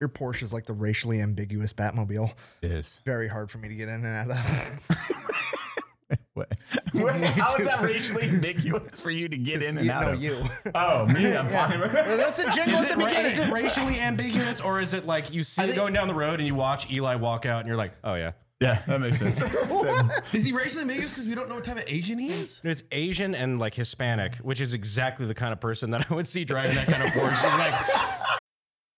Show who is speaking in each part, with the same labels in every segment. Speaker 1: Your Porsche is like the racially ambiguous Batmobile.
Speaker 2: Yes.
Speaker 1: Very hard for me to get in and out of.
Speaker 2: What?
Speaker 3: How is that racially ambiguous for you to get in and
Speaker 1: you
Speaker 3: out
Speaker 1: know
Speaker 3: of?
Speaker 1: you.
Speaker 3: Oh, me, I'm fine with it.
Speaker 1: That's a jingle
Speaker 4: Is
Speaker 1: at
Speaker 4: it,
Speaker 1: the
Speaker 4: ra-
Speaker 1: beginning.
Speaker 4: is it racially ambiguous or is it like you see it going down the road and you watch Eli walk out and you're like, oh yeah.
Speaker 3: Yeah, that makes sense. So,
Speaker 5: Is he racially ambiguous because we don't know what type of Asian he is?
Speaker 4: It's Asian and like Hispanic, which is exactly the kind of person that I would see driving that kind of Porsche. You're like,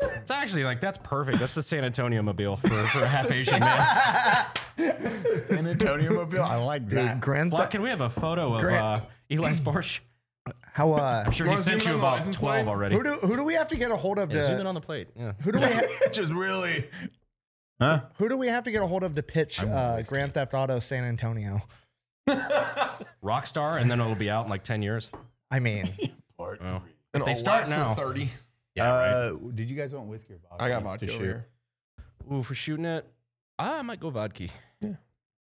Speaker 4: it's actually like that's perfect. That's the San Antonio mobile for, for a half Asian man.
Speaker 2: San Antonio mobile. I like
Speaker 1: Dude,
Speaker 2: that.
Speaker 1: Grand
Speaker 4: Well,
Speaker 1: Theft.
Speaker 4: can we have a photo of uh,
Speaker 1: Grant.
Speaker 4: Eli's Porsche?
Speaker 1: How uh?
Speaker 4: I'm sure he sent you about twelve already.
Speaker 1: Who do who do we have to get a hold of?
Speaker 4: Yeah, zoom in
Speaker 1: to,
Speaker 4: on the plate. Yeah.
Speaker 1: who do we ha-
Speaker 3: which is really
Speaker 1: who do we have to get a hold of to pitch uh, Grand Theft Auto San Antonio?
Speaker 4: Rockstar, and then it'll be out in like ten years.
Speaker 1: I mean,
Speaker 5: And
Speaker 4: They start now.
Speaker 5: Thirty.
Speaker 2: Uh, did you guys want whiskey or vodka?
Speaker 5: I got
Speaker 2: Just to
Speaker 5: vodka over
Speaker 2: shoot.
Speaker 5: here.
Speaker 4: Ooh, for shooting it. Ah, I might go vodka.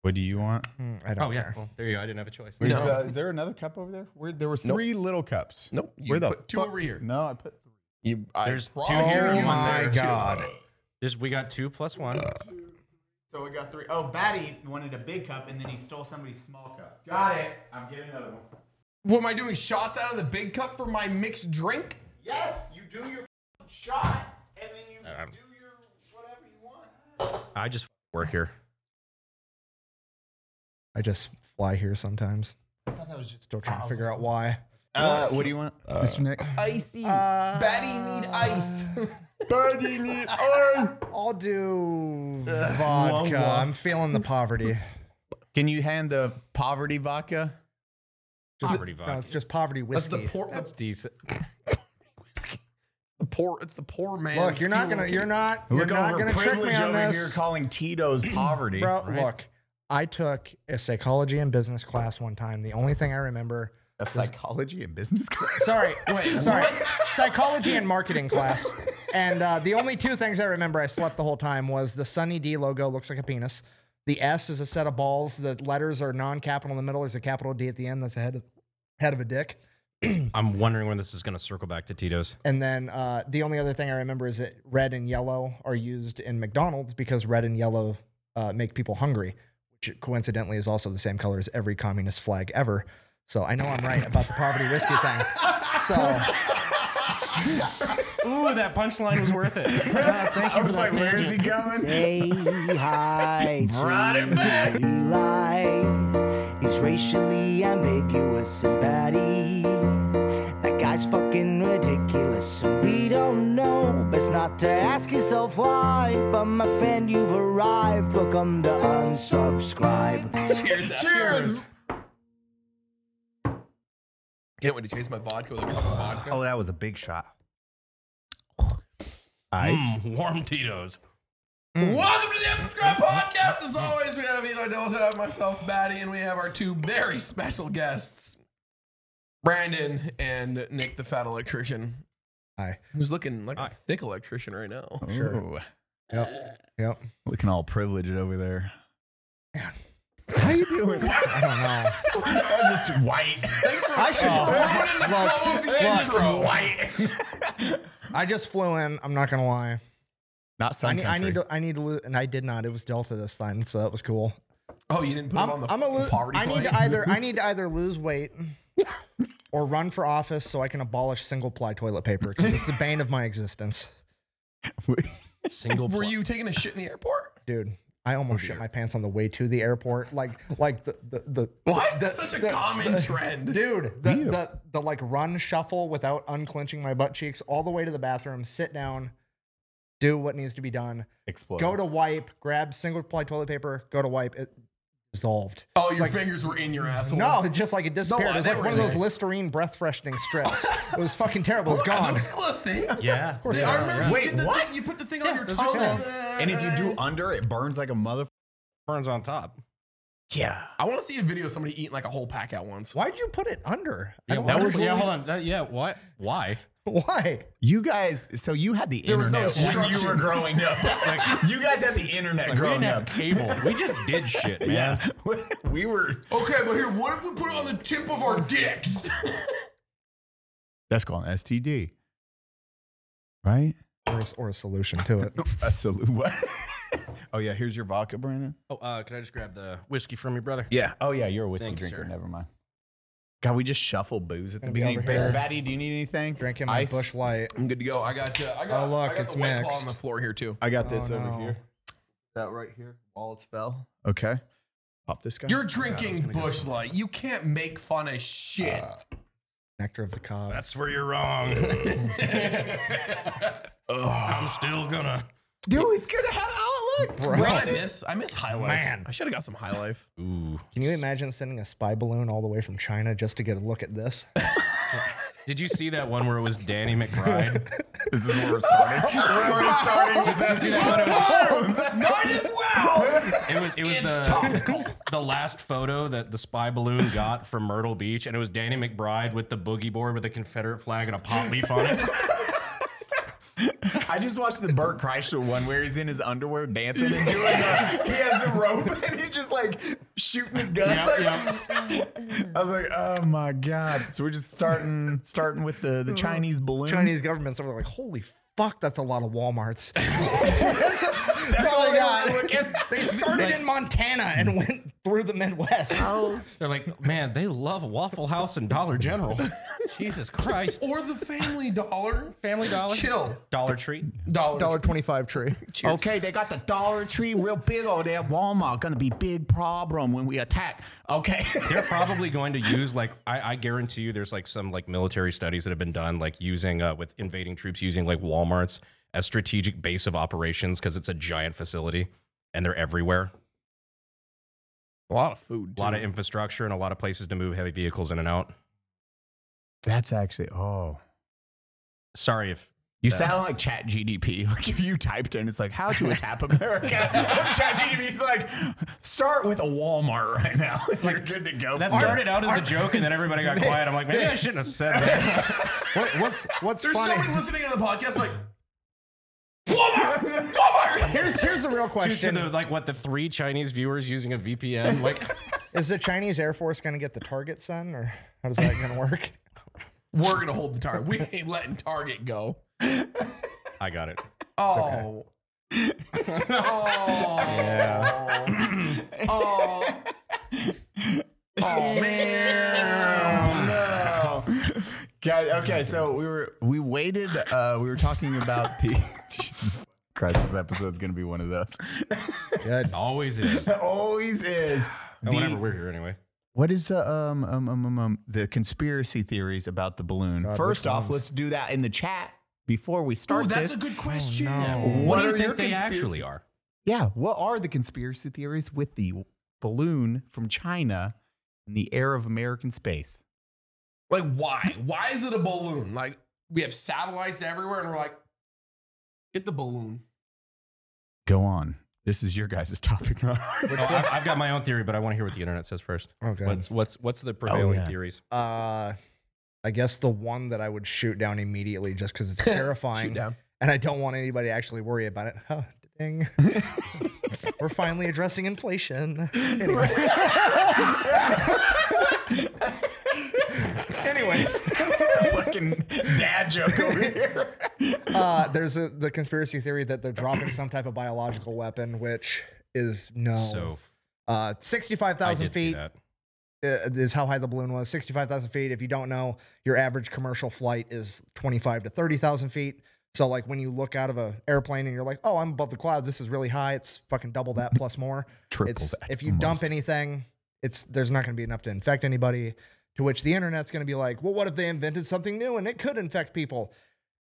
Speaker 2: What do you want?
Speaker 1: mm, I don't
Speaker 4: Oh yeah.
Speaker 1: care.
Speaker 4: Well, there you go. I didn't have a choice.
Speaker 2: Is,
Speaker 5: No.
Speaker 2: uh, is there another cup over there? Where there was
Speaker 5: Nope.
Speaker 2: three little cups.
Speaker 5: Nope. You
Speaker 2: Where the
Speaker 5: put two
Speaker 2: fuck-
Speaker 5: over here.
Speaker 2: No, I put. Three.
Speaker 5: You, I
Speaker 4: There's two
Speaker 5: promise
Speaker 4: here
Speaker 5: you
Speaker 4: and
Speaker 1: Oh
Speaker 5: one
Speaker 1: my
Speaker 5: there.
Speaker 1: god!
Speaker 4: There's, we got two plus one.
Speaker 2: So we got three. Oh, Batty wanted a big cup, and then he stole somebody's small cup. Got it. I'm getting another one.
Speaker 5: What am I doing? Shots out of the big cup for my mixed drink?
Speaker 2: Yes, you do your shot, and then you
Speaker 4: Um,
Speaker 2: do your whatever you want.
Speaker 4: I just work here.
Speaker 1: I just fly here sometimes. Still trying to figure out why.
Speaker 2: Uh, what do you want, Mr. Nick?
Speaker 5: Icy. Batty need ice.
Speaker 2: Buddy, need ice.
Speaker 5: oh,
Speaker 1: I'll do vodka. I'm feeling the poverty.
Speaker 2: Can you hand the poverty vodka?
Speaker 4: Poverty
Speaker 1: No,
Speaker 4: vodka.
Speaker 1: it's just poverty
Speaker 5: That's
Speaker 1: whiskey.
Speaker 5: the poor.
Speaker 4: That's
Speaker 5: That's
Speaker 4: decent.
Speaker 5: the poor. It's the poor man.
Speaker 1: Look, you're not gonna, you're not, you're
Speaker 2: Look
Speaker 1: not
Speaker 2: over
Speaker 1: gonna trick
Speaker 2: privilege
Speaker 1: me on
Speaker 2: over here
Speaker 1: this,
Speaker 2: calling Tito's poverty.
Speaker 1: bro.
Speaker 2: right?
Speaker 1: Look, I took a psychology and business class one time. The only thing I remember.
Speaker 2: a psychology and business class.
Speaker 1: Sorry, wait, sorry. Psychology and marketing class. And uh, the only two things I remember I slept the whole time was the Sunny D logo looks like a penis. The S is a set of balls. The letters are non-capital in the middle. There's a capital D at the end. That's a head of, head of a dick.
Speaker 4: I'm wondering when this is going to circle back to Tito's.
Speaker 1: And then uh, the only other thing I remember is that red and yellow are used in McDonald's because red and yellow uh, make people hungry, which coincidentally is also the same color as every communist flag ever. So I know I'm right about the poverty whiskey thing. So
Speaker 4: Ooh, that punchline was worth it.
Speaker 2: I was like, where is he going?
Speaker 6: Say hi to Eli. He's racially ambiguous and batty. That guy's fucking ridiculous, and we don't know. Best not to ask yourself why. But my friend, you've arrived. Welcome to unsubscribe.
Speaker 5: Cheers. Cheers. Can't wait to chase my vodka with a cup of vodka.
Speaker 2: Oh, that was a big shot. Ice.
Speaker 4: Mm, warm Tito's.
Speaker 5: Welcome to the Unsubscribe Podcast. As always, we have Eli Delta, myself, Batty, and we have our two very special guests, Brandon and Nick, the fat electrician.
Speaker 1: Hi.
Speaker 5: Who's looking like
Speaker 4: Hi.
Speaker 5: a thick electrician right now?
Speaker 1: Sure.
Speaker 2: Ooh,
Speaker 1: yep, yep.
Speaker 2: looking all privileged over there.
Speaker 1: How you doing? I don't know.
Speaker 2: I'm just white.
Speaker 5: Thanks for
Speaker 1: I should-
Speaker 5: ruining
Speaker 1: Look,
Speaker 5: the flow of the
Speaker 1: look.
Speaker 5: intro.
Speaker 2: white.
Speaker 1: I just flew in. I'm not gonna lie.
Speaker 2: Not
Speaker 1: I
Speaker 2: some
Speaker 1: need, I need
Speaker 2: country.
Speaker 1: to. I need to. Lose, and I did not. It was Delta this time, so that was cool.
Speaker 5: Oh, you didn't put
Speaker 1: I'm,
Speaker 5: him on the
Speaker 1: I'm a lo-
Speaker 5: poverty
Speaker 1: I need
Speaker 5: flight?
Speaker 1: to either. I need to either lose weight or run for office so I can abolish single ply toilet paper because it's the bane of my existence,
Speaker 4: Single.
Speaker 5: Were
Speaker 4: pl-
Speaker 5: you taking a shit in the airport?
Speaker 1: dude. I
Speaker 5: Oh,
Speaker 1: almost shit my pants on the way to the airport. Like, like the the, the
Speaker 5: Why is this such a common trend?
Speaker 1: dude the, the the like run shuffle without unclenching my butt cheeks all the way to the bathroom. Sit down, do what needs to be done.
Speaker 2: Explode.
Speaker 1: Go to wipe, grab single ply toilet paper, go to wipe, it dissolved.
Speaker 5: oh, your fingers were in your asshole.
Speaker 1: No, it just like it disappeared.
Speaker 5: lie,
Speaker 1: it was
Speaker 5: they
Speaker 1: like
Speaker 5: were
Speaker 1: one of those
Speaker 5: there.
Speaker 1: Listerine breath freshening strips. it was fucking terrible. It's
Speaker 5: Are
Speaker 1: gone.
Speaker 5: those still a thing?
Speaker 4: yeah. Of
Speaker 5: I remember you, did the
Speaker 2: what?
Speaker 5: thing- you put the thing on
Speaker 1: Yeah,
Speaker 2: your
Speaker 1: those are
Speaker 2: toes.
Speaker 1: snails.
Speaker 2: And
Speaker 7: And if you do under, it burns like a mother.
Speaker 4: Burns on top.
Speaker 7: Yeah.
Speaker 5: I want to see a video of somebody eating like a whole pack at once.
Speaker 1: Why'd you put it under? I don't
Speaker 4: that was,
Speaker 1: understand.
Speaker 4: yeah, hold on. That- yeah, what? Why?
Speaker 1: Why?
Speaker 7: You guys, so you had the
Speaker 5: There was no
Speaker 7: internet when you were
Speaker 5: instructions.
Speaker 7: growing up. you guys had the internet
Speaker 4: Like, we
Speaker 7: growing
Speaker 4: didn't
Speaker 7: up.
Speaker 4: have cable. We just did shit, man.
Speaker 7: yeah. we were.
Speaker 5: Okay, but here, what if we put it on the tip of our dicks?
Speaker 7: That's called an STD. Right?
Speaker 1: Or a, or a solution to it.
Speaker 7: A salute. What? oh, yeah. Here's your vodka, Brandon.
Speaker 4: Oh, uh, could I just grab the whiskey from your brother?
Speaker 7: Yeah. Oh, yeah. You're a whiskey
Speaker 4: Thank you,
Speaker 7: drinker.
Speaker 4: sir.
Speaker 7: Never mind. God, we just shuffle booze at the
Speaker 1: Gonna be
Speaker 7: beginning.
Speaker 1: over here.
Speaker 7: Batty, do you need anything?
Speaker 1: Drinking my
Speaker 7: Ice?
Speaker 1: bush light.
Speaker 5: I'm good to go. I got, uh, I got,
Speaker 1: Oh, look,
Speaker 5: I got
Speaker 1: it's
Speaker 5: the white claw
Speaker 1: mixed.
Speaker 5: on the floor here too.
Speaker 7: I got this
Speaker 1: Oh,
Speaker 7: over
Speaker 1: no.
Speaker 7: here. That right here. Wallets fell. Okay. Pop this guy.
Speaker 1: Oh,
Speaker 5: You're drinking Bush Light. You can't make fun of shit.
Speaker 1: Uh, Nectar of the cob.
Speaker 4: That's where you're wrong. I'm still gonna.
Speaker 7: Dude, it's good to have an outlook.
Speaker 5: What did I miss? I miss High Life.
Speaker 1: Man.
Speaker 5: I should have got some High Life.
Speaker 4: Ooh.
Speaker 1: Can you imagine sending a spy balloon all the way from China just to get a look at this?
Speaker 4: Did you see that one where it was Danny McBride?
Speaker 7: This is where we're starting. where we're starting. Just have
Speaker 5: Might as well.
Speaker 4: It was it was the the last photo that the spy balloon got from Myrtle Beach, and it was Danny McBride with the boogie board with a Confederate flag and a pot leaf on it.
Speaker 7: I just watched the Burt Kreischer one where he's in his underwear dancing and doing the, he has the rope and he's just like shooting his gun. It's like- I was like, oh my god! So we're just starting starting with the the Chinese balloon.
Speaker 1: Chinese government's over there like, holy fuck, that's a lot of Walmarts. that's
Speaker 7: all
Speaker 1: all
Speaker 7: they
Speaker 1: they
Speaker 7: were
Speaker 1: got. They started in Montana and went through the Midwest.
Speaker 4: They're like, man, they love Waffle House and Dollar General. Jesus Christ.
Speaker 5: Or the Family Dollar.
Speaker 4: Family Dollar.
Speaker 5: Chill.
Speaker 4: Dollar Tree.
Speaker 5: Dollar.
Speaker 1: twenty-five tree.
Speaker 7: Okay, they got the Dollar Tree real big over there. Walmart gonna be big problem when we attack. Okay.
Speaker 4: They're probably going to use like I, I guarantee you there's like some like military studies that have been done like using uh, with invading troops using like Walmart's as strategic base of operations because it's a giant facility and they're everywhere.
Speaker 5: A lot of food.
Speaker 4: A lot of infrastructure and a lot of places to move heavy vehicles in and out.
Speaker 7: That's actually oh.
Speaker 4: Sorry if
Speaker 7: You sound like Chat GDP. Like if you typed in, it's like how to attack America. Chat GDP is like, start with a Walmart right now. You're good to go.
Speaker 4: That
Speaker 7: for it.
Speaker 4: started out as a joke, and then everybody got quiet. I'm like, maybe I shouldn't have said that.
Speaker 1: What, what's what's
Speaker 5: There's
Speaker 1: funny?
Speaker 5: somebody listening to the podcast like. Walmart! Walmart!
Speaker 1: Oh, here's here's the real
Speaker 4: Due to
Speaker 1: question:
Speaker 4: the, like what the three Chinese viewers using a VPN, like
Speaker 1: Is the Chinese Air Force going to get the target son, or how does that going to work?
Speaker 5: We're gonna hold the target. We ain't letting Target go.
Speaker 4: I got it.
Speaker 5: Oh. oh. oh. Oh man.
Speaker 7: Oh, no. Guys, okay, so we were we waited. Uh, we were talking about the. Jesus Christ, this episode's gonna be one of those.
Speaker 1: Good.
Speaker 4: Always is.
Speaker 7: It always is.
Speaker 4: Oh,
Speaker 7: The-
Speaker 4: Whenever we're here, anyway.
Speaker 7: What is the um, um, um, um, um the conspiracy theories about the balloon?
Speaker 1: God,
Speaker 7: First
Speaker 1: which
Speaker 7: off,
Speaker 1: ones?
Speaker 7: let's do that in the chat before we start
Speaker 5: Oh, that's
Speaker 7: this.
Speaker 5: a good question.
Speaker 7: What,
Speaker 4: do
Speaker 7: are
Speaker 4: you
Speaker 7: your
Speaker 4: think they
Speaker 7: conspiracy-
Speaker 4: actually are?
Speaker 7: Yeah, what are the conspiracy theories with the balloon from China in the air of American space?
Speaker 5: Like why? Why is it a balloon? Like we have satellites everywhere and we're like get the balloon.
Speaker 7: Go on. This is your guys' topic.
Speaker 4: Oh, I, I've got my own theory, but I want to hear what the internet says first.
Speaker 1: Oh, good.
Speaker 4: What's what's what's the
Speaker 1: Oh,
Speaker 4: prevailing
Speaker 7: yeah.
Speaker 4: theories?
Speaker 1: Uh, I guess the one that I would shoot down immediately, just because it's
Speaker 5: Shoot
Speaker 1: terrifying,
Speaker 5: down.
Speaker 1: and I don't want anybody to actually worry about it. Huh, dang. We're finally addressing inflation. Anyway. Anyways,
Speaker 7: fucking dad joke over here.
Speaker 1: uh, there's a, the conspiracy theory that they're dropping some type of biological weapon, which is no.
Speaker 4: So
Speaker 1: uh,
Speaker 4: I
Speaker 1: 65,000
Speaker 4: did see
Speaker 1: Oh. feet
Speaker 4: that.
Speaker 1: uh, is how high the balloon was. 65,000 feet. If you don't know, your average commercial flight is 25 to 30,000 feet. So like when you look out of a airplane and you're like, oh, I'm above the clouds. This is really high. It's fucking double that plus more.
Speaker 7: Triple
Speaker 1: it's,
Speaker 7: that,
Speaker 1: If you
Speaker 7: almost.
Speaker 1: dump anything, it's there's not going to be enough to infect anybody. To which the internet's going to be like, well, what if they invented something new and it could infect people?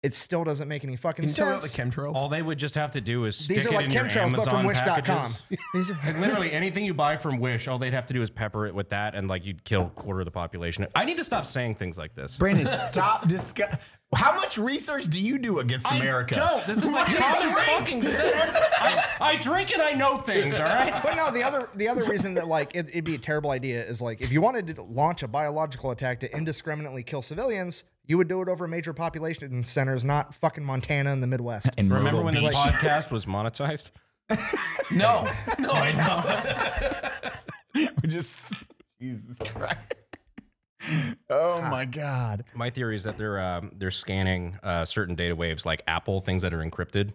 Speaker 1: It still doesn't make any fucking
Speaker 5: Can you tell me about the
Speaker 1: sense.
Speaker 5: chemtrails?
Speaker 4: All they would just have to do is stick
Speaker 1: These are
Speaker 4: it
Speaker 1: like
Speaker 4: in your
Speaker 1: chemtrails,
Speaker 4: Amazon
Speaker 1: but from Wish.com.
Speaker 4: packages. Like literally anything you buy from Wish, all they'd have to do is pepper it with that, and like you'd kill a quarter of the population. I need to stop saying things like this.
Speaker 7: Brandon, stop discuss. How much research do you do against America?
Speaker 4: I don't. This is like common fucking sense. I, I drink and I know things. All right.
Speaker 1: But no, the other the other reason that like it, it'd be a terrible idea is like if you wanted to launch a biological attack to indiscriminately kill civilians, you would do it over major population centers, not fucking Montana and the Midwest.
Speaker 7: And
Speaker 4: Remember
Speaker 7: Myrtle
Speaker 4: when
Speaker 7: Beach.
Speaker 4: this podcast was monetized?
Speaker 5: No, no, I know.
Speaker 7: We just Jesus Christ. Oh my God.
Speaker 4: My theory is that they're um, they're scanning uh, certain data waves, like Apple things that are encrypted,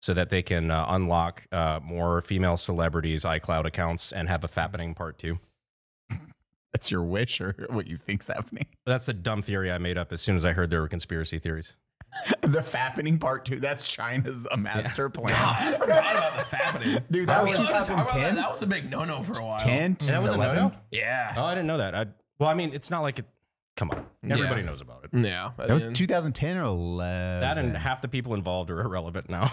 Speaker 4: so that they can uh, unlock uh, more female celebrities' iCloud accounts and have a fappening part two.
Speaker 7: That's your wish or what you think's happening.
Speaker 4: That's a dumb theory I made up as soon as I heard there were conspiracy theories.
Speaker 7: The fappening part two. That's China's a master plan.
Speaker 5: forgot about the fapping.
Speaker 7: Dude, that was
Speaker 5: Yeah, let's talk about That
Speaker 7: 2010.
Speaker 5: That was a big no-no for a while.
Speaker 7: 10,
Speaker 4: Mm, That was a
Speaker 7: 11.
Speaker 4: no-no?
Speaker 5: Yeah.
Speaker 4: Oh, I didn't know that. I well, I mean, it's not like it. Come on, everybody
Speaker 5: Yeah.
Speaker 4: knows about
Speaker 7: Mm.
Speaker 4: it.
Speaker 5: Yeah.
Speaker 7: That was 2010 or 11.
Speaker 4: That and half the people involved are irrelevant now.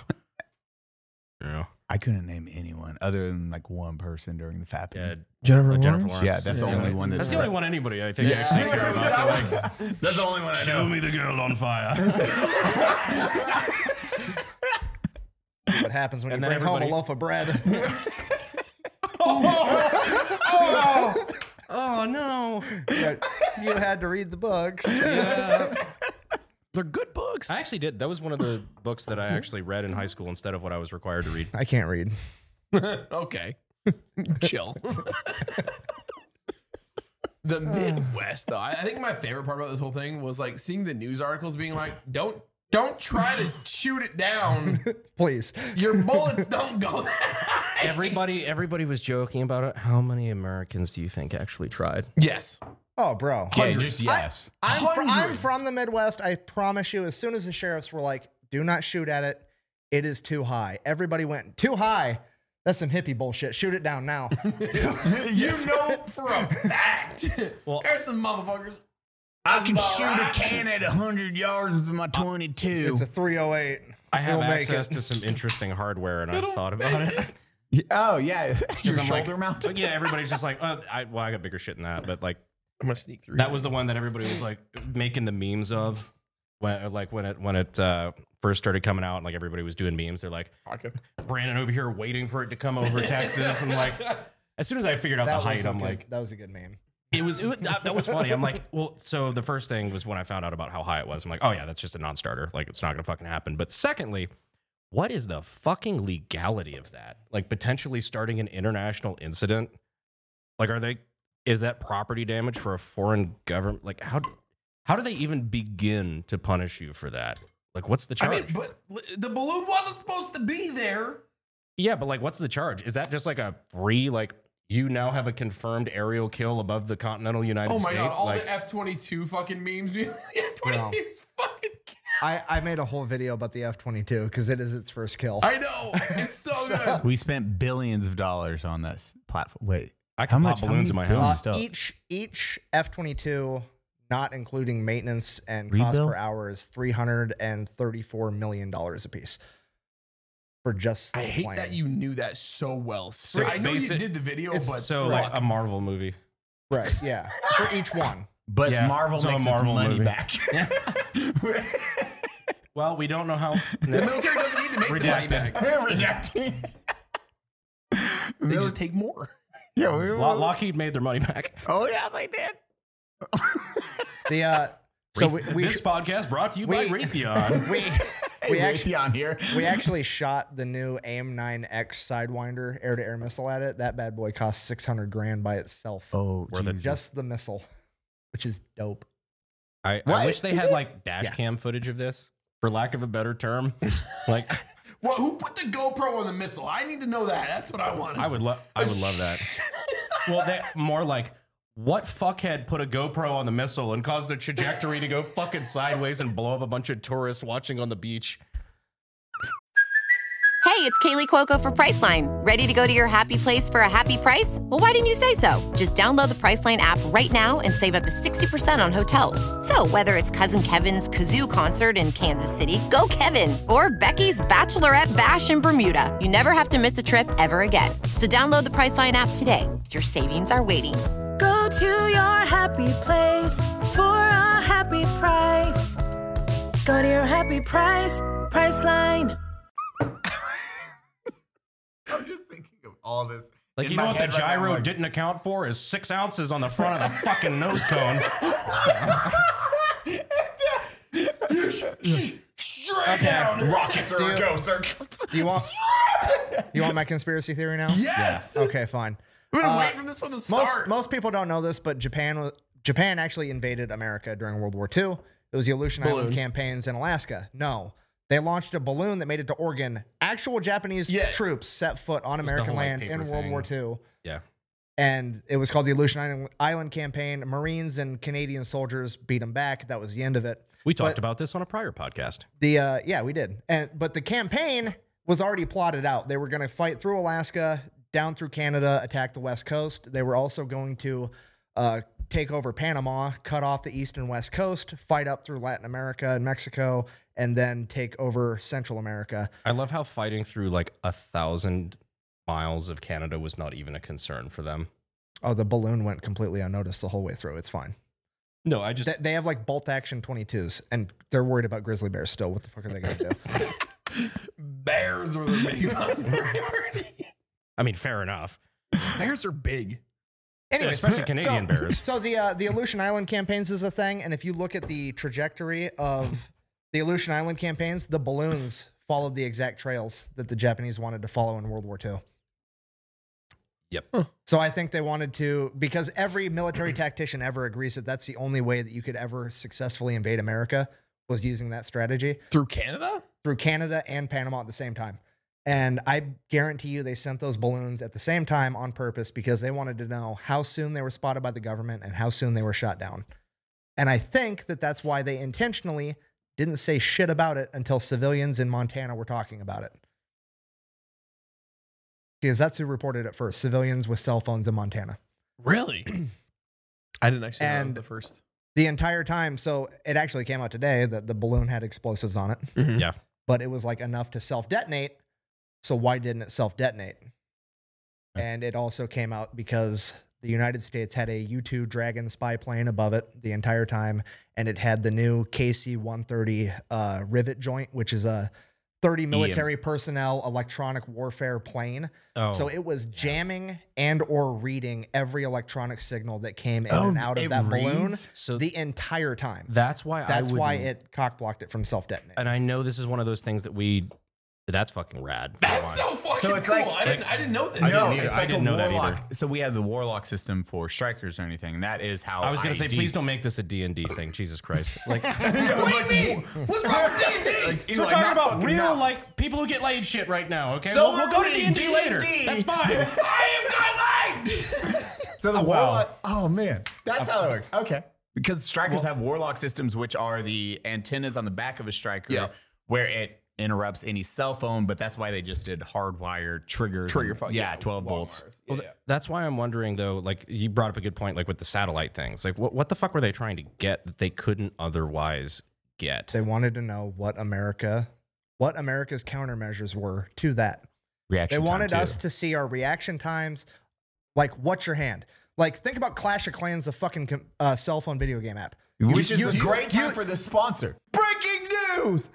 Speaker 4: yeah,
Speaker 7: I couldn't name anyone other than like one person during the fappening.
Speaker 4: yeah,
Speaker 8: Jennifer
Speaker 4: uh, Jennifer
Speaker 8: Lawrence?
Speaker 4: Lawrence.
Speaker 7: Yeah, that's the only one
Speaker 4: That's
Speaker 7: that's
Speaker 4: the only one anybody I think.
Speaker 5: Yeah.
Speaker 4: Actually cared about.
Speaker 7: That's the only one I
Speaker 4: Show me the girl on fire.
Speaker 1: What happens when
Speaker 4: And
Speaker 1: you
Speaker 4: then
Speaker 1: bring home a
Speaker 4: everybody-
Speaker 1: loaf of bread?
Speaker 4: oh no.
Speaker 1: But you had to read the books.
Speaker 5: They're good books.
Speaker 4: I actually did. That was one of the books that I actually read in high school instead of what I was required to read.
Speaker 1: I can't read.
Speaker 5: okay. Chill. the Midwest, though. I, I think my favorite part about this whole thing was like seeing the news articles being like, "Don't, don't try to shoot it down.
Speaker 1: Please.
Speaker 5: Your bullets don't go that high."
Speaker 4: Everybody, everybody was joking about it. How many Americans do you think actually tried?
Speaker 5: Yes.
Speaker 1: Oh, bro.
Speaker 7: Yeah, just yes.
Speaker 1: I'm, fr- I'm
Speaker 5: Hundreds.
Speaker 1: from the Midwest. I promise you, as soon as the sheriffs were like, do not shoot at it, it is too high. Everybody went, too high. That's some hippie bullshit. Shoot it down now.
Speaker 5: You know for a fact. There's some motherfuckers.
Speaker 7: I can
Speaker 5: All
Speaker 7: shoot
Speaker 5: right.
Speaker 7: a can at 100 yards with
Speaker 4: Uh,
Speaker 7: my 22.
Speaker 1: It's a 308.
Speaker 4: I have
Speaker 1: You'll make
Speaker 4: access
Speaker 1: it.
Speaker 4: to some interesting hardware, and I thought about it.
Speaker 7: oh, yeah. Your
Speaker 4: 'Cause I'm
Speaker 7: shoulder
Speaker 4: like,
Speaker 7: mount.
Speaker 4: Yeah, everybody's just like, oh, I, well, I got bigger shit than that. But like,
Speaker 5: I'm gonna sneak through.
Speaker 4: that was the one that everybody was like making the memes of when, like when it when it uh, first started coming out, and like everybody was doing memes. They're like, Brandon over here waiting for it to come over Texas, and like, as soon as I figured out the
Speaker 1: That was
Speaker 4: height,
Speaker 1: a
Speaker 4: I'm
Speaker 1: good-
Speaker 4: like,
Speaker 1: that was a good meme.
Speaker 4: It was, it was that, that was funny. I'm like, well, so the first thing was when I found out about how high it was. I'm like, oh yeah, that's just a non-starter. Like it's not gonna fucking happen. But secondly, what is the fucking legality of that? Like potentially starting an international incident. Like, are they? Is that property damage for a foreign government? Like how? How do they even begin to punish you for that? Like, what's the
Speaker 5: I
Speaker 4: charge?
Speaker 5: mean, but the balloon wasn't supposed to be there.
Speaker 4: yeah, but like, what's the charge? Is that just like a free like? You now have a confirmed aerial kill above the continental United
Speaker 5: Oh my
Speaker 4: States.
Speaker 5: god! All
Speaker 4: like,
Speaker 5: the F twenty two fucking memes. The F twenty two is fucking. kill-
Speaker 1: I, I made a whole video about the F 22 because it is its first kill.
Speaker 5: I know it's so, good.
Speaker 7: We spent billions of dollars on this platform. Wait.
Speaker 4: I
Speaker 7: How
Speaker 4: can pop
Speaker 7: much- how
Speaker 4: balloons
Speaker 7: many
Speaker 4: in my
Speaker 7: bills?
Speaker 4: house.
Speaker 1: Uh,
Speaker 7: stuff.
Speaker 1: each each F twenty two, not including maintenance and cost
Speaker 7: Rebuild?
Speaker 1: per hour, is three hundred and thirty four million dollars a piece. For just
Speaker 5: I
Speaker 1: the
Speaker 5: hate
Speaker 1: plane.
Speaker 5: that you knew that so well.
Speaker 4: So
Speaker 5: I know you
Speaker 4: basic-
Speaker 5: did the video,
Speaker 1: it's
Speaker 5: but
Speaker 4: so
Speaker 5: fuck.
Speaker 4: like a Marvel movie.
Speaker 1: right? Yeah, for each one.
Speaker 7: But
Speaker 4: Yeah,
Speaker 7: Marvel
Speaker 4: so a
Speaker 7: makes
Speaker 4: Marvel
Speaker 7: its money
Speaker 4: movie.
Speaker 7: back.
Speaker 4: Well, we don't know how.
Speaker 5: the military doesn't need to make the money
Speaker 4: Redacted.
Speaker 5: back. They just take more.
Speaker 7: yeah, we were,
Speaker 4: Lock- Lockheed made their money back.
Speaker 7: oh yeah, they did.
Speaker 1: The uh, so we
Speaker 4: Wreath-
Speaker 1: we,
Speaker 4: this podcast brought to you by
Speaker 1: we-
Speaker 4: Raytheon.
Speaker 1: we,
Speaker 7: We
Speaker 1: we
Speaker 7: actually
Speaker 1: actually
Speaker 7: on here.
Speaker 1: we actually shot the new AIM nine X Sidewinder air to air missile at it. That bad boy cost six hundred grand by itself.
Speaker 7: Oh,
Speaker 4: Worth it.
Speaker 7: Jesus.
Speaker 1: just the missile, which is dope.
Speaker 4: I,
Speaker 7: What?
Speaker 4: I wish they
Speaker 7: Is
Speaker 4: had
Speaker 7: it?
Speaker 4: like dash
Speaker 1: Yeah.
Speaker 4: cam footage of this, for lack of a better term. like,
Speaker 5: Well, who put the GoPro on the missile? I need to know that. That's what I want.
Speaker 4: I would love. I would love that. Well, that more like. What fuckhead put a GoPro on the missile and caused the trajectory to go fucking sideways and blow up a bunch of tourists watching on the beach?
Speaker 9: Hey, it's Kaylee Cuoco for Priceline. Ready to go to your happy place for a happy price? Well, why didn't you say so? Just download the Priceline app right now and save up to 60% on hotels. So, whether it's Cousin Kevin's Kazoo concert in Kansas City, go Kevin, or Becky's Bachelorette Bash in Bermuda, you never have to miss a trip ever again. So, download the Priceline app today. Your savings are waiting.
Speaker 10: Go to your happy place for a happy price.
Speaker 8: Go to your happy price, price line.
Speaker 2: I'm just thinking of all this.
Speaker 4: Like,
Speaker 2: in
Speaker 4: you
Speaker 2: my
Speaker 4: know what the
Speaker 2: head right now, I'm
Speaker 4: gyro
Speaker 2: like,
Speaker 4: didn't account for is six ounces on the front of the fucking nose cone.
Speaker 1: Okay.
Speaker 7: Rockets
Speaker 1: Do
Speaker 7: are
Speaker 1: you-
Speaker 7: a ghost. Are...
Speaker 1: Do you want you want my conspiracy theory now?
Speaker 5: Yes.
Speaker 1: Okay, fine.
Speaker 5: We've been
Speaker 1: Uh,
Speaker 5: waiting for this one to
Speaker 1: Most
Speaker 5: start.
Speaker 1: most people don't know this, but Japan was Japan actually invaded America during World War II. It was the Aleutian Island campaigns in Alaska. No. They launched a balloon that made it to Oregon. Actual Japanese
Speaker 5: Yeah.
Speaker 1: troops set foot on American
Speaker 4: whole, like,
Speaker 1: land
Speaker 4: paper
Speaker 1: in World War II.
Speaker 4: Yeah.
Speaker 1: And it was called the Aleutian Island, Island Campaign. Marines and Canadian soldiers beat them back. That was the end of it.
Speaker 4: We talked about this on a prior podcast.
Speaker 1: The uh, yeah, we did. And but the campaign was already plotted out. They were going to fight through Alaska, down through Canada, attack the West Coast. They were also going to uh, take over Panama, cut off the East and West Coast, fight up through Latin America and Mexico, and then take over Central America.
Speaker 4: I love how fighting through like a thousand miles of Canada was not even a concern for them.
Speaker 1: Oh, the balloon went completely unnoticed the whole way through. It's fine.
Speaker 4: No, I just
Speaker 1: They, they have like bolt action 22s, and they're worried about grizzly bears still. What the fuck are they going to do?
Speaker 5: Bears are the big priority.
Speaker 4: I mean, fair enough.
Speaker 5: Bears are big.
Speaker 1: Anyway,
Speaker 4: especially Canadian
Speaker 1: so,
Speaker 4: bears.
Speaker 1: So the uh, the Aleutian Island campaigns is a thing, and if you look at the trajectory of the Aleutian Island campaigns, the balloons followed the exact trails that the Japanese wanted to follow in World War II.
Speaker 4: Yep.
Speaker 1: So I think they wanted to because every military tactician ever agrees that that's the only way that you could ever successfully invade America was using that strategy
Speaker 5: Through Canada?
Speaker 1: through Canada and Panama at the same time. And I guarantee you they sent those balloons at the same time on purpose because they wanted to know how soon they were spotted by the government and how soon they were shot down. And I think that that's why they intentionally didn't say shit about it until civilians in Montana were talking about it. Because that's who reported it first civilians with cell phones in Montana.
Speaker 5: Really? I didn't actually know that was
Speaker 1: And-
Speaker 5: the first.
Speaker 1: The entire time, so it actually came out today that the balloon had explosives on it.
Speaker 4: Yeah.
Speaker 1: but it was like enough to self detonate. So why didn't it self detonate?
Speaker 4: Yes.
Speaker 1: And it also came out because the United States had a U 2 Dragon spy plane above it the entire time. And it had the new KC 130 uh, rivet joint, which is a 30 military personnel electronic warfare plane.
Speaker 4: Oh.
Speaker 1: So it was jamming and or reading every electronic signal that came in
Speaker 7: Oh,
Speaker 1: and out of
Speaker 4: Oh, it
Speaker 1: that balloon
Speaker 4: reads? So-
Speaker 1: the entire time.
Speaker 4: that's why
Speaker 1: That's
Speaker 4: I would,
Speaker 1: why it cock blocked it from self detonating.
Speaker 4: and I know this is one of those things that we that's fucking rad.
Speaker 5: That's so fucking
Speaker 7: it's
Speaker 5: cool.
Speaker 7: like-
Speaker 5: I, didn't, I didn't know this.
Speaker 4: I
Speaker 7: No,
Speaker 4: didn't either.
Speaker 7: it's
Speaker 4: I
Speaker 7: like
Speaker 4: didn't
Speaker 7: a
Speaker 4: know that either.
Speaker 7: warlock. So we have the warlock system for strikers or anything. And that is how
Speaker 4: I was gonna say,
Speaker 7: ID
Speaker 4: please don't make this a D and D thing. Jesus Christ! Like,
Speaker 5: what do you mean? What's wrong with D&D?
Speaker 7: He's
Speaker 4: so we're
Speaker 7: like,
Speaker 4: talking
Speaker 7: "Not
Speaker 4: about
Speaker 7: fucking
Speaker 4: real
Speaker 7: now."
Speaker 4: like people who get laid shit right now.
Speaker 7: So
Speaker 4: Okay, we'll, we'll
Speaker 7: we're
Speaker 4: go to D
Speaker 7: reading
Speaker 4: and D later.
Speaker 7: D&D.
Speaker 4: That's fine.
Speaker 5: I have got lied.
Speaker 7: So the
Speaker 4: wow.
Speaker 7: warlock. Oh man, that's how it works. Okay. Because strikers have warlock systems, which are the antennas on the back of a striker,
Speaker 5: Yeah.
Speaker 7: where it interrupts any cell phone. But that's why they just did hardwire triggers.
Speaker 5: Trigger
Speaker 7: and-
Speaker 5: fuck.
Speaker 7: Yeah, twelve volts.
Speaker 4: Well, th- that's why I'm wondering though. Like you brought up a good point, like with the satellite things. Like what what the fuck were they trying to get that they couldn't otherwise get?
Speaker 1: They wanted to know what America, what America's countermeasures were to that.
Speaker 7: Reaction.
Speaker 1: They
Speaker 7: time,
Speaker 1: wanted
Speaker 7: too.
Speaker 1: us to see our reaction times. Like, what's your hand? Like, think about Clash of Clans, the fucking com- uh, cell phone video game app.
Speaker 7: Which
Speaker 5: You-
Speaker 7: is
Speaker 5: you-
Speaker 7: a great time
Speaker 1: you-
Speaker 7: for the sponsor. Breaking news!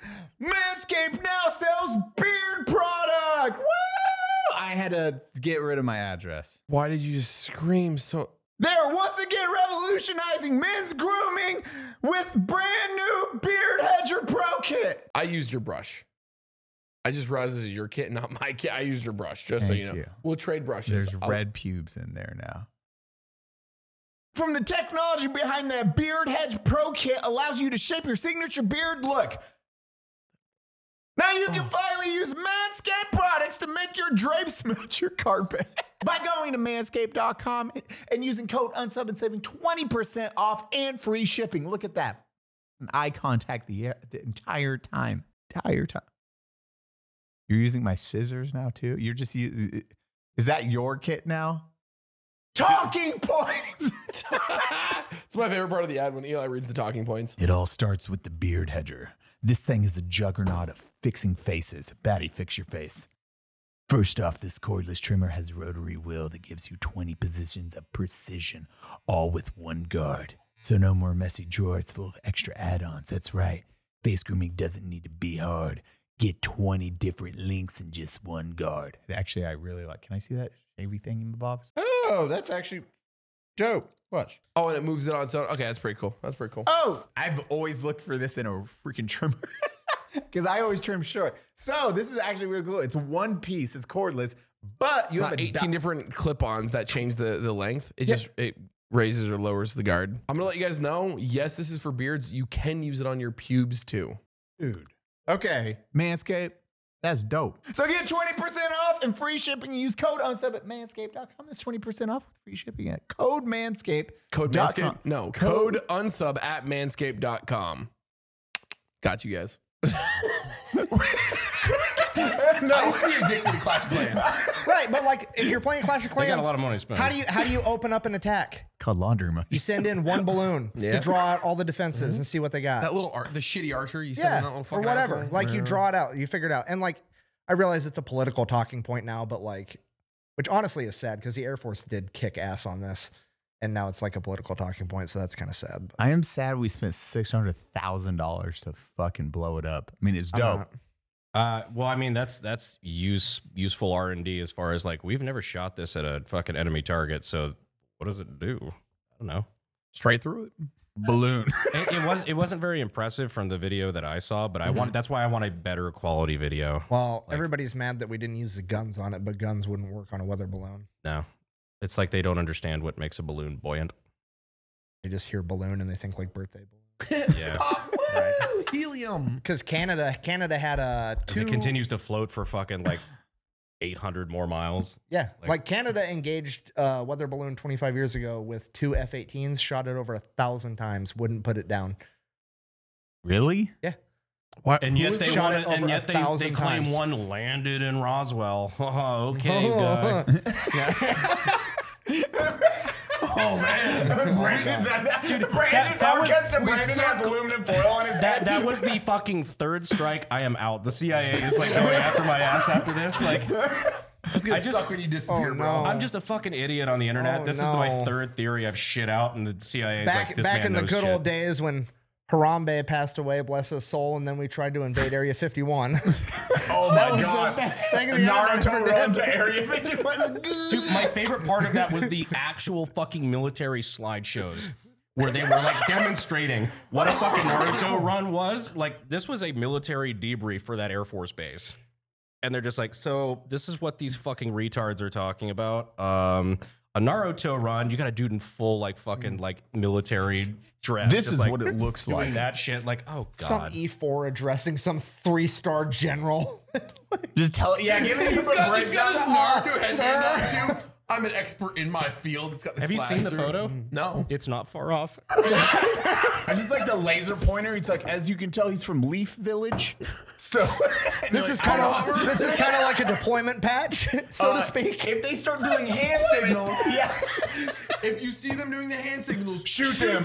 Speaker 7: Manscaped now sells beard product! Woo! I had to get rid of my address.
Speaker 5: Why did you just scream so?
Speaker 7: They're once again revolutionizing men's grooming with brand new Beard Hedger Pro Kit.
Speaker 5: I used your brush. I just realized this is your kit, not my kit. I used your brush, just so
Speaker 7: Thank
Speaker 5: you know.
Speaker 7: you.
Speaker 5: We'll trade brushes. I'll-
Speaker 7: pubes in there now. From the technology behind the Beard Hedge Pro Kit allows you to shape your signature beard look. Now you can finally use Manscaped products to make your drapes match your carpet by going to manscaped.com and using code unsub and saving 20% off and free shipping. Look at that. Eye contact the, the entire time. Entire time. You're using my scissors now too? You're just using. Is that your kit now? Talking points.
Speaker 5: it's my favorite part of the ad when Eli reads the talking points.
Speaker 7: it all starts with the beard hedger. This thing is a juggernaut of fixing faces. Batty, fix your face. First off, this cordless trimmer has rotary wheel that gives you 20 positions of precision, all with one guard. So no more messy drawers full of extra add-ons. That's right. Face grooming doesn't need to be hard. Get 20 different links in just one guard. Actually, I really like. Can I see that shavy thing in the box?
Speaker 2: Oh, that's actually dope. Watch.
Speaker 5: Oh, and it moves it on its own. Okay, that's pretty cool. That's pretty cool.
Speaker 7: Oh, I've always looked for this in a freaking trimmer because I always trim short. So this is actually really cool. It's one piece. It's cordless, but you have
Speaker 5: It's not
Speaker 7: a
Speaker 5: 18
Speaker 7: di-
Speaker 5: different clip-ons that change the, the length. It just it raises or lowers the guard. I'm gonna let you guys know. Yes, this is for beards. You can use it on your pubes too.
Speaker 7: dude. Okay, Manscaped. That's dope. So get 20% off and free shipping. Use code unsub at manscaped.com. That's 20% off with free shipping at code manscaped.
Speaker 5: Code
Speaker 7: Dot
Speaker 5: manscaped.
Speaker 7: com.
Speaker 5: No,
Speaker 7: Code-
Speaker 5: code, unsub at manscaped.com. Got you guys. no, I used to be addicted to Clash of Clans.
Speaker 1: Right, but like if you're playing Clash of Clans,
Speaker 4: They got a lot of money to spend.
Speaker 1: How do you how do you open up an attack?
Speaker 7: Called laundry money.
Speaker 1: You send in one balloon
Speaker 5: Yeah.
Speaker 1: to draw out all the defenses and see what they got.
Speaker 5: That little art, the shitty archer you said
Speaker 1: yeah,
Speaker 5: that little
Speaker 1: or
Speaker 5: fucking
Speaker 1: whatever.
Speaker 5: asshole.
Speaker 1: Like you draw it out, you figure it out, and like I realize it's a political talking point now, but like, which honestly is sad because the Air Force did kick ass on this, and now it's like a political talking point, so that's kind of sad. But
Speaker 7: I am sad we spent six hundred thousand dollars to fucking blow it up. I mean, it's
Speaker 1: I'm
Speaker 7: dope.
Speaker 1: not-
Speaker 4: Uh, well, I mean that's that's use useful R and D as far as like we've never shot this at a fucking enemy target, so what does it do? I don't know.
Speaker 5: straight through it.
Speaker 7: Balloon.
Speaker 4: It, it was it wasn't very impressive from the video that I saw, but I want that's why I want a better quality video.
Speaker 1: Well,
Speaker 4: Like-
Speaker 1: everybody's mad that we didn't use the guns on it, but guns wouldn't work on a weather balloon.
Speaker 4: No, it's like they don't understand what makes a balloon buoyant.
Speaker 1: They just hear balloon and they think like birthday balloon.
Speaker 4: Yeah,
Speaker 5: Woo, helium.
Speaker 1: Because Canada, Canada had a
Speaker 4: because
Speaker 1: two.
Speaker 4: it continues to float for fucking like eight hundred more miles.
Speaker 1: Yeah, like,
Speaker 4: Like-
Speaker 1: Canada engaged uh, weather balloon 25 years ago with two F-18s, shot it over a thousand times, wouldn't put it down.
Speaker 7: Really?
Speaker 4: And yet
Speaker 1: was
Speaker 4: they
Speaker 1: shot
Speaker 4: want
Speaker 1: it
Speaker 4: to,
Speaker 1: over
Speaker 4: and
Speaker 1: a
Speaker 4: yet they, they
Speaker 1: thousand
Speaker 4: claim
Speaker 1: times?
Speaker 4: one landed in Roswell. Oh, okay, guy.
Speaker 5: Oh man.
Speaker 7: Brandon's at that. Dude,
Speaker 4: that-
Speaker 7: Brandon
Speaker 4: that was-
Speaker 7: cuts to
Speaker 4: we
Speaker 7: Brandon has aluminum foil on his
Speaker 4: That
Speaker 7: head.
Speaker 4: that was the fucking third strike. I am out. The CIA is like going after my ass after this. Like
Speaker 5: It's gonna
Speaker 4: I just-
Speaker 5: suck when you disappear,
Speaker 1: Oh,
Speaker 5: bro.
Speaker 1: no.
Speaker 4: I'm just a fucking idiot on the internet.
Speaker 1: Oh,
Speaker 4: this is my
Speaker 1: no.
Speaker 4: third theory I've shit out, and the CIA is
Speaker 1: Back
Speaker 4: like this
Speaker 1: back
Speaker 4: man
Speaker 1: in the
Speaker 4: knows
Speaker 1: good
Speaker 4: shit.
Speaker 1: old days when Harambe passed away, bless his soul, and then we tried to invade Area 51.
Speaker 7: oh my
Speaker 1: was the
Speaker 7: god.
Speaker 1: best thing the internet
Speaker 7: Naruto
Speaker 1: ever did.
Speaker 7: run to Area 51.
Speaker 4: Dude, my favorite part of that was the actual fucking military slideshows where they were like demonstrating what a fucking Naruto run was. Like this was a military debrief for that Air Force base. And they're just like, so this is what these fucking retards are talking about. Um a Naruto run, you got a dude in full like fucking like military dress.
Speaker 7: This
Speaker 4: just,
Speaker 7: is
Speaker 4: like,
Speaker 7: what it looks
Speaker 4: doing
Speaker 7: like.
Speaker 4: That shit, like, oh
Speaker 1: Some
Speaker 4: god.
Speaker 1: E4 addressing some three-star general.
Speaker 7: Just tell it. Yeah, give me
Speaker 5: He's got, he's got his Naruto
Speaker 1: Sir.
Speaker 5: headband on too. I'm an expert in my field. It's got the
Speaker 4: Have you
Speaker 5: slash
Speaker 4: seen the
Speaker 5: through.
Speaker 4: photo?
Speaker 5: No.
Speaker 4: It's not far off.
Speaker 7: I just like the laser pointer. It's like, as you can tell, he's from Leaf Village. So
Speaker 1: this is kind of this is kind of like a deployment patch, so
Speaker 4: Uh,
Speaker 1: to speak.
Speaker 7: If they start doing hand signals, yeah,
Speaker 5: If you see them doing the hand signals,
Speaker 7: shoot, them.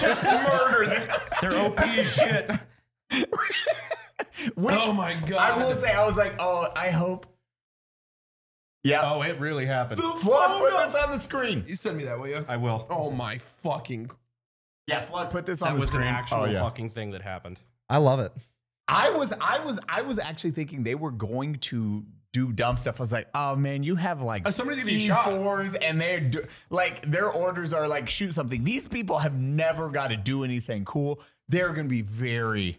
Speaker 7: just murder them.
Speaker 4: They're OP as shit.
Speaker 7: Which
Speaker 5: Oh my
Speaker 7: I
Speaker 5: god.
Speaker 7: will say, I was like, oh, I hope. Yeah.
Speaker 4: Oh, it really happened.
Speaker 7: Flood, put this on the screen.
Speaker 5: You send me that, will you?
Speaker 4: I will.
Speaker 5: Oh my fucking.
Speaker 7: Yeah, Flood, put this on
Speaker 4: that
Speaker 7: the
Speaker 4: was
Speaker 7: screen.
Speaker 4: an
Speaker 1: Oh,
Speaker 4: actual fucking thing that happened.
Speaker 1: I love it.
Speaker 7: I was, I was, I was actually thinking they were going to do dumb stuff. I was like, oh man, you have like
Speaker 5: Oh, somebody's gonna be shot.
Speaker 7: E4s and they're do- like their orders are like shoot something. These people have never got to do anything cool. They're gonna be very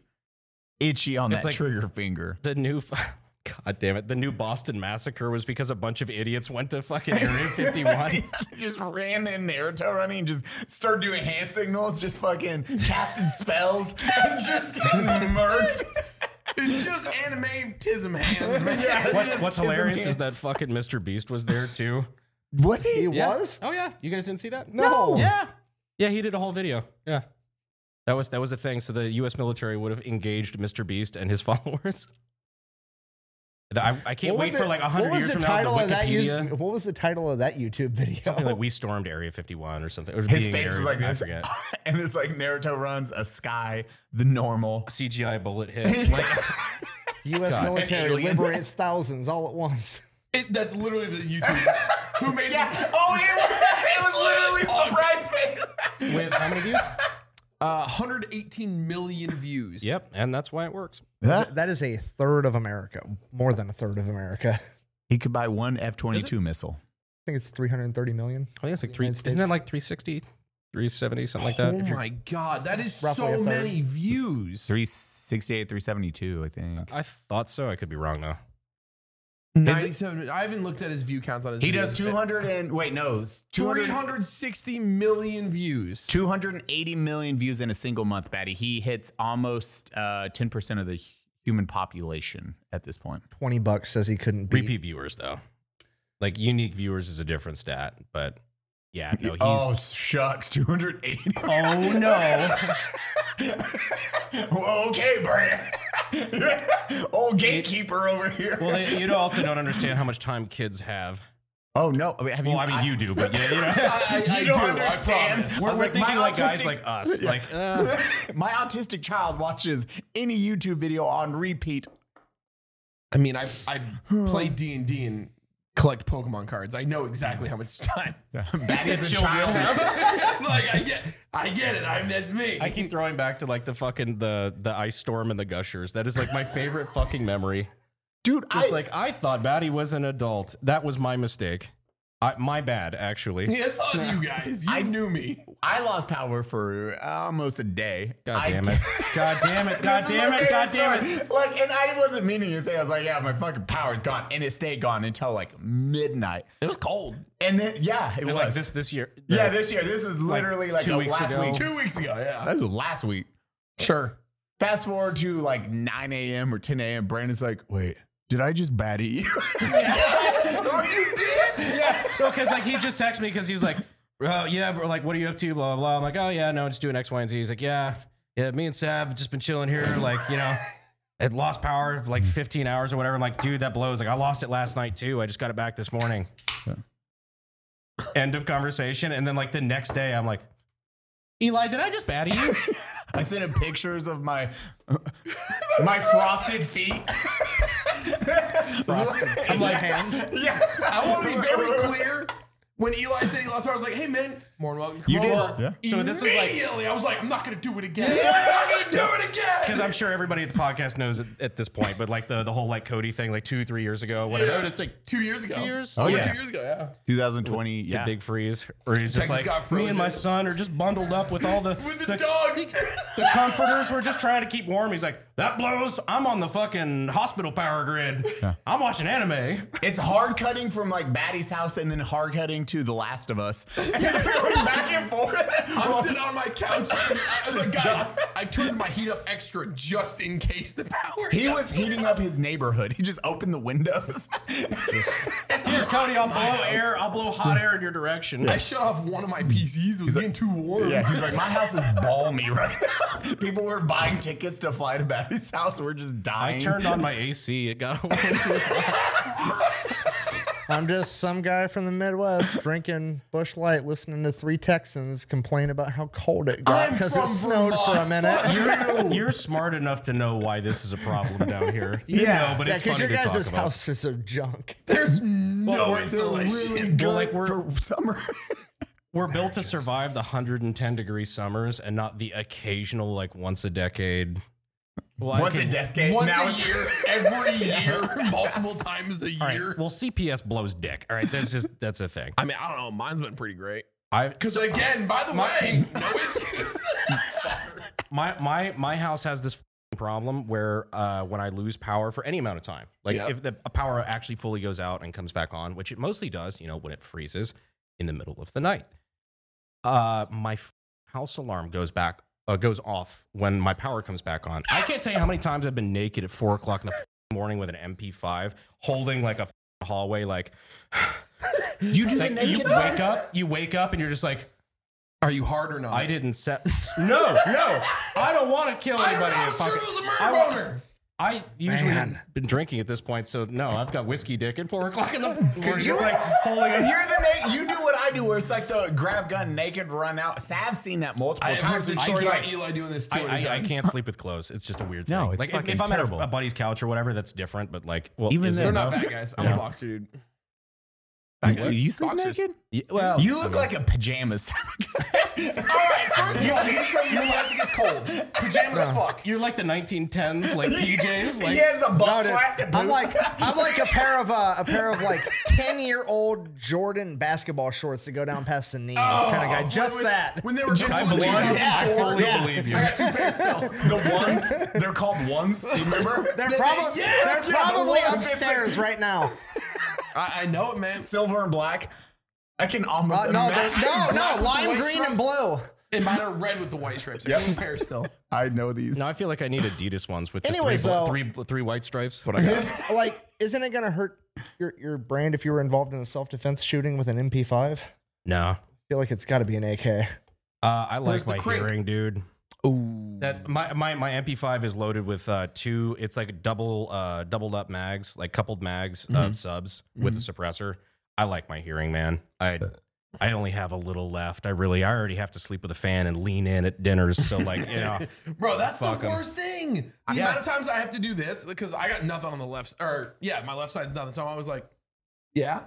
Speaker 7: itchy on
Speaker 4: It's
Speaker 7: that
Speaker 4: like-
Speaker 7: trigger finger.
Speaker 4: The new, god damn it, the new Boston massacre was because a bunch of idiots went to fucking Area 51.
Speaker 7: They just ran in Naruto running and just started doing hand signals, just fucking casting spells and just getting murked.
Speaker 5: It's just animatism hands, man.
Speaker 4: What's, what's
Speaker 7: Just
Speaker 4: hilarious is that
Speaker 7: hands.
Speaker 4: fucking Mr. Beast was there too.
Speaker 7: was
Speaker 1: He
Speaker 7: he?
Speaker 1: was
Speaker 4: Oh yeah, you guys didn't see that?
Speaker 1: no.
Speaker 4: Yeah, yeah, he did a whole video. Yeah, that was that was a thing. So the U.S. military would have engaged Mr. Beast and his followers. The- I, I can't
Speaker 1: What
Speaker 4: wait
Speaker 1: was
Speaker 4: for
Speaker 1: the-
Speaker 4: like
Speaker 1: what
Speaker 4: hundred
Speaker 1: was
Speaker 4: years
Speaker 1: the
Speaker 4: from now. The
Speaker 1: title of that
Speaker 4: Wikipedia,
Speaker 1: YouTube- what was the title of that YouTube video?
Speaker 4: something like we stormed Area 51 or something. Or
Speaker 7: His
Speaker 4: being
Speaker 7: face
Speaker 4: Area-
Speaker 7: was like
Speaker 4: I
Speaker 7: this,
Speaker 4: forget.
Speaker 7: and it's like Naruto runs a sky, the normal.
Speaker 4: CGI bullet hits. Like,
Speaker 1: U.S.
Speaker 4: God.
Speaker 1: military
Speaker 7: alien.
Speaker 1: liberates thousands all at once.
Speaker 5: It, that's literally the YouTube who made
Speaker 7: Yeah. Oh, it was, it was literally surprise face.
Speaker 4: with how many views?
Speaker 5: Uh, 118 million views.
Speaker 4: Yep, and that's why it works.
Speaker 7: Huh?
Speaker 1: That is a third of America, more than a third of America. I
Speaker 7: He could buy one F 22 missile.
Speaker 1: think it's 330 million.
Speaker 4: I think Oh, it's like three.
Speaker 1: United
Speaker 4: Isn't
Speaker 1: States.
Speaker 4: that like 360, 370, something like that?
Speaker 5: Oh
Speaker 4: If you're-
Speaker 5: my god, that is
Speaker 1: Roughly a
Speaker 5: so
Speaker 1: third.
Speaker 5: many views.
Speaker 7: 368, 372, I think.
Speaker 4: I thought so. I could be wrong though.
Speaker 5: 97. I haven't looked at his view counts on his.
Speaker 7: He
Speaker 5: videos.
Speaker 7: does 200 and wait, no, 200,
Speaker 5: 360 million views.
Speaker 7: 280 million views in a single month, Batty. He hits almost uh, 10% of the human population at this point.
Speaker 1: 20 bucks says he couldn't beat.
Speaker 4: Repeat viewers though, like unique viewers is a different stat, but yeah, no, he's
Speaker 7: Oh,
Speaker 5: Oh,
Speaker 7: shucks, 280.
Speaker 4: oh no.
Speaker 7: okay, Brad. Old gatekeeper over here.
Speaker 4: Well, they, you also don't understand how much time kids have.
Speaker 7: oh no, I mean, have
Speaker 4: Well,
Speaker 7: you?
Speaker 4: I mean, you do, but yeah, you know.
Speaker 7: you don't understand.
Speaker 4: We're,
Speaker 7: I was
Speaker 4: we're
Speaker 7: like, my
Speaker 4: thinking like guys
Speaker 7: autistic-
Speaker 4: like us, like uh,
Speaker 7: my autistic child watches any YouTube video on repeat.
Speaker 5: I mean, I I play D and D and collect Pokemon cards. I know exactly how much time.
Speaker 7: That is a child.
Speaker 5: I'm like I get, I get it. I'm that's me.
Speaker 4: I keep throwing back to like the fucking the the ice storm and the gushers. That is like my favorite fucking memory.
Speaker 7: Dude, I,
Speaker 4: It's like I thought Batty was an adult. That was my mistake. I, my bad, actually.
Speaker 5: Yeah, it's on you guys. You knew me.
Speaker 7: I lost power for almost a day.
Speaker 4: God
Speaker 7: I
Speaker 4: damn
Speaker 7: d-
Speaker 4: it. God damn it. God
Speaker 7: This is
Speaker 4: damn
Speaker 7: my
Speaker 4: it. God
Speaker 7: favorite
Speaker 4: damn it.
Speaker 7: story. Like, and I wasn't meaning anything. I was like, yeah, my fucking power's gone. And it stayed gone until like midnight.
Speaker 5: It was cold.
Speaker 7: And then, yeah, it
Speaker 4: And
Speaker 7: was.
Speaker 4: like this this year.
Speaker 7: yeah, this year. This is literally like,
Speaker 4: two
Speaker 7: the
Speaker 4: weeks
Speaker 7: last
Speaker 4: ago.
Speaker 7: week.
Speaker 5: Two weeks ago. Yeah.
Speaker 7: That was last week.
Speaker 5: Sure.
Speaker 7: Fast forward to like 9 a.m. or 10 a.m. Brandon's like, wait, did I just bad eat you? oh, you did? Yeah.
Speaker 4: no, because like he just texted me because he was like, oh yeah, bro, like what are you up to? Blah blah blah. I'm like, oh yeah, no, just doing X, Y, and Z. He's like, yeah, yeah. Me and Sab have just been chilling here, like you know. It lost power for like 15 hours or whatever. I'm like, dude, that blows. Like, I lost it last night too. I just got it back this morning. End of conversation. And then, like, the next day, I'm like, Eli, did I just batter you?
Speaker 7: I sent him pictures of my my frosted feet.
Speaker 1: I'm like hands.
Speaker 7: yeah.
Speaker 5: I want to be very clear. When Eli said he lost power, I was like, "Hey man, more than welcome." to
Speaker 7: You
Speaker 5: come
Speaker 7: did.
Speaker 5: over."
Speaker 7: Yeah.
Speaker 4: So this was like-
Speaker 5: immediately, I was like, "I'm not gonna do it again. I'm not gonna do it again."
Speaker 4: Because I'm sure everybody at the podcast knows at, at this point, but like the, the whole like Cody thing, like two, three years ago, whatever.
Speaker 5: Yeah, it's like two years ago. Two
Speaker 4: years?
Speaker 5: Oh,
Speaker 4: Oh,
Speaker 5: yeah.
Speaker 4: yeah.
Speaker 5: Two years ago, yeah.
Speaker 7: 2020. Yeah.
Speaker 4: Big freeze. Or he's just
Speaker 5: Texas got
Speaker 4: like, me and
Speaker 5: frozen.
Speaker 4: my son are just bundled up with all the,
Speaker 5: With the, dogs.
Speaker 4: the comforters. We're just trying to keep warm. He's like, that blows. I'm on the fucking hospital power grid. I'm watching anime.
Speaker 7: It's hard cutting from like Batty's house and then hard cutting to The Last of Us. It's going back and forth.
Speaker 5: I'm sitting on my couch. And I was like, guys, I turned my heat up extra just in case the power.
Speaker 7: He
Speaker 5: got-
Speaker 7: was heating up his neighborhood. He just opened the windows.
Speaker 4: Here, Cody, I'll blow air. I'll blow hot air in your direction.
Speaker 5: I shut off one of my PCs. It was getting too warm.
Speaker 7: Yeah, he's like, my house is balmy right now. People were buying tickets to fly to Batty's house. We're just dying.
Speaker 4: I turned on my AC. It got a
Speaker 1: I'm just some guy from the Midwest drinking Bush Light, listening to three Texans complain about how cold it got
Speaker 5: I'm
Speaker 1: because
Speaker 5: from
Speaker 1: it snowed for a
Speaker 5: Vermont.
Speaker 1: minute.
Speaker 4: You're, you're smart enough to know why this is a problem down here. You
Speaker 7: Yeah.
Speaker 4: know, but
Speaker 1: yeah,
Speaker 4: it's
Speaker 1: because
Speaker 4: funny
Speaker 1: your
Speaker 4: to talk
Speaker 1: guys'
Speaker 4: about.
Speaker 1: houses are junk.
Speaker 5: There's no
Speaker 4: we're-
Speaker 5: insulation.
Speaker 7: really good
Speaker 4: Well, like, we're-
Speaker 7: for summer.
Speaker 4: We're built to survive the 110 degree summers and not the occasional, like once a decade. Well, I
Speaker 7: Once
Speaker 4: could-
Speaker 7: a decade.
Speaker 5: Once
Speaker 7: now
Speaker 5: a
Speaker 7: it's-
Speaker 5: year, every year, multiple times a
Speaker 4: All
Speaker 5: year.
Speaker 4: right. Well, CPS blows dick. All right. That's just, that's a thing.
Speaker 5: I mean, I don't know. Mine's been pretty great.
Speaker 4: I,
Speaker 5: Because again, by the way, no issues.
Speaker 4: my, my, my house has this f***ing problem where uh, when I lose power for any amount of time, like
Speaker 5: Yep.
Speaker 4: if the power actually fully goes out and comes back on, which it mostly does, you know, when it freezes in the middle of the night, uh, my f- house alarm goes back. Uh, goes off when my power comes back on. I can't tell you how many times I've been naked at four o'clock in the f- morning with an MP5, holding like a f- hallway. Like you do the naked. You wake up. You wake up and you're just like,
Speaker 5: Are you hard or not?
Speaker 4: I didn't set. No, no, I don't want to kill
Speaker 5: I don't know.
Speaker 4: anybody.
Speaker 5: I'm
Speaker 4: if I
Speaker 5: sure
Speaker 4: could-
Speaker 5: it was a murder
Speaker 4: I wa-
Speaker 5: boner.
Speaker 4: I usually
Speaker 1: Man.
Speaker 4: been drinking at this point, so no, I've got whiskey dick at four o'clock in the morning. Just like holding a
Speaker 7: You're the na- you do what I do, where it's like the grab gun naked run out. Sav's seen that multiple
Speaker 5: I've heard
Speaker 7: times.
Speaker 5: this
Speaker 7: He's
Speaker 5: story
Speaker 7: like-
Speaker 5: about Eli doing this too.
Speaker 4: I,
Speaker 5: many
Speaker 4: I, I
Speaker 5: times.
Speaker 4: can't sleep with clothes. It's just a weird
Speaker 7: No,
Speaker 4: thing.
Speaker 7: it's
Speaker 4: like if,
Speaker 7: fucking
Speaker 4: if I'm
Speaker 7: terrible.
Speaker 4: at a- a, buddy's couch or whatever, that's different. But like, well,
Speaker 7: Even
Speaker 4: is it-
Speaker 7: then,
Speaker 5: They're not
Speaker 7: though.
Speaker 5: fat guys. I'm a boxer dude.
Speaker 7: Are you sleep
Speaker 5: Boxers.
Speaker 7: naked?
Speaker 4: Yeah, well,
Speaker 7: You look like a pajamas type of guy.
Speaker 5: All right, first of all, he's from your last gets cold. Pajamas fuck.
Speaker 4: you're like the 1910s, like PJs, like
Speaker 7: he has a
Speaker 1: No,
Speaker 7: butt
Speaker 1: dude,
Speaker 7: flap to boot.
Speaker 1: I'm like I'm like a pair of uh, a pair of like ten year old Jordan basketball shorts that go down past the knee kind of guy. Just
Speaker 5: when,
Speaker 1: that.
Speaker 5: When they were just
Speaker 4: I
Speaker 5: on
Speaker 4: believe you.
Speaker 5: 2004.
Speaker 4: I fully believe you.
Speaker 5: I got two pairs still.
Speaker 7: the ones. They're called ones. Remember?
Speaker 1: They're, probably
Speaker 5: yes,
Speaker 1: they're
Speaker 5: yeah, the
Speaker 1: probably
Speaker 5: one
Speaker 1: upstairs right now.
Speaker 5: I, I know it, man.
Speaker 7: silver and black. I can almost
Speaker 1: Uh, no, they're- no,
Speaker 7: imagine black
Speaker 1: no,
Speaker 7: with
Speaker 1: lime
Speaker 7: white
Speaker 1: green and
Speaker 7: stripes.
Speaker 1: blue.
Speaker 5: And mine are red with the white stripes. I got two pairs still.
Speaker 7: I know these.
Speaker 4: No, I feel like I need Adidas ones with just
Speaker 1: Anyways,
Speaker 4: three, bl-
Speaker 1: though-
Speaker 4: three, bl- three white stripes. What I got.
Speaker 1: Like, isn't it gonna hurt your your brand if you were involved in a self defense shooting with an MP5? I
Speaker 4: no,
Speaker 1: feel like it's got to be an AK.
Speaker 4: uh, I like
Speaker 5: Where's the
Speaker 4: my
Speaker 5: crank?
Speaker 4: hearing, dude. Ooh, that my, my my MP5 is loaded with uh, two. It's like a double uh, doubled up mags, like coupled mags of subs with the suppressor. I like my hearing, man. I I only have a little left. I really, I already have to sleep with a fan and lean in at dinners. So like, you know,
Speaker 5: Bro, that's
Speaker 4: Fuck
Speaker 5: the
Speaker 4: 'em.
Speaker 5: worst thing. The amount of times I have to do this because I got nothing on the left. s- Or yeah, my left side's nothing. So I'm always like, yeah.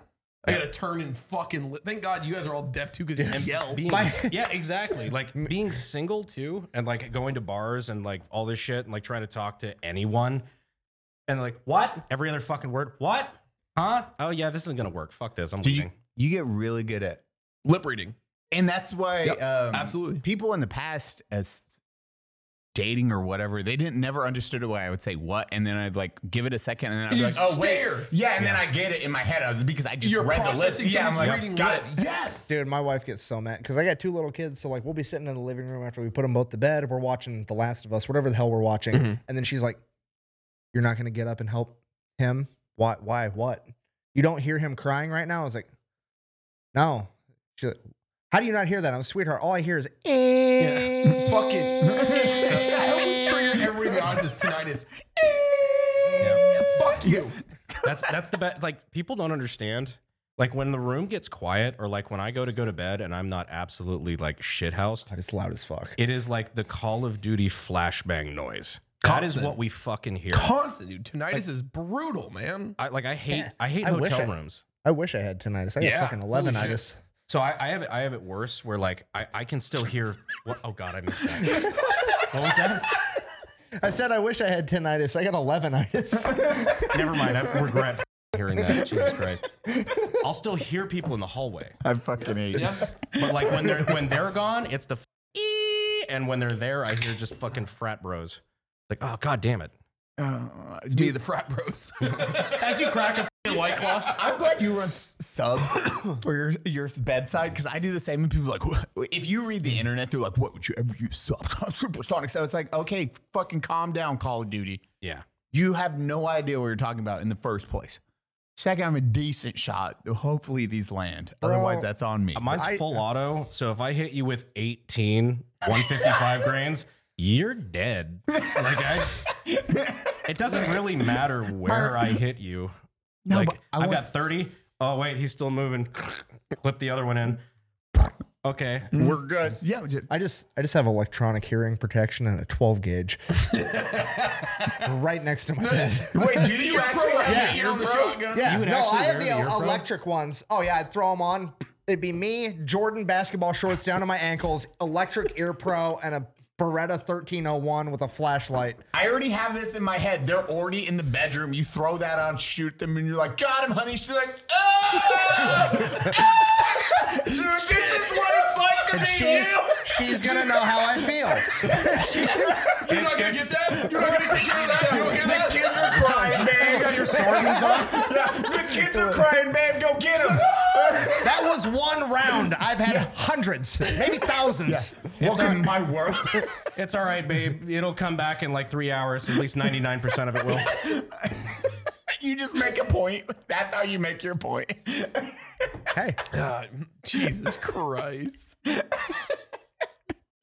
Speaker 5: I gotta turn and fucking. Li- Thank God you guys are all deaf too because you can yell.
Speaker 4: being, yeah, exactly. Like being single too, and like going to bars and like all this shit, and like trying to talk to anyone, and like what every other fucking word, what, huh? Oh yeah, this isn't gonna work. Fuck this. I'm
Speaker 7: Did
Speaker 4: leaving.
Speaker 7: you, you get really good at,
Speaker 5: Lip reading.
Speaker 7: and that's why
Speaker 5: Yep,
Speaker 7: um,
Speaker 5: absolutely.
Speaker 7: people in the past as dating or whatever they didn't never understood why I would say what, and then I'd like give it a second, and then I'd be
Speaker 5: You'd
Speaker 7: like, oh
Speaker 5: stare.
Speaker 7: wait, yeah, and then I get it in my head I was, because I just
Speaker 5: You're
Speaker 7: read the list.
Speaker 5: processing
Speaker 7: Yeah, I'm
Speaker 5: someone's
Speaker 7: like,
Speaker 5: reading
Speaker 7: got
Speaker 5: lip.
Speaker 7: it.
Speaker 5: Yes.
Speaker 1: Dude, my wife gets so mad because I got two little kids. So like, we'll be sitting in the living room after we put them both to bed. We're watching The Last of Us, whatever the hell we're watching,
Speaker 5: Mm-hmm.
Speaker 1: and then she's like, "You're not gonna get up and help him? Why? Why? What? You don't hear him crying right now?" I was like, "No." She's like, "How do you not hear that?" I'm like, sweetheart. All I hear is eh.
Speaker 5: Fucking. so, I hope we trigger everybody in the audience is tonight is.
Speaker 4: Yeah.
Speaker 5: Fuck you.
Speaker 4: That's that's the best. Like people don't understand. Like when the room gets quiet, or like when I go to go to bed and I'm not absolutely like shithoused,
Speaker 1: It's loud as fuck.
Speaker 4: it is like the Call of Duty flashbang noise. That is
Speaker 5: Constant.
Speaker 4: what we fucking hear.
Speaker 5: Constant, dude. Tinnitus is brutal, man.
Speaker 4: I, like I hate I hate
Speaker 1: I wish
Speaker 4: hotel
Speaker 1: I-
Speaker 4: rooms.
Speaker 1: I wish I had tinnitus. I got
Speaker 5: Yeah,
Speaker 1: fucking
Speaker 5: holy shit.
Speaker 1: elevenitis.
Speaker 4: So I, I have it. I have it worse, where like I, I can still hear. What, oh God, I missed that. what was that?
Speaker 1: I said I wish I had tinnitus. I got elevenitis.
Speaker 4: Never mind. I regret hearing that. Jesus Christ. I'll still hear people in the hallway,
Speaker 7: I fucking hate.
Speaker 5: Yeah.
Speaker 4: but like when they're when they're gone, it's the f- ee, and when they're there, I hear just fucking frat bros. Like oh God damn it.
Speaker 7: Uh,
Speaker 5: Be
Speaker 7: dude,
Speaker 5: the frat bros.
Speaker 4: As you crack a f***ing white claw.
Speaker 7: I'm glad you run s- subs for your, your bedside because I do the same. And people are like, "What?" if you read the internet, they're like, what would you ever use subs on Supersonic? So it's like, okay, fucking calm down, Call of Duty.
Speaker 4: Yeah.
Speaker 7: You have no idea what you're talking about in the first place. Second, I'm a decent shot. Hopefully these land. Otherwise, that's on me.
Speaker 4: Mine's full auto, so if I hit you with 18 155 grains, you're dead. Like I, it doesn't really matter where I hit you.
Speaker 7: No,
Speaker 4: like
Speaker 7: but I
Speaker 4: I've
Speaker 7: want-
Speaker 4: got 30. Oh wait, he's still moving. Clip the other one in. Okay.
Speaker 7: We're good. Yeah. ju-
Speaker 1: I just I just have electronic hearing protection and a 12 gauge right next to my bed.
Speaker 7: Wait, do you actually?
Speaker 5: yeah, you're on the shotgun.
Speaker 1: Yeah,
Speaker 4: would
Speaker 1: no,
Speaker 4: actually
Speaker 1: I have
Speaker 4: wear
Speaker 1: the
Speaker 4: the ear probe?
Speaker 1: electric ones. Oh yeah, I'd throw them on. It'd be me, Jordan basketball shorts down to my ankles, electric ear pro, and a Beretta 1301 with a flashlight.
Speaker 7: I already have this in my head. They're already in the bedroom. You throw that on, shoot them, and you're like, "Got him, honey." She's like, "Ah!" Ah! She's like, "This is what it's like to
Speaker 1: And
Speaker 7: be
Speaker 1: she's
Speaker 7: you."
Speaker 1: she's gonna know how I feel.
Speaker 5: You're not gonna get that. You're not gonna take care of that. You don't hear
Speaker 7: The
Speaker 5: that.
Speaker 7: kids are crying, babe. Your sorties on. Yeah, the kids are crying, babe. Go get them.
Speaker 1: That was one round. I've had hundreds, maybe thousands.
Speaker 7: Welcome to my world.
Speaker 4: It's all right, babe. It'll come back in like three hours. At least 99% of it will.
Speaker 7: you just make a point. That's how you make your point.
Speaker 1: Hey,
Speaker 5: God, Jesus Christ.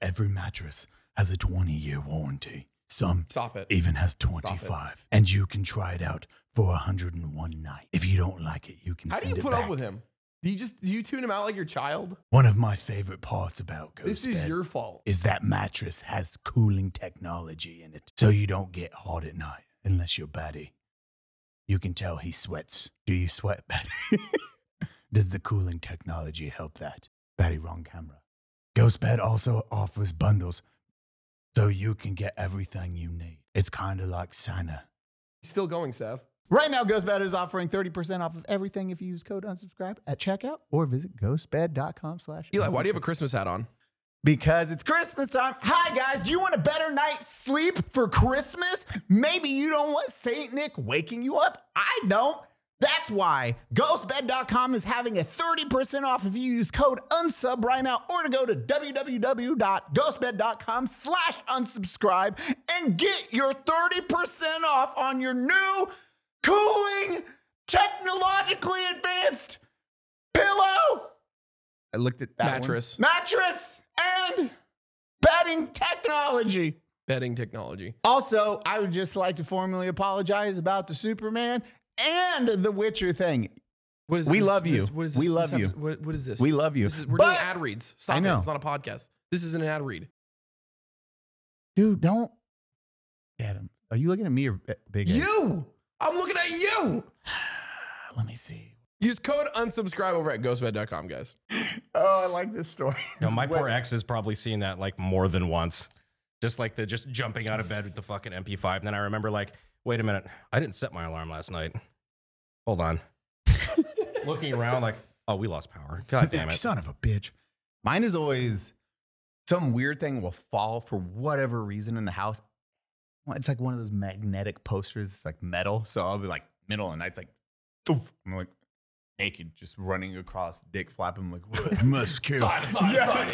Speaker 7: Every mattress has a 20 year warranty. Some
Speaker 5: Stop it.
Speaker 7: even has 25. And you can try it out for 101 night. If you don't like it, you can
Speaker 5: How do
Speaker 7: send
Speaker 5: you
Speaker 7: it
Speaker 5: put
Speaker 7: back.
Speaker 5: up with him? Do you just do you tune him out like your child?
Speaker 7: One of my favorite parts about Ghost
Speaker 5: This is
Speaker 7: Bed
Speaker 5: your fault.
Speaker 7: is that mattress has cooling technology in it, so you don't get hot at night unless you're Batty. You can tell he sweats. Do you sweat, Batty? Does the cooling technology help that? Batty, wrong camera. Ghostbed also offers bundles so you can get everything you need. It's kind of like Santa.
Speaker 5: Still going, Sav.
Speaker 7: Right now, Ghostbed is offering 30% off of everything if you use code unsubscribe at checkout or visit ghostbed.com slash
Speaker 5: Eli, why do you have a Christmas hat on?
Speaker 7: Because it's Christmas time. Hi, guys. Do you want a better night's sleep for Christmas? Maybe you don't want St. Nick waking you up. I don't. That's why ghostbed.com is having a 30% off if you use code unsub right now or to go to www.ghostbed.com slash unsubscribe and get your 30% off on your new cooling, technologically advanced pillow
Speaker 2: I looked at that one.
Speaker 5: Mattress,
Speaker 7: mattress and bedding technology.
Speaker 5: bedding technology.
Speaker 7: Also, I would just like to formally apologize about the Superman and the Witcher thing.
Speaker 5: What is
Speaker 7: We love you.
Speaker 5: what is
Speaker 7: We
Speaker 5: this-
Speaker 7: love
Speaker 5: this
Speaker 7: you.
Speaker 5: episode- What, what is this?
Speaker 7: We love you.
Speaker 5: This is, we're
Speaker 7: but,
Speaker 5: doing ad reads. Stop
Speaker 7: I know.
Speaker 5: it. It's not a podcast. This isn't an ad read.
Speaker 7: dude, don't Adam. Are you looking at me or B- Big? Ed?
Speaker 5: You. I'm looking at you.
Speaker 7: Let me see.
Speaker 5: Use code unsubscribe over at ghostbed.com, guys.
Speaker 7: Oh, I like this story.
Speaker 4: No, my poor ex has probably seen that like more than once. Just like the just jumping out of bed with the fucking MP5. And then I remember like, wait a minute, I didn't set my alarm last night. Hold on. Looking around like, oh, we lost power. God damn it.
Speaker 7: Son of a bitch. Mine is always some weird thing will fall for whatever reason in the house. Well, It's like one of those magnetic posters. It's like metal. So I'll be like middle of the night. It's like, "Oof." I'm like naked, just running across, dick flapping. like, what? must kill. Yeah,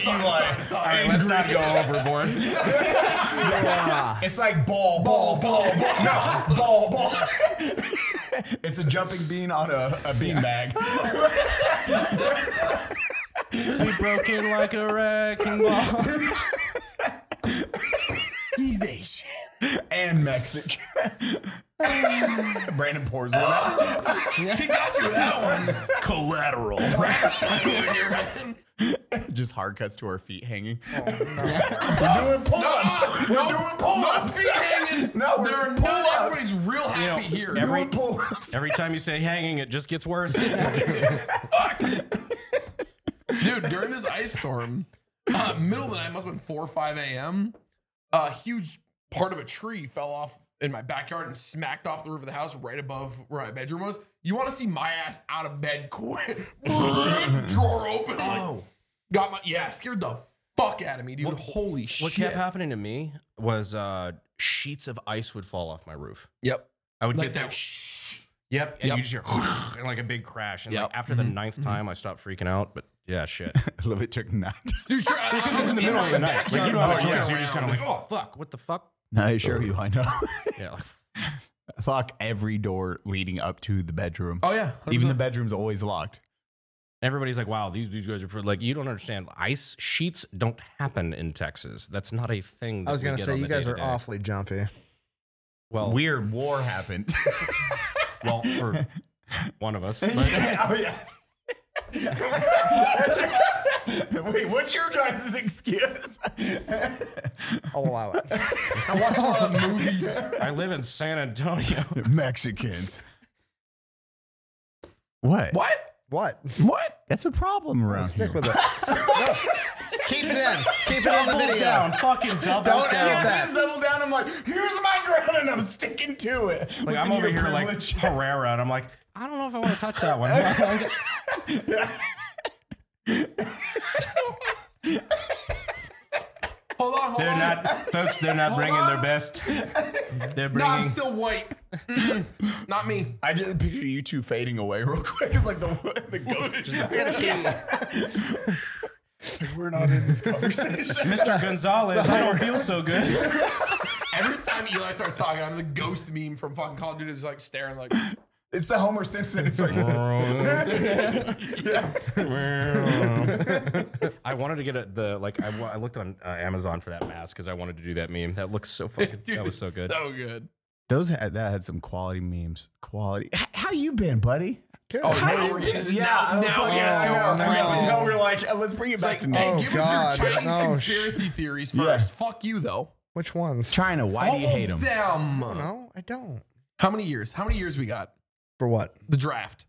Speaker 7: Eli.
Speaker 4: All right, let's not go overboard.
Speaker 7: It's like ball, ball, ball, ball. No, ball, ball. it's a jumping bean on a, a bean bag.
Speaker 4: We broke in like a wrecking ball.
Speaker 7: He's Asian. And Mexican. Brandon pours one out.
Speaker 5: He got you that one.
Speaker 4: Collateral.
Speaker 7: Just hard cuts to our feet hanging. We're doing pull-ups. We're doing pull-ups.
Speaker 5: Feet hanging.
Speaker 7: No, we're
Speaker 5: They're
Speaker 7: doing
Speaker 5: not-
Speaker 7: pull-ups.
Speaker 5: Everybody's real happy here.
Speaker 7: We're
Speaker 4: every,
Speaker 7: doing pull-ups.
Speaker 4: every time you say hanging, it just gets worse.
Speaker 5: Dude, during this ice storm, uh, middle of the night must have been 4 or 5 a.m. A huge part of a tree fell off in my backyard and smacked off the roof of the house right above where my bedroom was. You want to see my ass out of bed quick? Drawer open. Like, Got my yeah, scared the fuck out of me, dude. Holy
Speaker 4: Oh. What
Speaker 5: shit.
Speaker 4: kept happening to me was uh, sheets of ice would fall off my roof.
Speaker 5: Yep.
Speaker 4: I would
Speaker 5: Like
Speaker 4: get that.
Speaker 5: that
Speaker 4: Yep. And
Speaker 5: Yep.
Speaker 4: you just hear and like a big crash. And
Speaker 5: Yep. Mm-hmm.
Speaker 4: like after the ninth time, I stopped freaking out. But yeah, shit.
Speaker 7: I love it took nine.
Speaker 5: Dude, sure, I, I was in the middle of the night.
Speaker 4: Like you don't have a choice. You're just kind of like, oh fuck, what the fuck?
Speaker 7: No, I assure you, I know.
Speaker 4: Yeah. Like,
Speaker 7: Lock every door leading up to the bedroom.
Speaker 5: Oh yeah. 100%.
Speaker 7: Even the bedroom's always locked.
Speaker 4: everybody's like, wow, these these guys are for like you don't understand. Ice sheets don't happen in Texas. That's not a thing. That
Speaker 1: I was
Speaker 4: we
Speaker 1: gonna
Speaker 4: get
Speaker 1: say
Speaker 4: on
Speaker 1: you
Speaker 4: the
Speaker 1: guys are
Speaker 4: day-to-day.
Speaker 1: awfully jumpy.
Speaker 4: Well, we
Speaker 7: Weird war happened.
Speaker 4: well for one of us.
Speaker 7: Yeah, oh, yeah. Wait, what's your guys' excuse?
Speaker 1: I'll allow it.
Speaker 5: I watch a lot of movies.
Speaker 4: I live in San Antonio.
Speaker 7: Mexicans. What?
Speaker 5: What?
Speaker 1: What?
Speaker 7: What? That's a problem around
Speaker 1: Stick
Speaker 7: here.
Speaker 1: with it. No. Keep it in. Keep it on the video.
Speaker 4: Fucking double
Speaker 1: Don't
Speaker 7: Oh, Yeah,
Speaker 1: add
Speaker 7: I
Speaker 1: that.
Speaker 7: just double down. I'm like, here's my ground, and I'm sticking to it.
Speaker 4: Like
Speaker 7: Listen
Speaker 4: I'm
Speaker 7: to
Speaker 4: over
Speaker 7: your
Speaker 4: here
Speaker 7: privilege.
Speaker 4: like Herrera, and I'm like, I don't know if I want to touch that one.
Speaker 5: Hold on, hold
Speaker 4: they're
Speaker 5: on.
Speaker 4: not, folks. They're not bringing their best. They're
Speaker 5: no, I'm
Speaker 4: bringing.
Speaker 5: still white. Mm-mm. not me.
Speaker 7: I just picture you two fading away real quick. It's like the the ghost. We're not in this conversation.
Speaker 4: Mr. Gonzalez, I don't feel so good.
Speaker 5: Every time Eli starts talking, I'm the ghost meme from fucking Call of Duty. Is like staring, like
Speaker 7: it's the Homer Simpson. It's like
Speaker 4: I wanted to get a, the like. I, wa- I looked on uh, Amazon for that mask because I wanted to do that meme. That looks so fucking.
Speaker 5: dude,
Speaker 4: that was so
Speaker 5: it's
Speaker 4: good.
Speaker 5: so good.
Speaker 7: Those had, that had some quality memes. Quality. H- how you been, buddy?
Speaker 5: Oh,
Speaker 1: Good.
Speaker 5: now we're getting now. Now we ask him our
Speaker 1: no.
Speaker 5: families.
Speaker 7: we're like, uh, let's bring it
Speaker 5: It's
Speaker 7: back
Speaker 5: like,
Speaker 7: to me.
Speaker 5: hey,
Speaker 1: Oh,
Speaker 5: give us
Speaker 1: God,
Speaker 5: your Chinese
Speaker 1: no, sh-
Speaker 5: conspiracy theories first. Fuck you though.
Speaker 1: Which ones?
Speaker 7: China, why do you
Speaker 5: All
Speaker 7: hate
Speaker 5: of
Speaker 7: them?
Speaker 5: them.
Speaker 7: Oh.
Speaker 1: No, I don't.
Speaker 5: How many years? How many years we got?
Speaker 1: For what?
Speaker 5: The draft.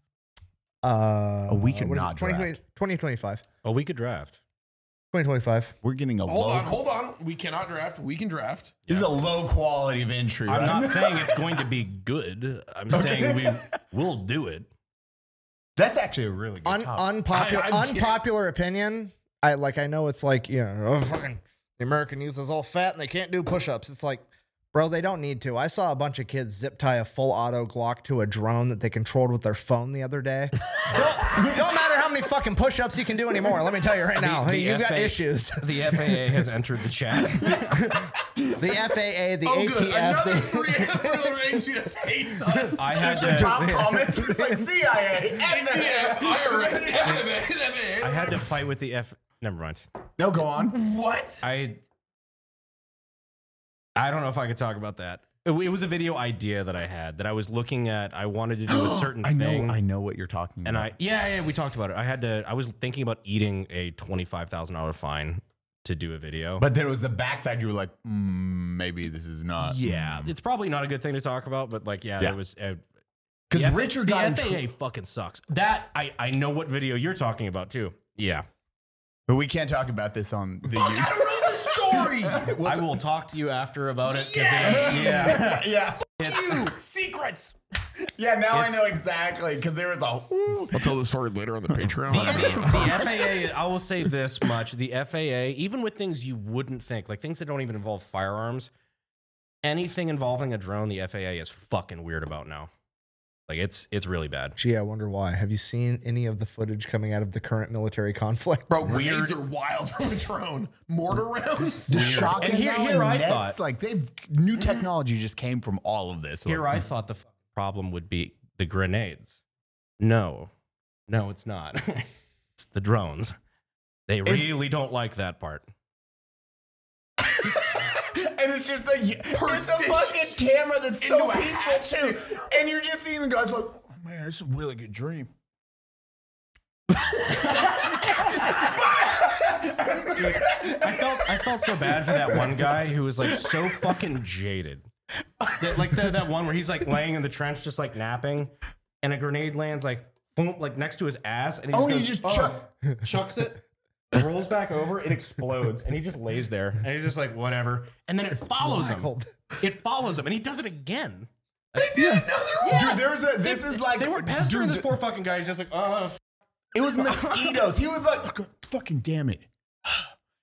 Speaker 1: Uh,
Speaker 7: we could
Speaker 1: what is it?
Speaker 7: not
Speaker 1: 2020
Speaker 7: draft.
Speaker 1: 2025.
Speaker 4: Oh, we could draft.
Speaker 1: 2025.
Speaker 7: We're getting a
Speaker 5: Hold
Speaker 7: low.
Speaker 5: on, hold on. We cannot draft. We can draft.
Speaker 7: This is a low quality of entry.
Speaker 4: I'm
Speaker 7: right?
Speaker 4: not saying it's going to be good. I'm saying we will do it.
Speaker 7: That's actually a really good
Speaker 1: Un-
Speaker 7: topic.
Speaker 1: unpopular
Speaker 5: I- I'm kidding.
Speaker 1: unpopular opinion. I like. I know it's like you know, oh, fucking the American youth is all fat and they can't do push-ups. It's like, bro, they don't need to. I saw a bunch of kids zip tie a full auto Glock to a drone that they controlled with their phone the other day. don't, don't matter how many fucking push-ups you can do anymore. Let me tell you right now,
Speaker 4: The- the
Speaker 1: you've got
Speaker 4: FA
Speaker 1: issues.
Speaker 4: The FAA has entered the chat.
Speaker 1: The FAA, the
Speaker 5: Oh, good.
Speaker 1: ATF,
Speaker 5: Another
Speaker 1: the,
Speaker 5: three for the range that hates us.
Speaker 4: I had
Speaker 7: the
Speaker 4: to,
Speaker 7: top comments. It's like CIA.
Speaker 5: ATF, IRS, MMA,
Speaker 4: I had to fight with the F. Never mind.
Speaker 7: No, go on.
Speaker 5: What?
Speaker 4: I I don't know if I could talk about that. It, it was a video idea that I had that I was looking at. I wanted to do a certain
Speaker 7: I
Speaker 4: thing.
Speaker 7: know. I know what you're talking
Speaker 4: and
Speaker 7: about.
Speaker 4: I yeah, yeah, we talked about it. I had to I was thinking about eating a $25,000 fine to do a video.
Speaker 7: but then it was the backside. You were like, mm, maybe this is not.
Speaker 4: yeah, Uh, it's probably not a good thing to talk about, but like yeah,
Speaker 7: Yeah.
Speaker 4: there was uh,
Speaker 7: because
Speaker 4: the F-
Speaker 7: Richard got in
Speaker 4: the
Speaker 7: tr-
Speaker 4: FAA fucking sucks. That I I know what video you're talking about too. Yeah.
Speaker 7: But we can't talk about this on the YouTube.
Speaker 5: I know the story.
Speaker 4: I will talk to you after about it 'cause
Speaker 5: Yes!
Speaker 4: it is,
Speaker 7: yeah, yeah,
Speaker 5: you secrets.
Speaker 7: yeah. Now I
Speaker 4: It's-
Speaker 7: know exactly because there was a.
Speaker 5: I'll tell the story later on the Patreon.
Speaker 4: the FAA, I will say this much. The FAA, even with things you wouldn't think, like things that don't even involve firearms, anything involving a drone, the FAA is fucking weird about now. Like it's it's really bad.
Speaker 1: Gee, I wonder why. Have you seen any of the footage coming out of the current military conflict?
Speaker 5: Bro, grenades are wild from a drone. Mortar rounds.
Speaker 7: The shock
Speaker 4: And here-
Speaker 7: now
Speaker 4: here I
Speaker 7: nets,
Speaker 4: thought-
Speaker 7: like they new technology just came from all of this.
Speaker 4: Here I thought the fucking problem would be the grenades. No. No, it's not. it's the drones. They
Speaker 7: It's-
Speaker 4: really don't like that part.
Speaker 7: and it's just a it's a
Speaker 5: Precision.
Speaker 7: fucking camera that's so
Speaker 5: Into a
Speaker 7: peaceful too, and you're just seeing the guys like, oh, man, it's a really good dream.
Speaker 4: I felt I felt so bad for that one guy who was like so fucking jaded. That, like that that one where he's like laying in the trench just like napping, and a grenade lands like boom, like next to his ass, and he
Speaker 7: Oh, and he
Speaker 4: goes,
Speaker 7: just chuck-
Speaker 4: chucks it, rolls back over, it explodes, and he just lays there, and he's just like whatever, and then it follows
Speaker 1: wild.
Speaker 4: him. It follows him, and he does it again.
Speaker 5: They did another one.
Speaker 7: Dude, there's a. This is like
Speaker 4: They were pestering
Speaker 7: dude,
Speaker 4: this poor fucking guy. He's just like, oh,
Speaker 7: It was mosquitoes. He was like, fucking damn it.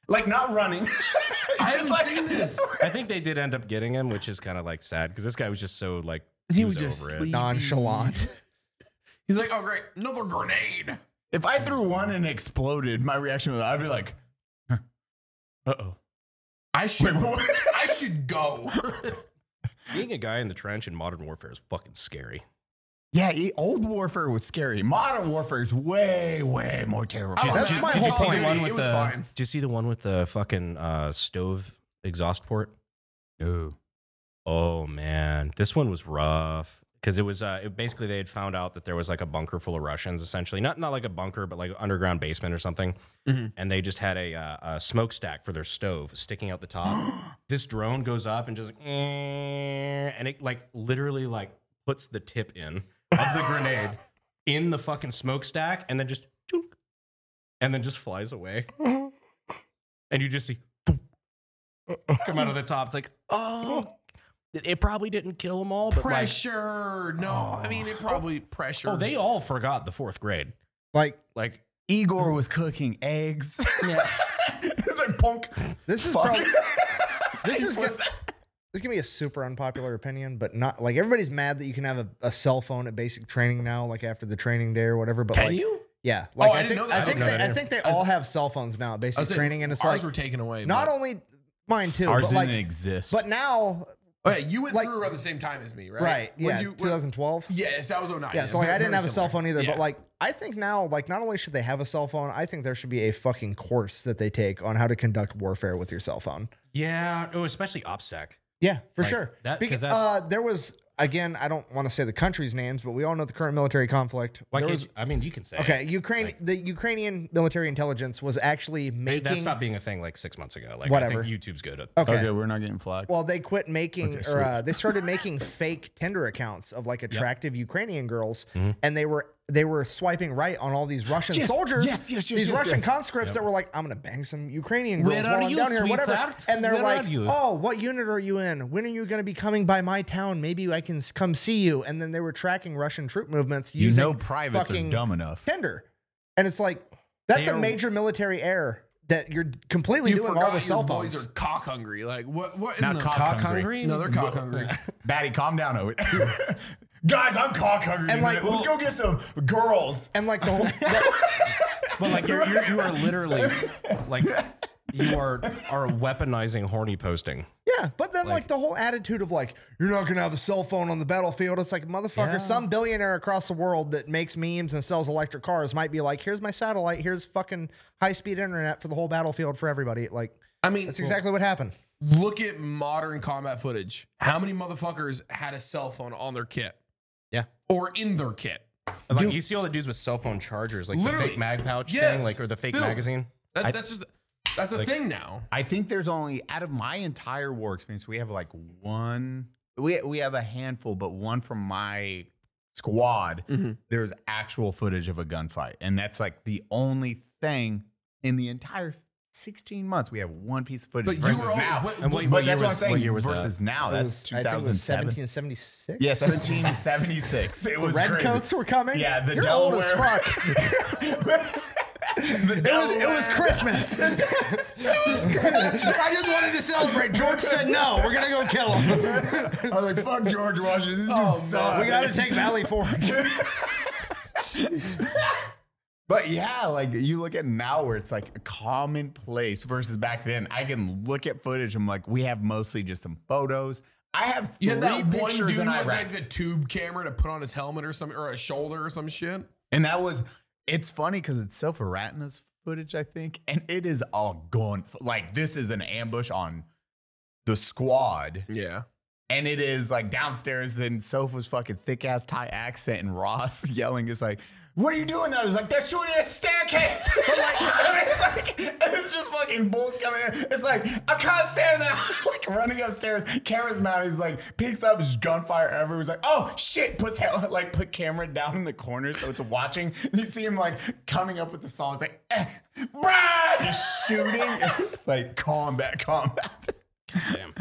Speaker 7: Like not running.
Speaker 5: I
Speaker 7: Just
Speaker 5: haven't
Speaker 7: like-
Speaker 5: seen this.
Speaker 4: I think they did end up getting him, which is kind of like sad because this guy was just so like he, was, over it.
Speaker 1: Nonchalant.
Speaker 5: He's like, oh great, another grenade.
Speaker 7: If I threw one and it exploded, my reaction would I'd be like, uh oh.
Speaker 5: I should.
Speaker 7: what?
Speaker 5: I should go.
Speaker 4: Being a guy in the trench in modern warfare is fucking scary.
Speaker 7: Yeah, e- old warfare was scary. Modern warfare is way, way more terrifying.
Speaker 4: Oh,
Speaker 1: That's
Speaker 5: Did-
Speaker 1: my
Speaker 5: did
Speaker 1: whole
Speaker 5: you see
Speaker 1: point.
Speaker 5: the one with it was
Speaker 4: the-
Speaker 5: fine.
Speaker 4: Did you see the one with the fucking uh, stove exhaust port?
Speaker 7: No.
Speaker 4: Oh man, this one was rough because it was uh, it, basically they had found out that there was like a bunker full of Russians, essentially not not like a bunker, but like an underground basement or something, and they just had a, uh, a smokestack for their stove sticking out the top. this drone goes up and just eh, and it like literally like puts the tip in of the grenade in the fucking smokestack and then just choonk, and then just flies away, and you just see boom, come out of the top. It's like oh. It it probably didn't kill them all, but like,
Speaker 5: Pressure. No, I mean it probably pressure.
Speaker 4: Oh, they all forgot the fourth grade.
Speaker 1: Like
Speaker 4: Like,
Speaker 7: Igor was cooking eggs. it's like punk.
Speaker 1: this is
Speaker 7: Fuck.
Speaker 1: probably this is gonna,
Speaker 7: flips
Speaker 1: this is gonna be a super unpopular opinion, but not like everybody's mad that you can have a, a cell phone at basic training now, like after the training day or whatever. But
Speaker 5: Can
Speaker 1: like,
Speaker 5: you? Oh,
Speaker 1: yeah, like
Speaker 5: I
Speaker 1: I,
Speaker 5: didn't
Speaker 1: think
Speaker 5: know that.
Speaker 1: I
Speaker 5: I
Speaker 1: think
Speaker 5: don't know
Speaker 1: they,
Speaker 5: that
Speaker 1: I think they all have cell phones now at
Speaker 5: I
Speaker 1: basic
Speaker 5: was saying,
Speaker 1: training, and it's
Speaker 5: ours
Speaker 1: like
Speaker 5: were taken away.
Speaker 1: not
Speaker 5: but-
Speaker 1: only mine too,
Speaker 7: Ours
Speaker 1: but
Speaker 7: didn't
Speaker 1: like
Speaker 7: exist.
Speaker 1: but now
Speaker 5: Oh, yeah, you went
Speaker 1: like-
Speaker 5: through around the same time as me, right?
Speaker 1: right,
Speaker 5: When'd
Speaker 1: yeah,
Speaker 5: you- when-
Speaker 1: 2012.
Speaker 5: Yeah, so I was 09.
Speaker 1: Yeah, so like I
Speaker 5: very-
Speaker 1: didn't
Speaker 5: very
Speaker 1: have a cell
Speaker 5: similar.
Speaker 1: phone either,
Speaker 5: Yeah.
Speaker 1: but like I think now, like not only should they have a cell phone, I think there should be a fucking course that they take on how to conduct warfare with your cell phone.
Speaker 4: yeah, oh, especially OPSEC.
Speaker 1: Yeah, for
Speaker 4: Like,
Speaker 1: sure.
Speaker 4: that- 'cause
Speaker 1: because
Speaker 4: that's-
Speaker 1: uh, there was again, I don't want to say the country's names, but we all know the current military conflict.
Speaker 4: Why
Speaker 1: There
Speaker 4: can't
Speaker 1: was-
Speaker 4: you, I mean, you can say. it.
Speaker 1: okay, Ukraine.
Speaker 4: Like-
Speaker 1: the Ukrainian military intelligence was actually
Speaker 4: Hey,
Speaker 1: making.
Speaker 4: that's not being a thing like six months ago. Like,
Speaker 1: Whatever.
Speaker 4: I think YouTube's good at
Speaker 1: okay.
Speaker 7: Okay, we're not getting flagged.
Speaker 1: Well, they quit making, or uh, they started making fake Tinder accounts of like attractive Ukrainian girls, and they were they were swiping right on all these Russian
Speaker 7: Mm-hmm. Yes,
Speaker 1: soldiers,
Speaker 7: yes, yes, yes,
Speaker 1: these
Speaker 7: yes,
Speaker 1: Russian
Speaker 7: yes.
Speaker 1: conscripts that were like, "I'm gonna bang some Ukrainian girls
Speaker 3: Where
Speaker 1: while
Speaker 3: are
Speaker 1: I'm
Speaker 3: you,
Speaker 1: down here, whatever."
Speaker 3: sweetheart?
Speaker 1: And they're
Speaker 3: Where
Speaker 1: like,
Speaker 3: are you?
Speaker 1: "Oh, what unit are you in? When are you gonna be coming by my town? Maybe I can s- come see you." And then they were tracking Russian troop movements
Speaker 7: You
Speaker 1: using
Speaker 7: know, privates are
Speaker 1: fucking
Speaker 7: dumb enough.
Speaker 1: Tinder, and it's like that's a
Speaker 3: They're-
Speaker 1: major military error that you're completely
Speaker 5: You
Speaker 1: doing
Speaker 5: forgot
Speaker 1: all the
Speaker 5: your
Speaker 1: cell phones.
Speaker 5: boys are cock hungry. Like what? What? in
Speaker 7: Not
Speaker 5: the-
Speaker 7: cock, hungry.
Speaker 5: No, they're cock hungry.
Speaker 7: Batty, calm down. Owen. Guys, I'm cock hungry.
Speaker 1: And, like,
Speaker 7: tonight. let's go get some girls.
Speaker 1: and like the whole
Speaker 4: But like you're, you're, you are literally like you are are weaponizing horny posting.
Speaker 1: yeah, but then like, the whole attitude of like you're not gonna have a cell phone on the battlefield. It's like motherfucker, some billionaire across the world that makes memes and sells electric cars might be like, here's my satellite, here's fucking high speed internet for the whole battlefield for everybody. Like
Speaker 5: I mean,
Speaker 1: that's exactly what happened.
Speaker 5: look at modern combat footage. How many motherfuckers had a cell phone on their kit?
Speaker 4: Yeah.
Speaker 5: Or in their kit?
Speaker 4: Like you see all the dudes with cell phone chargers, like the
Speaker 5: Literally.
Speaker 4: fake mag pouch
Speaker 5: Yes.
Speaker 4: thing, like or the fake
Speaker 5: Dude.
Speaker 4: magazine.
Speaker 5: That's, that's just that's a thing now.
Speaker 7: I think there's only out of my entire war experience, we have like one. We we have a handful, but one from my squad.
Speaker 1: Mm-hmm.
Speaker 7: There's actual footage of a gunfight, and that's like the only thing in the entire 16 months we have one piece of footage.
Speaker 5: But you
Speaker 7: versus
Speaker 5: were all-
Speaker 7: now,
Speaker 5: what-
Speaker 4: And what-
Speaker 7: but
Speaker 4: what year
Speaker 7: that's what I'm
Speaker 4: was-
Speaker 7: saying.
Speaker 4: what year was that?
Speaker 7: versus now,
Speaker 1: It
Speaker 7: Oh, that's
Speaker 1: was- I think it was
Speaker 7: 2007.
Speaker 1: 1776.
Speaker 7: Yeah, 1776. It was crazy.
Speaker 1: Redcoats were coming.
Speaker 7: Yeah, the
Speaker 1: You're
Speaker 7: Delaware.
Speaker 1: old as fuck.
Speaker 7: The
Speaker 1: It was, it was
Speaker 7: Delaware.
Speaker 1: Christmas. it was Christmas. I just wanted to celebrate. George said no. We're gonna go kill him.
Speaker 7: I was like, fuck George Washington. This dude sucks.
Speaker 1: Oh, we gotta take Valley Forge.
Speaker 7: But yeah, like you look at now where it's like commonplace versus back then. I can look at footage. I'm like, we have mostly just some photos. I have
Speaker 5: You
Speaker 7: three
Speaker 5: had that one
Speaker 7: pictures
Speaker 5: dude
Speaker 7: in
Speaker 5: with
Speaker 7: Iraq,
Speaker 5: like the tube camera to put on his helmet or some or a shoulder or some shit.
Speaker 7: and that was. It's funny because it's self Ratna's footage, I think, and it is all gone. Like this is an ambush on the squad,
Speaker 5: Yeah.
Speaker 7: and it is like downstairs. And Sofa's fucking thick ass Thai accent, and Ross yelling is like. What are you doing? though?" I was like, they're shooting at the staircase. But like, and it's like, and it's just fucking bullets coming in. It's like, I can't stand that. like running upstairs, cameras mounted. He's like, picks up, there's gunfire everywhere. He's like, oh shit, puts hell, like put camera down in the corner so it's watching. And you see him like coming up with the song. It's like, eh, Brad, he's shooting. it's like combat, combat.
Speaker 4: Damn.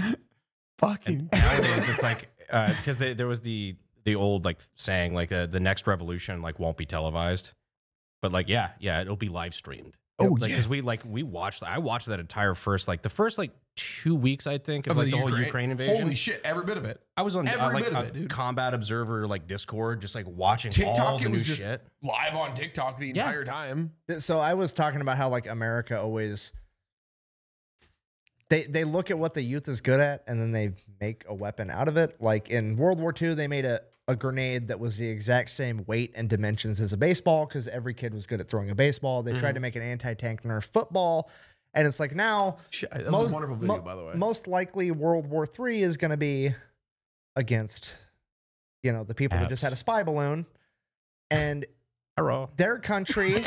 Speaker 7: Fucking
Speaker 4: Nowadays it's like because they there was the the old like saying like uh, the next revolution like won't be televised, but like yeah yeah it'll be live streamed.
Speaker 7: Oh,
Speaker 4: like,
Speaker 7: yeah.
Speaker 4: because we like we watched I watched that entire first like the first like two weeks I think of, like the, whole Ukraine invasion.
Speaker 5: Holy shit! Every bit of it.
Speaker 4: I was on uh,
Speaker 5: Every
Speaker 4: like
Speaker 5: bit of
Speaker 4: a
Speaker 5: it, dude.
Speaker 4: combat observer like Discord, just like watching all
Speaker 5: TikTok.
Speaker 4: the
Speaker 5: It was
Speaker 4: new
Speaker 5: just
Speaker 4: shit.
Speaker 5: live on TikTok the
Speaker 4: Yeah.
Speaker 5: entire time.
Speaker 1: So I was talking about how like America always they they look at what the youth is good at and then they make a weapon out of it. Like in World War II, they made a a grenade that was the exact same weight and dimensions as a baseball because every kid was good at throwing a baseball. They
Speaker 5: Mm-hmm.
Speaker 1: tried to make an anti-tank Nerf football, and it's like now
Speaker 5: Shit, that was a wonderful video,
Speaker 1: mo-
Speaker 5: by the way.
Speaker 1: Most likely, World War III is going to be against, you know, the people that just had a spy balloon, and their country,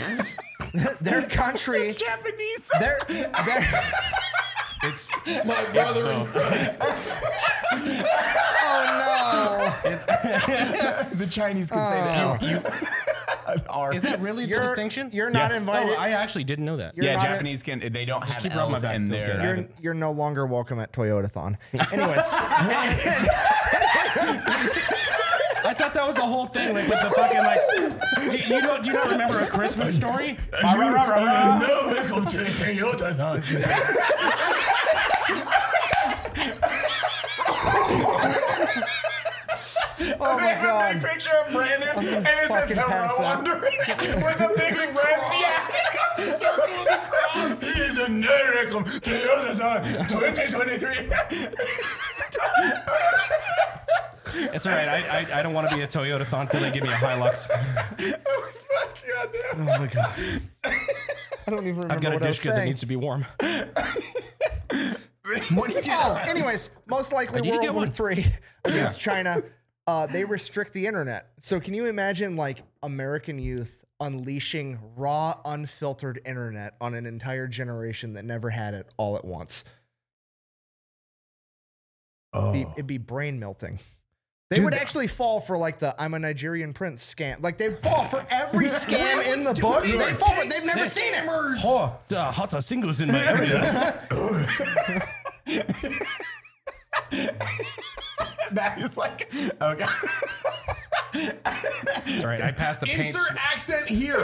Speaker 1: their country,
Speaker 7: Japanese.
Speaker 1: their, their
Speaker 4: It's
Speaker 5: My brother in Christ.
Speaker 1: oh no,
Speaker 7: the Chinese can say that. Our-
Speaker 4: is that really
Speaker 1: You're-
Speaker 4: the distinction?
Speaker 1: you're not invited-
Speaker 4: Oh, I actually didn't know that.
Speaker 1: You're
Speaker 7: yeah,
Speaker 1: not a-
Speaker 7: Japanese can. They don't have
Speaker 4: keep rubbing my
Speaker 7: L's
Speaker 4: back,
Speaker 7: in
Speaker 4: feels good.
Speaker 7: there.
Speaker 1: you're you're no longer welcome at Toyotathon. Anyways, Oh
Speaker 4: I thought that was the whole thing, like with the fucking like. Do you, don't, do you not remember a Christmas story?
Speaker 7: No, welcome to Toyota.
Speaker 1: oh my
Speaker 7: Big
Speaker 1: god,
Speaker 7: picture of Brandon, and it says
Speaker 1: fucking pass
Speaker 7: hello
Speaker 1: out.
Speaker 7: under it with a big red yeah. circle of the cross. It is a miracle. Toyota time 2023.
Speaker 4: It's all right. I, I, I don't want to be a Toyota thon until they give me a Hilux.
Speaker 7: Fuck goddamn.
Speaker 1: oh my god. I don't even remember
Speaker 4: I've got a
Speaker 1: what I was
Speaker 4: dish good that
Speaker 1: saying.
Speaker 4: needs to be warm.
Speaker 5: What do you get?
Speaker 1: Oh, anyways, most likely
Speaker 4: need to
Speaker 1: World
Speaker 4: get
Speaker 1: War
Speaker 4: one.
Speaker 1: Three against China. Uh, they restrict the internet. So can you imagine like American youth unleashing raw, unfiltered internet on an entire generation that never had it all Oh. at once? Be- it'd be brain melting. They would actually fall for like the "I'm a Nigerian prince" scam. Like they fall for every scam in the book. They fall for. They've never seen it.
Speaker 4: Oh, the hotter singles in my area.
Speaker 7: That is like, oh god.
Speaker 4: All right, I passed the paint.
Speaker 5: Insert accent here.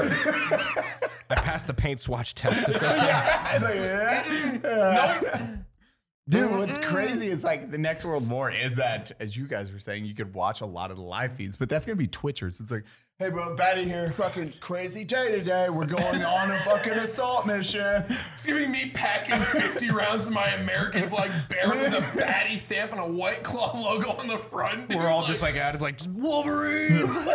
Speaker 4: I passed the paint swatch test. It's
Speaker 7: It's like, yeah. Dude, what's crazy is like the next world war is that, as you guys were saying, you could watch a lot of the live feeds, but that's gonna be Twitchers. It's like, hey, bro, Batty here, fucking crazy day today. We're going on a fucking assault mission.
Speaker 5: It's gonna be me packing 50 rounds of my American flag bear with a baddie stamp and a white claw logo on the front. dude.
Speaker 4: We're all just like added like Wolverines.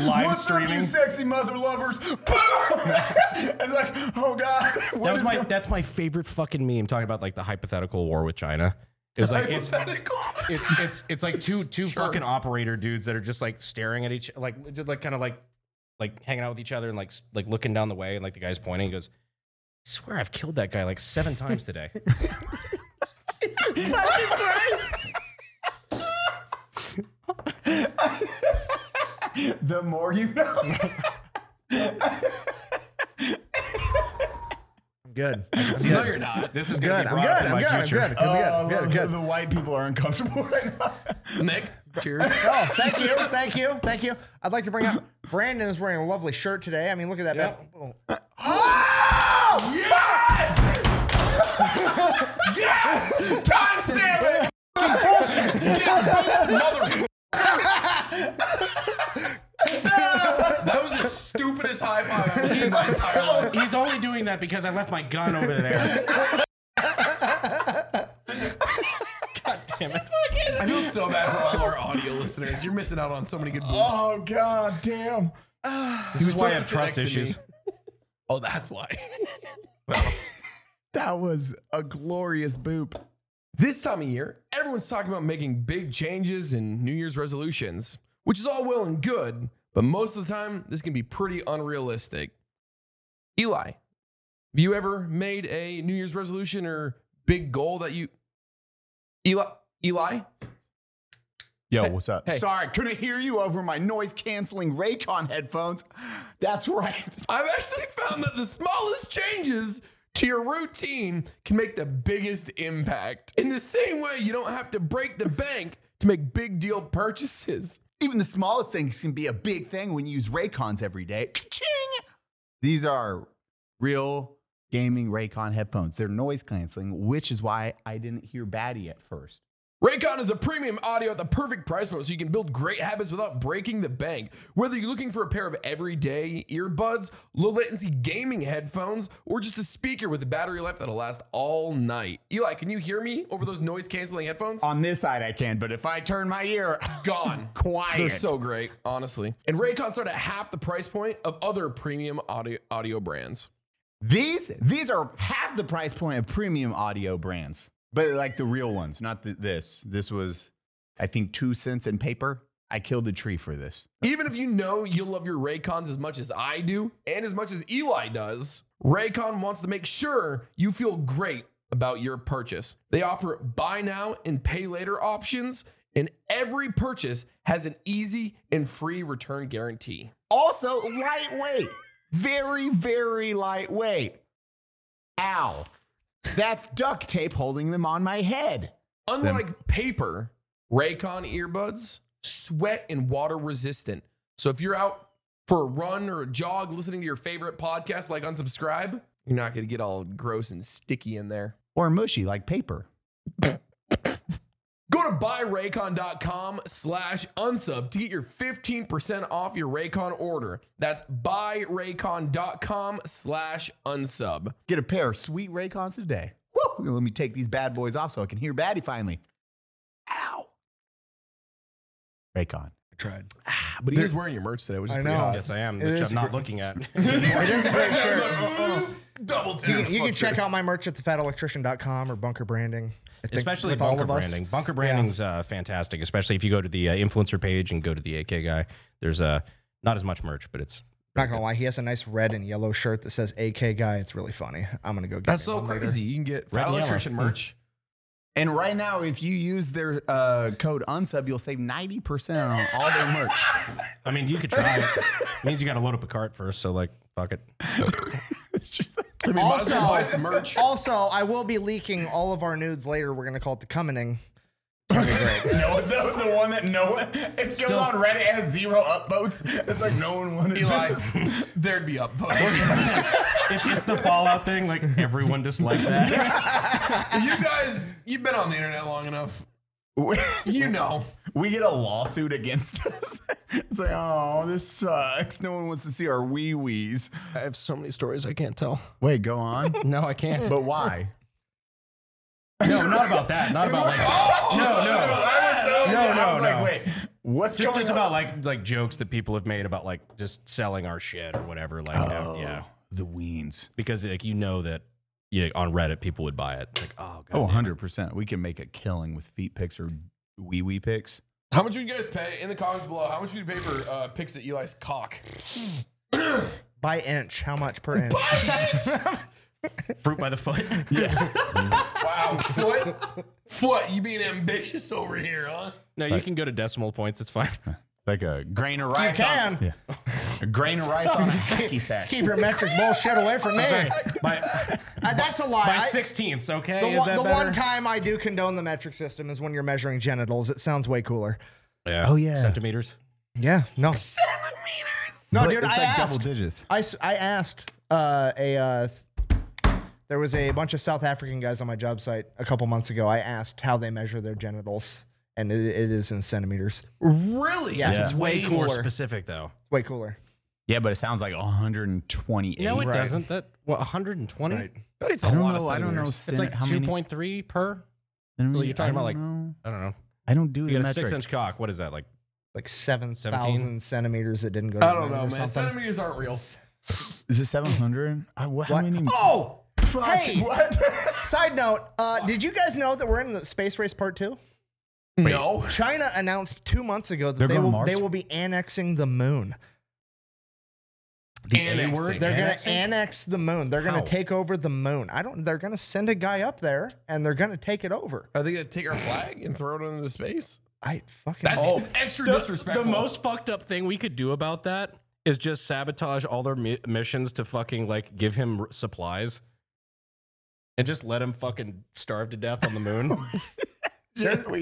Speaker 4: Live
Speaker 7: What's up, you
Speaker 4: streaming.
Speaker 7: sexy mother lovers? it's like, oh god, what
Speaker 4: That was
Speaker 7: is
Speaker 4: my
Speaker 7: going-
Speaker 4: that's my favorite fucking meme talking about like the hypothetical war with China. It's like it's it's it's it's like two two fucking operator dudes that are just like staring at each like just like kind of like like hanging out with each other and like s- like looking down the way and like the guy's pointing he goes I swear I've killed that guy like seven times today.
Speaker 7: the more you know.
Speaker 1: I'm good.
Speaker 5: no, you're not.
Speaker 4: This is
Speaker 1: Good.
Speaker 4: gonna
Speaker 1: I'm
Speaker 4: be
Speaker 1: good.
Speaker 4: brought up in
Speaker 1: I'm
Speaker 4: my
Speaker 1: good. I'm
Speaker 4: future.
Speaker 1: good.
Speaker 7: Oh,
Speaker 1: I'm good. I'm good. I'm good.
Speaker 7: the white people are uncomfortable right now.
Speaker 5: Nick, cheers.
Speaker 1: Oh, thank you, thank you, thank you. I'd like to bring up Brandon is wearing a lovely shirt today. I mean, look at that.
Speaker 4: Yep.
Speaker 1: man.
Speaker 7: Oh, yes!
Speaker 5: Timestamp it! Mother. that was the stupidest high five I've seen in my entire life.
Speaker 4: Oh, He's only doing that because I left my gun over there. God damn it.
Speaker 5: I feel so bad for all our audio listeners. You're missing out on so many good boobs.
Speaker 7: Oh, god damn.
Speaker 4: This is why
Speaker 5: supposed
Speaker 4: I have
Speaker 5: to sit
Speaker 4: trust
Speaker 5: next to me.
Speaker 4: issues.
Speaker 5: Oh, that's why.
Speaker 7: That was a glorious boop.
Speaker 5: This time of year, everyone's talking about making big changes and New Year's resolutions, which is all well and good, but most of the time, this can be pretty unrealistic. Eli, have you ever made a New Year's resolution or big goal that you. Eli? Eli?
Speaker 7: Yo, what's up?
Speaker 5: hey.
Speaker 7: Sorry, couldn't hear you over my noise canceling Raycon headphones. That's right.
Speaker 5: I've actually found that the smallest changes to your routine can make the biggest impact. In the same way, you don't have to break the bank to make big deal purchases.
Speaker 7: Even the smallest things can be a big thing when you use Raycons every day. Ka-ching! These are real gaming Raycon headphones. They're noise canceling, which is why I didn't hear Batty at first.
Speaker 5: Raycon is a premium audio at the perfect price point so you can build great habits without breaking the bank. Whether you're looking for a pair of everyday earbuds, low latency gaming headphones, or just a speaker with a battery life that'll last all night. Eli, can you hear me over those noise canceling headphones?
Speaker 7: On this side, I can, but if I turn my ear, it's
Speaker 5: gone.
Speaker 7: Quiet.
Speaker 5: They're so great, honestly. And Raycon start at half the price point of other premium audio audio brands.
Speaker 7: These these are half the price point of premium audio brands, but like the real ones, not the, this. This was, I think, two cents in paper. I killed a tree for this.
Speaker 5: Even if you know you'll love your Raycons as much as I do and as much as Eli does, Raycon wants to make sure you feel great about your purchase. They offer buy now and pay later options, and every purchase has an easy and free return guarantee.
Speaker 7: Also, lightweight, very very lightweight. Ow, that's duct tape holding them on my head.
Speaker 5: Unlike paper, Raycon earbuds sweat and water resistant. So if you're out for a run or a jog listening to your favorite podcast like Unsubscribe, you're not going to get all gross and sticky in there.
Speaker 7: Or mushy like paper.
Speaker 5: Go to buyraycon.com slash unsub to get your 15% off your Raycon order. That's buyraycon.com slash unsub.
Speaker 7: Get a pair of sweet Raycons today. Woo! Let me take these bad boys off so I can hear Batty finally. Ow. Raycon.
Speaker 5: Ah, But he is wearing your merch today, which is
Speaker 1: I
Speaker 5: pretty
Speaker 1: know.
Speaker 5: hot.
Speaker 4: Yes, I am,
Speaker 1: It
Speaker 4: which
Speaker 1: is
Speaker 4: I'm not
Speaker 1: gr-
Speaker 4: looking at.
Speaker 1: It is a great shirt.
Speaker 5: Double tap.
Speaker 1: You can, you can check out my merch at thefatelectrician.com or Bunker Branding. I think
Speaker 4: especially
Speaker 1: with
Speaker 4: bunker
Speaker 1: all of us.
Speaker 4: branding. Bunker branding's uh, fantastic, especially if you go to the uh, influencer page and go to the AK guy. There's uh, not as much merch, but it's
Speaker 1: Not gonna lie, he has a nice red and yellow shirt that says AK guy. It's really funny. I'm gonna go get
Speaker 5: That's
Speaker 1: me
Speaker 5: so
Speaker 1: one later.
Speaker 5: crazy. You can get
Speaker 4: Red
Speaker 5: Fat
Speaker 4: and yellow.
Speaker 5: Electrician merch
Speaker 7: And right now, if you use their uh, code unsub, you'll save 90% on all their merch.
Speaker 4: I mean, you could try it. Means you got to load up a cart first. So like, fuck it.
Speaker 5: might as well buy some merch.
Speaker 1: also, I will be leaking all of our nudes later. We're gonna call it the Cumming.
Speaker 7: no, the, the one that no one, it goes on Reddit, it has zero upvotes. It's like no one wanted
Speaker 5: Eli,
Speaker 7: this.
Speaker 5: there'd be upvotes.
Speaker 4: It's, it's the Fallout thing. Like everyone disliked that.
Speaker 5: you guys, you've been on the internet long enough.
Speaker 7: We-
Speaker 5: You know.
Speaker 7: We get a lawsuit against us. It's like, oh, this sucks. No one wants to see our wee wees.
Speaker 3: I have so many stories I can't tell.
Speaker 7: Wait, go on.
Speaker 4: No, I can't.
Speaker 7: But why?
Speaker 4: No, not about that. Not about like. No, no. No, no,
Speaker 7: I was
Speaker 4: no.
Speaker 7: like, wait, what's
Speaker 4: Just,
Speaker 7: going
Speaker 4: just
Speaker 7: on?
Speaker 4: about like like jokes that people have made about like just selling our shit or whatever. Like, you
Speaker 3: Oh.
Speaker 4: know, yeah,
Speaker 7: the weens.
Speaker 4: because like you know that yeah on Reddit people would buy it. Like, oh god.
Speaker 7: Oh, 100%. We can make a killing with feet pics or wee wee pics.
Speaker 5: How much would you guys pay in the comments below? How much would you pay for uh, pics at Eli's cock?
Speaker 1: By inch, how much per inch?
Speaker 4: uh, fruit by the foot.
Speaker 5: Wow, foot, foot. You being ambitious over here, huh?
Speaker 4: No, you can go to decimal points. It's fine.
Speaker 7: Like a grain of rice.
Speaker 1: can.
Speaker 7: On, yeah. A grain of rice on a hacky sack.
Speaker 1: Keep your metric bullshit away from me.
Speaker 4: By,
Speaker 1: Uh, that's a lie.
Speaker 4: by
Speaker 1: I-
Speaker 4: sixteenths, okay?
Speaker 1: the
Speaker 4: Is
Speaker 1: one,
Speaker 4: that
Speaker 1: the
Speaker 4: better?
Speaker 1: one time I do condone the metric system is when you're measuring genitals. It sounds way cooler.
Speaker 4: Yeah.
Speaker 7: Oh, yeah.
Speaker 4: Centimeters.
Speaker 1: Yeah, no. Centimeters. No,
Speaker 7: But
Speaker 1: dude,
Speaker 7: it's
Speaker 1: I
Speaker 7: like double
Speaker 1: asked.
Speaker 7: digits.
Speaker 1: I, s- I asked uh, a uh, th- there was a bunch of South African guys on my job site a couple months ago. I asked how they measure their genitals, and it, it is in centimeters.
Speaker 5: Really?
Speaker 1: Yeah, it's
Speaker 4: Way, more
Speaker 1: cooler.
Speaker 4: specific though.
Speaker 1: It's way cooler.
Speaker 7: Yeah, but it sounds like 128.
Speaker 4: No, it doesn't. That well, 120. It's
Speaker 7: I don't know. I don't know.
Speaker 4: It's like
Speaker 7: how many-
Speaker 4: 2.3 per. So you're
Speaker 7: I
Speaker 4: talking about
Speaker 7: don't
Speaker 4: like
Speaker 7: know.
Speaker 4: I don't know.
Speaker 7: I don't do
Speaker 4: You
Speaker 7: the
Speaker 4: got a six
Speaker 7: metric.
Speaker 4: inch cock. What is that like?
Speaker 1: Like seven
Speaker 4: 17?
Speaker 1: thousand centimeters. It didn't go. To
Speaker 5: I
Speaker 1: the
Speaker 5: don't
Speaker 1: moon
Speaker 5: know,
Speaker 1: or
Speaker 5: man.
Speaker 1: something.
Speaker 5: Centimeters aren't real.
Speaker 7: Is it 700? I, what, How
Speaker 1: What?
Speaker 7: many?
Speaker 1: Oh,
Speaker 7: fuck,
Speaker 1: hey!
Speaker 7: What?
Speaker 1: side note. Uh, did you guys know that we're in the space race part two?
Speaker 5: No.
Speaker 1: China announced two months ago that
Speaker 7: They're
Speaker 1: they
Speaker 7: going to
Speaker 1: will,
Speaker 7: Mars?
Speaker 1: they will be annexing the moon.
Speaker 4: The
Speaker 1: They're
Speaker 5: Annexing.
Speaker 1: going to
Speaker 4: Annexing?
Speaker 1: annex the moon. They're going
Speaker 4: How?
Speaker 1: to take over the moon. I don't. They're going to send a guy up there and they're going to take it over.
Speaker 5: Are they gonna take our flag and throw it into space?
Speaker 1: I fucking.
Speaker 5: That's
Speaker 1: oh,
Speaker 5: extra
Speaker 4: The-
Speaker 5: disrespectful.
Speaker 4: The most fucked up thing we could do about that is just sabotage all their mi- missions to fucking like give him r- supplies and just let him fucking starve to death on the moon.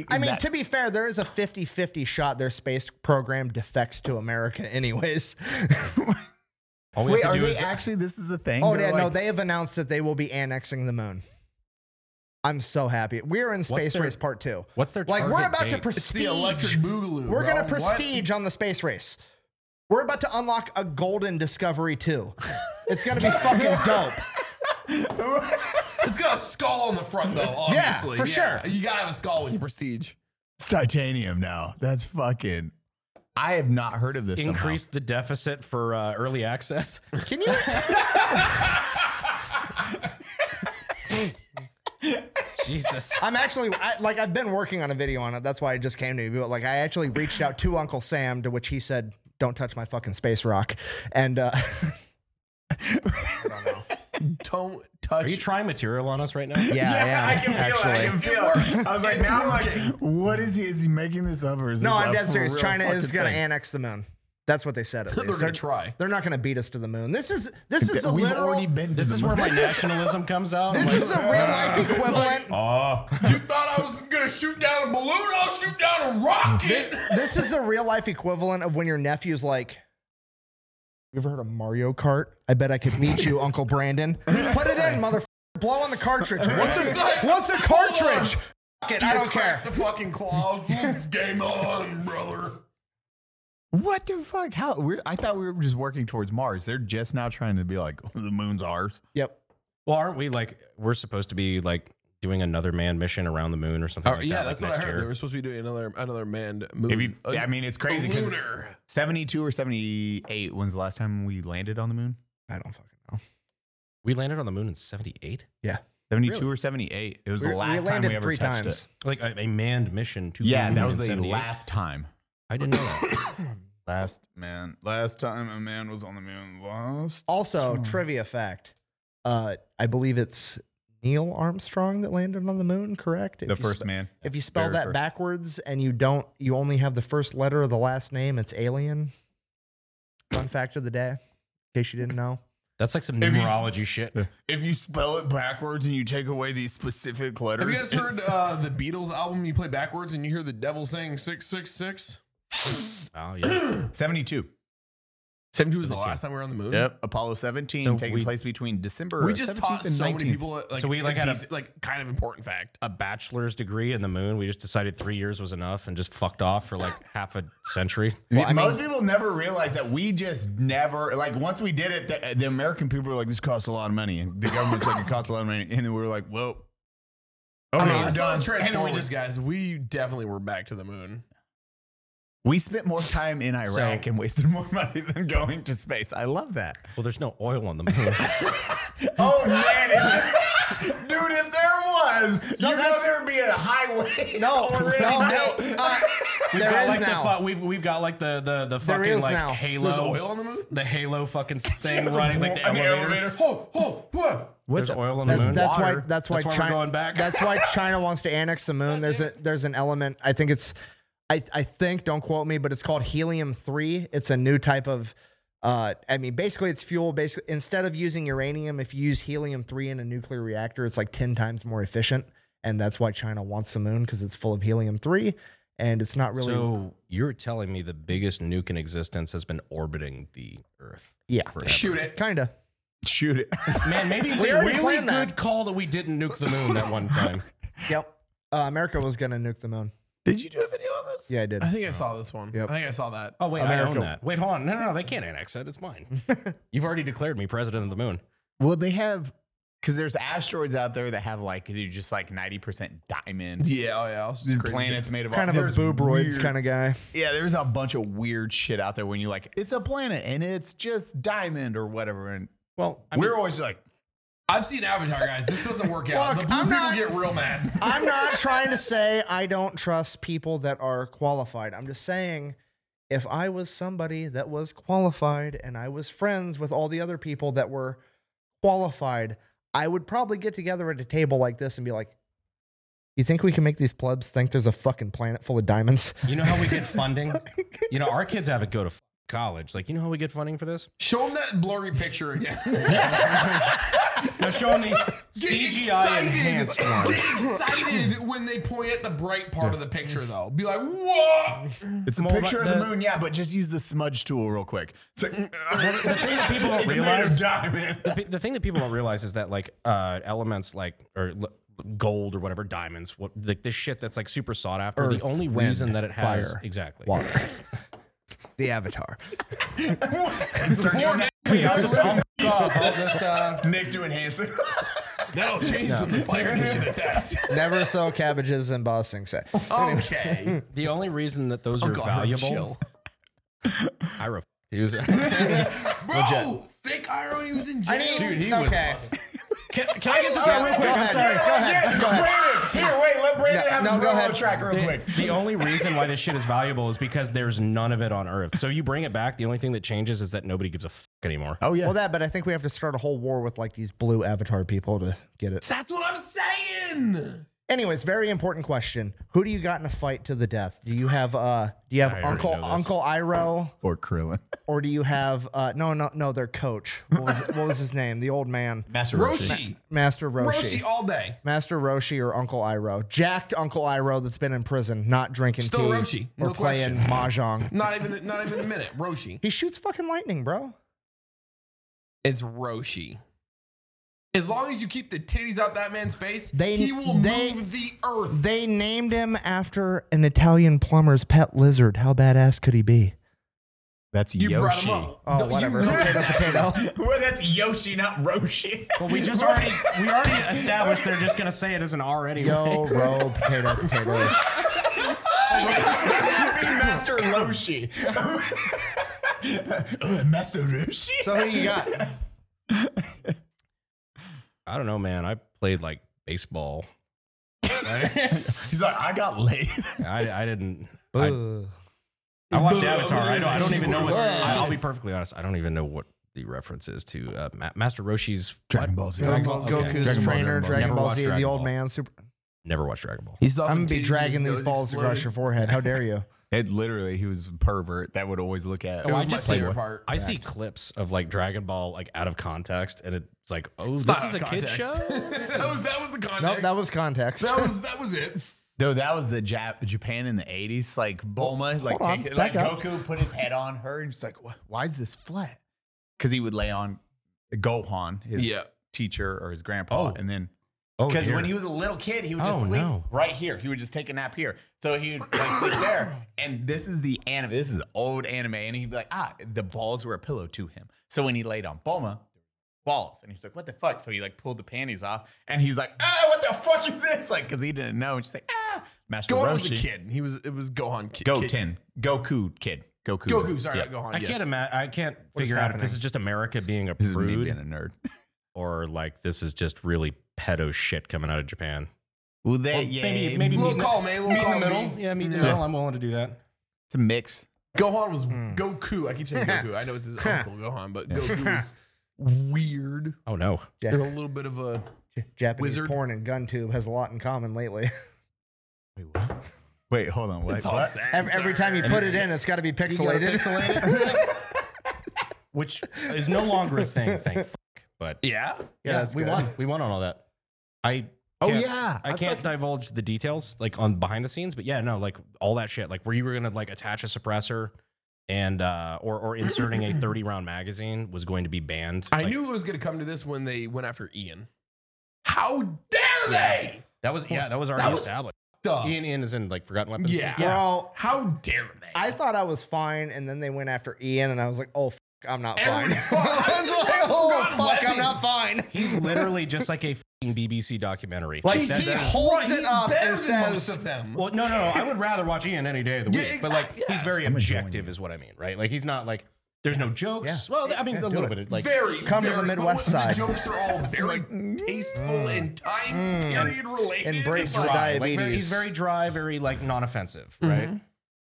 Speaker 1: I mean, to be fair, there is a 50-50 shot their space program defects to America, anyways.
Speaker 4: all we
Speaker 7: Wait,
Speaker 4: have
Speaker 7: are
Speaker 4: to do
Speaker 7: they
Speaker 4: is
Speaker 7: actually? This is the thing.
Speaker 1: oh
Speaker 7: They're
Speaker 1: yeah, no,
Speaker 7: like-
Speaker 1: they have announced that they will be annexing the moon. I'm so happy. We're in space
Speaker 4: their-
Speaker 1: race part two.
Speaker 4: what's their
Speaker 1: like? We're
Speaker 4: target
Speaker 1: about to
Speaker 4: date?
Speaker 5: it's
Speaker 1: prestige.
Speaker 5: the electric boogaloo.
Speaker 1: We're
Speaker 5: bro.
Speaker 1: gonna
Speaker 5: What?
Speaker 1: prestige on the space race. We're about to unlock a golden discovery too. It's gonna be fucking dope.
Speaker 5: It's got a skull on the front though. Obviously,
Speaker 1: for sure.
Speaker 5: You gotta have a skull when you prestige.
Speaker 7: It's titanium now. That's fucking. I have not heard of this. somehow.
Speaker 4: increase the deficit for uh, early access.
Speaker 1: Can you?
Speaker 4: Jesus.
Speaker 1: I'm actually I, like I've been working on a video on it. That's why it just came to me. But like I actually reached out to Uncle Sam, to which he said, "Don't touch my fucking space rock." And uh,
Speaker 5: Don't touch.
Speaker 4: Are you trying material on us right now?
Speaker 1: yeah, yeah,
Speaker 7: I can feel it. I can
Speaker 1: actually.
Speaker 7: feel
Speaker 5: It
Speaker 7: it.
Speaker 5: works.
Speaker 7: I was like,
Speaker 5: It's
Speaker 7: now I'm
Speaker 5: working.
Speaker 7: like, what is he? Is he making this up or is
Speaker 1: No,
Speaker 7: this
Speaker 1: I'm
Speaker 7: a
Speaker 1: dead serious.
Speaker 7: real
Speaker 1: China is
Speaker 7: fucking
Speaker 1: gonna
Speaker 7: thing?
Speaker 1: annex the moon. That's what they said. At
Speaker 5: They're
Speaker 1: least.
Speaker 5: gonna try.
Speaker 1: They're not gonna beat us to the moon. This is this is a
Speaker 7: We've
Speaker 1: literal.
Speaker 7: already been. To
Speaker 4: This
Speaker 7: the
Speaker 4: is where
Speaker 7: moon.
Speaker 4: my nationalism comes out.
Speaker 1: this
Speaker 4: I'm like,
Speaker 1: is a real life equivalent.
Speaker 5: You thought I was gonna shoot down a balloon? I'll shoot down a rocket.
Speaker 1: this is a real life equivalent of when your nephew's like, You ever heard of Mario Kart? I bet I could beat you, Uncle Brandon. Put it in, motherfucker. Blow on the cartridge. What's
Speaker 5: It's
Speaker 1: a,
Speaker 5: like,
Speaker 1: what's a cartridge? Fuck it, I don't care.
Speaker 5: Crack the fucking claws. Game on, brother.
Speaker 7: What the fuck? How? We're, I thought we were just working towards Mars. They're just now trying to be like, oh, the moon's ours.
Speaker 1: Yep.
Speaker 4: well, aren't we like we're supposed to be like doing another manned mission around the moon or something like
Speaker 5: Oh, yeah,
Speaker 4: that?
Speaker 5: that's
Speaker 4: like
Speaker 5: what I
Speaker 4: next
Speaker 5: heard.
Speaker 4: year?
Speaker 5: They were supposed to be doing another another manned moon.
Speaker 7: If you, I mean, it's crazy because
Speaker 5: lunar.
Speaker 7: 72 or 78. When's the last time we landed on the moon?
Speaker 1: I don't fucking know.
Speaker 4: We landed on the moon in '78.
Speaker 7: 72 or 78. It was the last time we ever touched it.
Speaker 4: Like a, a manned mission to
Speaker 7: Yeah,
Speaker 4: the
Speaker 7: that
Speaker 4: moon
Speaker 7: was
Speaker 4: in
Speaker 7: the
Speaker 4: 78.
Speaker 7: last time.
Speaker 4: I didn't know that.
Speaker 7: Last man. Last time a man was on the moon. Last.
Speaker 1: Also, trivia fact. Uh, I believe it's Neil Armstrong that landed on the moon, correct? If
Speaker 7: The
Speaker 1: you
Speaker 7: first
Speaker 1: spe-
Speaker 7: man.
Speaker 1: If you spell
Speaker 7: Very
Speaker 1: that
Speaker 7: first.
Speaker 1: backwards and you don't, you only have the first letter of the last name. It's alien. Fun fact of the day, in case you didn't know.
Speaker 4: That's like some
Speaker 7: If you-
Speaker 4: numerology shit.
Speaker 7: If you spell it backwards and you take away these specific letters,
Speaker 5: Have you guys heard
Speaker 7: it's-
Speaker 5: uh, the Beatles album? You play backwards and you hear the devil saying 666?
Speaker 4: Oh yeah.
Speaker 5: uh,
Speaker 7: 72.
Speaker 5: 72 was the last time we were on the moon.
Speaker 7: Yep, Apollo 17
Speaker 4: So
Speaker 7: taking
Speaker 4: we-
Speaker 7: place between December.
Speaker 5: We just
Speaker 7: 17th
Speaker 5: taught
Speaker 7: and
Speaker 5: so
Speaker 7: 19th.
Speaker 5: many people uh, like,
Speaker 4: So we, like,
Speaker 5: a
Speaker 4: had a-
Speaker 5: decent- like kind of important fact.
Speaker 4: a bachelor's degree in the moon. We just decided three years was enough and just fucked off for like half a century.
Speaker 7: Most people never realize that we just never like once we did it, the, the American people were like, "This costs a lot of money," and the government's like, "It costs a lot of money," and then we were like, "Well, okay,
Speaker 5: I mean, I
Speaker 7: we're
Speaker 5: saw
Speaker 7: done."
Speaker 5: the
Speaker 7: And then we
Speaker 5: Transformers,
Speaker 7: just
Speaker 5: guys. We definitely were back to the moon.
Speaker 7: we spent more time in Iraq and wasted more money than going to space. I love that.
Speaker 4: Well, there's no oil on the moon.
Speaker 7: Oh man, if- dude, if there was,
Speaker 1: No,
Speaker 7: you know
Speaker 1: that's-
Speaker 7: there'd be a highway.
Speaker 1: No,
Speaker 7: already
Speaker 1: no,
Speaker 7: built.
Speaker 1: hey, uh,
Speaker 4: We've
Speaker 1: there
Speaker 4: got
Speaker 1: is
Speaker 4: like
Speaker 1: now.
Speaker 4: the fu- we've we've got like the the the
Speaker 1: There
Speaker 4: fucking
Speaker 1: is
Speaker 4: like
Speaker 1: now.
Speaker 4: Halo
Speaker 5: There's oil on the moon?
Speaker 4: The Halo fucking thing running like the
Speaker 5: I mean,
Speaker 4: elevator.
Speaker 5: Ho, ho, ho.
Speaker 4: There's oil on the
Speaker 1: That's,
Speaker 4: moon.
Speaker 1: that's why.
Speaker 4: Water.
Speaker 1: That's why.
Speaker 4: we're
Speaker 1: China,
Speaker 4: going back.
Speaker 1: That's why China wants to annex the moon. There's a there's an element. I think it's, I I think don't quote me, but it's called helium three. It's a new type of, uh, I mean, basically it's fuel. Basically, instead of using uranium, if you use helium three in a nuclear reactor, it's like ten times more efficient, and that's why China wants the moon because it's full of helium three, and it's not really.
Speaker 4: So you're telling me the biggest nuke in existence has been orbiting the Earth?
Speaker 1: yeah,
Speaker 4: forever.
Speaker 5: Shoot it.
Speaker 1: kinda.
Speaker 7: Shoot it.
Speaker 4: Man, maybe it's
Speaker 1: We
Speaker 4: a
Speaker 1: already
Speaker 4: really good
Speaker 1: planned that.
Speaker 4: call that we didn't nuke the moon that one time.
Speaker 1: Yep. Uh, America was gonna nuke the moon.
Speaker 5: Did you do a video on this?
Speaker 1: Yeah, I did.
Speaker 5: I think I saw this one.
Speaker 1: Yep.
Speaker 5: I think I saw that.
Speaker 4: Oh wait, I own
Speaker 1: America.
Speaker 4: that. Wait, hold on. No, no, no, they can't annex it. It's mine. You've already declared me president of the moon.
Speaker 7: Well, they have because there's asteroids out there that have like they're just like ninety percent diamond.
Speaker 5: Yeah, oh yeah.
Speaker 7: The planets made of
Speaker 1: Kind of a
Speaker 7: there's
Speaker 1: boobroids
Speaker 7: weird-
Speaker 1: kind of guy.
Speaker 7: Yeah, there's a bunch of weird shit out there when you like it's a planet and it's just diamond or whatever. And
Speaker 4: Well, I
Speaker 7: we're
Speaker 4: mean,
Speaker 7: always like,
Speaker 5: I've seen Avatar, guys. This doesn't work out.
Speaker 1: Look,
Speaker 5: the blue
Speaker 1: I'm
Speaker 5: people
Speaker 1: not-
Speaker 5: get real mad.
Speaker 1: I'm not trying to say I don't trust people that are qualified. I'm just saying if I was somebody that was qualified and I was friends with all the other people that were qualified, I would probably get together at a table like this and be like, you think we can make these plebs think there's a fucking planet full of diamonds?
Speaker 4: you know how we get funding? you know, our kids have to go to f- college. Like, you know how we get funding for this?
Speaker 5: Show them that blurry picture again.
Speaker 4: Now show them the
Speaker 5: Get
Speaker 4: CGI
Speaker 5: excited.
Speaker 4: enhanced one.
Speaker 5: Get excited when they point at the bright part of the picture, though. Be like, "What?"
Speaker 7: it's a
Speaker 4: Well,
Speaker 7: picture of
Speaker 4: but
Speaker 7: the,
Speaker 4: the-
Speaker 7: moon, yeah, but just use the smudge tool real quick. It's like
Speaker 4: the thing that people don't
Speaker 7: it's made
Speaker 4: realize-
Speaker 7: of diamond.
Speaker 4: the, the thing that people don't realize is that like uh, elements like or l- gold or whatever diamonds what like this shit that's like super sought after the
Speaker 1: Earth,
Speaker 4: only reason that it has
Speaker 1: fire,
Speaker 4: exactly
Speaker 1: The Avatar.
Speaker 4: I'll just, I'll fuck off. I'll just, uh,
Speaker 7: Next to enhance it.
Speaker 5: That'll change when the Fire Nation attacks.
Speaker 1: Never sell cabbages in Bossing say.
Speaker 5: okay.
Speaker 4: the only reason that those are
Speaker 5: Oh, God,
Speaker 4: valuable
Speaker 5: chill.
Speaker 4: Ira
Speaker 5: Bro, fake Iroh, he was in jail.
Speaker 1: I mean,
Speaker 4: Dude, he was
Speaker 1: okay.
Speaker 4: can, can I get this out real quick
Speaker 1: Go
Speaker 4: I'm
Speaker 1: ahead.
Speaker 4: sorry
Speaker 1: Go ahead. Go ahead.
Speaker 7: Here, wait, let Brandon
Speaker 1: No,
Speaker 7: have
Speaker 1: no,
Speaker 7: his
Speaker 1: go
Speaker 7: railroad
Speaker 1: ahead.
Speaker 7: track real quick.
Speaker 4: The, the only reason why this shit is valuable is because there's none of it on Earth. So you bring it back. The only thing that changes is that nobody gives a fuck anymore.
Speaker 7: Oh yeah.
Speaker 1: Well, that, but I think we have to start a whole war with like these blue Avatar people to get it.
Speaker 5: That's what I'm saying.
Speaker 1: Anyways, very important question. Who do you got in a fight to the death? Do you have uh do you have
Speaker 4: I already
Speaker 1: Uncle
Speaker 4: know this.
Speaker 1: Uncle Iro
Speaker 7: or Krillin.
Speaker 1: or do you have uh no no no their coach. What was what was his name? The old man.
Speaker 7: Master
Speaker 5: Roshi.
Speaker 1: Master Roshi.
Speaker 5: Roshi all day.
Speaker 1: Master Roshi or Uncle Iro. Jacked Uncle Iro that's been in prison, not drinking
Speaker 5: Still
Speaker 1: tea
Speaker 5: Roshi,
Speaker 1: or
Speaker 5: no
Speaker 1: playing
Speaker 5: question.
Speaker 1: mahjong.
Speaker 5: Not even not even a minute. Roshi.
Speaker 1: He shoots fucking lightning, bro.
Speaker 5: It's Roshi. As long as you keep the titties out that man's face,
Speaker 1: They-
Speaker 5: he will
Speaker 1: they-
Speaker 5: move the earth.
Speaker 1: They named him after an Italian plumber's pet lizard. How badass could he be?
Speaker 7: That's
Speaker 5: You
Speaker 7: Yoshi.
Speaker 5: brought him up.
Speaker 1: Oh,
Speaker 5: No, you
Speaker 1: whatever.
Speaker 5: know
Speaker 1: Potato,
Speaker 5: that.
Speaker 1: potato.
Speaker 7: well, that's Yoshi, not Roshi.
Speaker 4: Well, we just already we already established they're just gonna say it as an R anyway.
Speaker 1: Yo, roll, potato, potato.
Speaker 7: Master Roshi. Uh, Master Roshi.
Speaker 1: So who you got?
Speaker 4: I don't know, man. I played like baseball.
Speaker 7: He's like, I got laid.
Speaker 4: I, I didn't. I,
Speaker 1: Ugh.
Speaker 4: I watched Avatar. I don't, I don't even know what.
Speaker 1: Boo.
Speaker 4: I- I'll be perfectly honest. I don't even know what the reference is to uh, Ma- Master Roshi's
Speaker 7: Dragon Ball Z.
Speaker 1: Dragon
Speaker 5: Ball-
Speaker 1: Ball,
Speaker 5: Goku's
Speaker 1: Goku's
Speaker 5: Dragon Ball,
Speaker 1: trainer,
Speaker 7: Dragon Ball.
Speaker 1: Dragon
Speaker 4: Never
Speaker 1: Ball
Speaker 4: watched
Speaker 1: Z, the
Speaker 4: Dragon
Speaker 1: old
Speaker 4: Ball.
Speaker 1: man. Super.
Speaker 4: Never watched Dragon Ball.
Speaker 5: He saw
Speaker 1: I'm
Speaker 5: some
Speaker 1: gonna be
Speaker 5: titties and
Speaker 1: dragging
Speaker 5: his
Speaker 1: these
Speaker 5: nose
Speaker 1: balls across your
Speaker 5: exploded.
Speaker 1: forehead. How dare you?
Speaker 7: It literally, he was a pervert that would always look at.
Speaker 5: It was
Speaker 4: I
Speaker 5: my
Speaker 4: just
Speaker 5: favorite
Speaker 4: like,
Speaker 5: part.
Speaker 4: I see clips of like Dragon Ball like out of context, and it's like, oh,
Speaker 5: not
Speaker 4: this is a
Speaker 5: out of
Speaker 4: kid show.
Speaker 5: context. that, was, that was the
Speaker 1: No,
Speaker 5: context.
Speaker 1: that was context.
Speaker 5: that was that was it.
Speaker 7: No, that was the Jap- Japan in the eighties, like Bulma, like
Speaker 1: Oh, on,
Speaker 7: take, like
Speaker 1: back up.
Speaker 7: Goku put his head on her, and she's like, "Wh- "Why is this flat?" Because he would lay on Gohan, his
Speaker 5: Yeah.
Speaker 7: teacher or his grandpa,
Speaker 4: Oh.
Speaker 7: and then
Speaker 4: Oh,
Speaker 7: because when
Speaker 4: dear.
Speaker 7: he was a little kid, he would just
Speaker 4: Oh,
Speaker 7: sleep
Speaker 4: no.
Speaker 7: right here. He would just take a nap here, so he would like, sleep there. And this is the anime. This is old anime, and he'd be like, "Ah, the balls were a pillow to him." So when he laid on Bulma, balls. And he's like, what the fuck? So he like pulled the panties off and he's like, ah, what the fuck is this? Like, cause he didn't know. And she's like, ah, Master
Speaker 5: Gohan
Speaker 7: Roshi.
Speaker 5: was a kid. He was it was Gohan kid.
Speaker 7: Go
Speaker 5: kid.
Speaker 7: 10. Goku kid. Goku.
Speaker 5: Goku.
Speaker 7: was-
Speaker 5: Sorry,
Speaker 7: yeah.
Speaker 5: not Gohan.
Speaker 4: I
Speaker 5: yes.
Speaker 4: can't imagine. I can't
Speaker 1: is
Speaker 4: figure out if this
Speaker 1: happening?
Speaker 4: is just America being a
Speaker 7: This is me being
Speaker 4: prude
Speaker 7: a nerd.
Speaker 4: or like this is just really pedo shit coming out of Japan.
Speaker 7: Well, that,
Speaker 4: Or
Speaker 7: Eh, yeah.
Speaker 4: maybe maybe
Speaker 5: Little
Speaker 4: meet in the-
Speaker 5: call, man. Little
Speaker 4: meet in
Speaker 5: call
Speaker 4: the middle.
Speaker 5: me.
Speaker 4: Yeah, meet in the
Speaker 5: Yeah.
Speaker 4: middle. I'm willing to do that.
Speaker 7: It's a mix.
Speaker 5: Gohan was
Speaker 1: Hmm.
Speaker 5: Goku. I keep saying Goku. I know it's his uncle Gohan, but Goku was weird.
Speaker 4: Oh no.
Speaker 5: There's a little bit of a
Speaker 1: Japanese
Speaker 5: Wizard.
Speaker 1: porn and GunTube has a lot in common lately.
Speaker 7: Wait, hold on. What?
Speaker 5: it's all
Speaker 7: what?
Speaker 5: sad.
Speaker 1: Every, every time you put it in, it's got to be pixelated.
Speaker 4: Which is no longer a thing. Thank fuck. But
Speaker 5: Yeah.
Speaker 1: Yeah, that's
Speaker 4: we
Speaker 1: good.
Speaker 4: won. We won on all that. I.
Speaker 7: Oh,
Speaker 4: can't-
Speaker 7: yeah.
Speaker 4: I, can't divulge the details like on behind the scenes, but yeah, no, like all that shit, like where you were gonna like attach a suppressor and uh or or inserting a 30 round magazine was going to be banned.
Speaker 5: I
Speaker 4: Like,
Speaker 5: knew it was going to come to this when they went after Ian. How dare they?
Speaker 4: that was yeah, that was already
Speaker 5: That was
Speaker 4: established.
Speaker 5: Duh.
Speaker 4: Ian Ian is in like Forgotten Weapons.
Speaker 5: Yeah.
Speaker 1: Bro,
Speaker 5: How dare they?
Speaker 1: I thought I was fine, and then they went after Ian, and I was like, oh, f- I'm not fine.
Speaker 5: Everyone's fine.
Speaker 1: I was like, oh,
Speaker 5: Forgotten
Speaker 1: fuck, I'm not
Speaker 5: weapons.
Speaker 1: fine.
Speaker 4: He's literally just like a fing BBC documentary.
Speaker 1: Like,
Speaker 4: Like, that-
Speaker 1: he
Speaker 5: Jesus
Speaker 1: holds
Speaker 5: Christ,
Speaker 1: it
Speaker 5: he's
Speaker 1: up
Speaker 5: better
Speaker 1: and
Speaker 5: than most
Speaker 1: says,
Speaker 5: of them.
Speaker 4: well, no, no, no. I would rather watch Ian any day of the
Speaker 5: Yeah,
Speaker 4: week. But like
Speaker 5: exact-
Speaker 4: he's very
Speaker 5: yes.
Speaker 4: objective is what I mean, right? Like he's not like there's no jokes. Well, I mean a little
Speaker 1: it.
Speaker 4: bit of like
Speaker 5: very
Speaker 1: Come to the
Speaker 5: very-
Speaker 1: Midwest
Speaker 5: but
Speaker 1: side. mm,
Speaker 5: The jokes are all very tasteful and time period related.
Speaker 1: Embrace
Speaker 5: Like,
Speaker 1: the
Speaker 4: dry. Like, very-
Speaker 1: diabetes.
Speaker 4: he's very dry, very like non-offensive, right?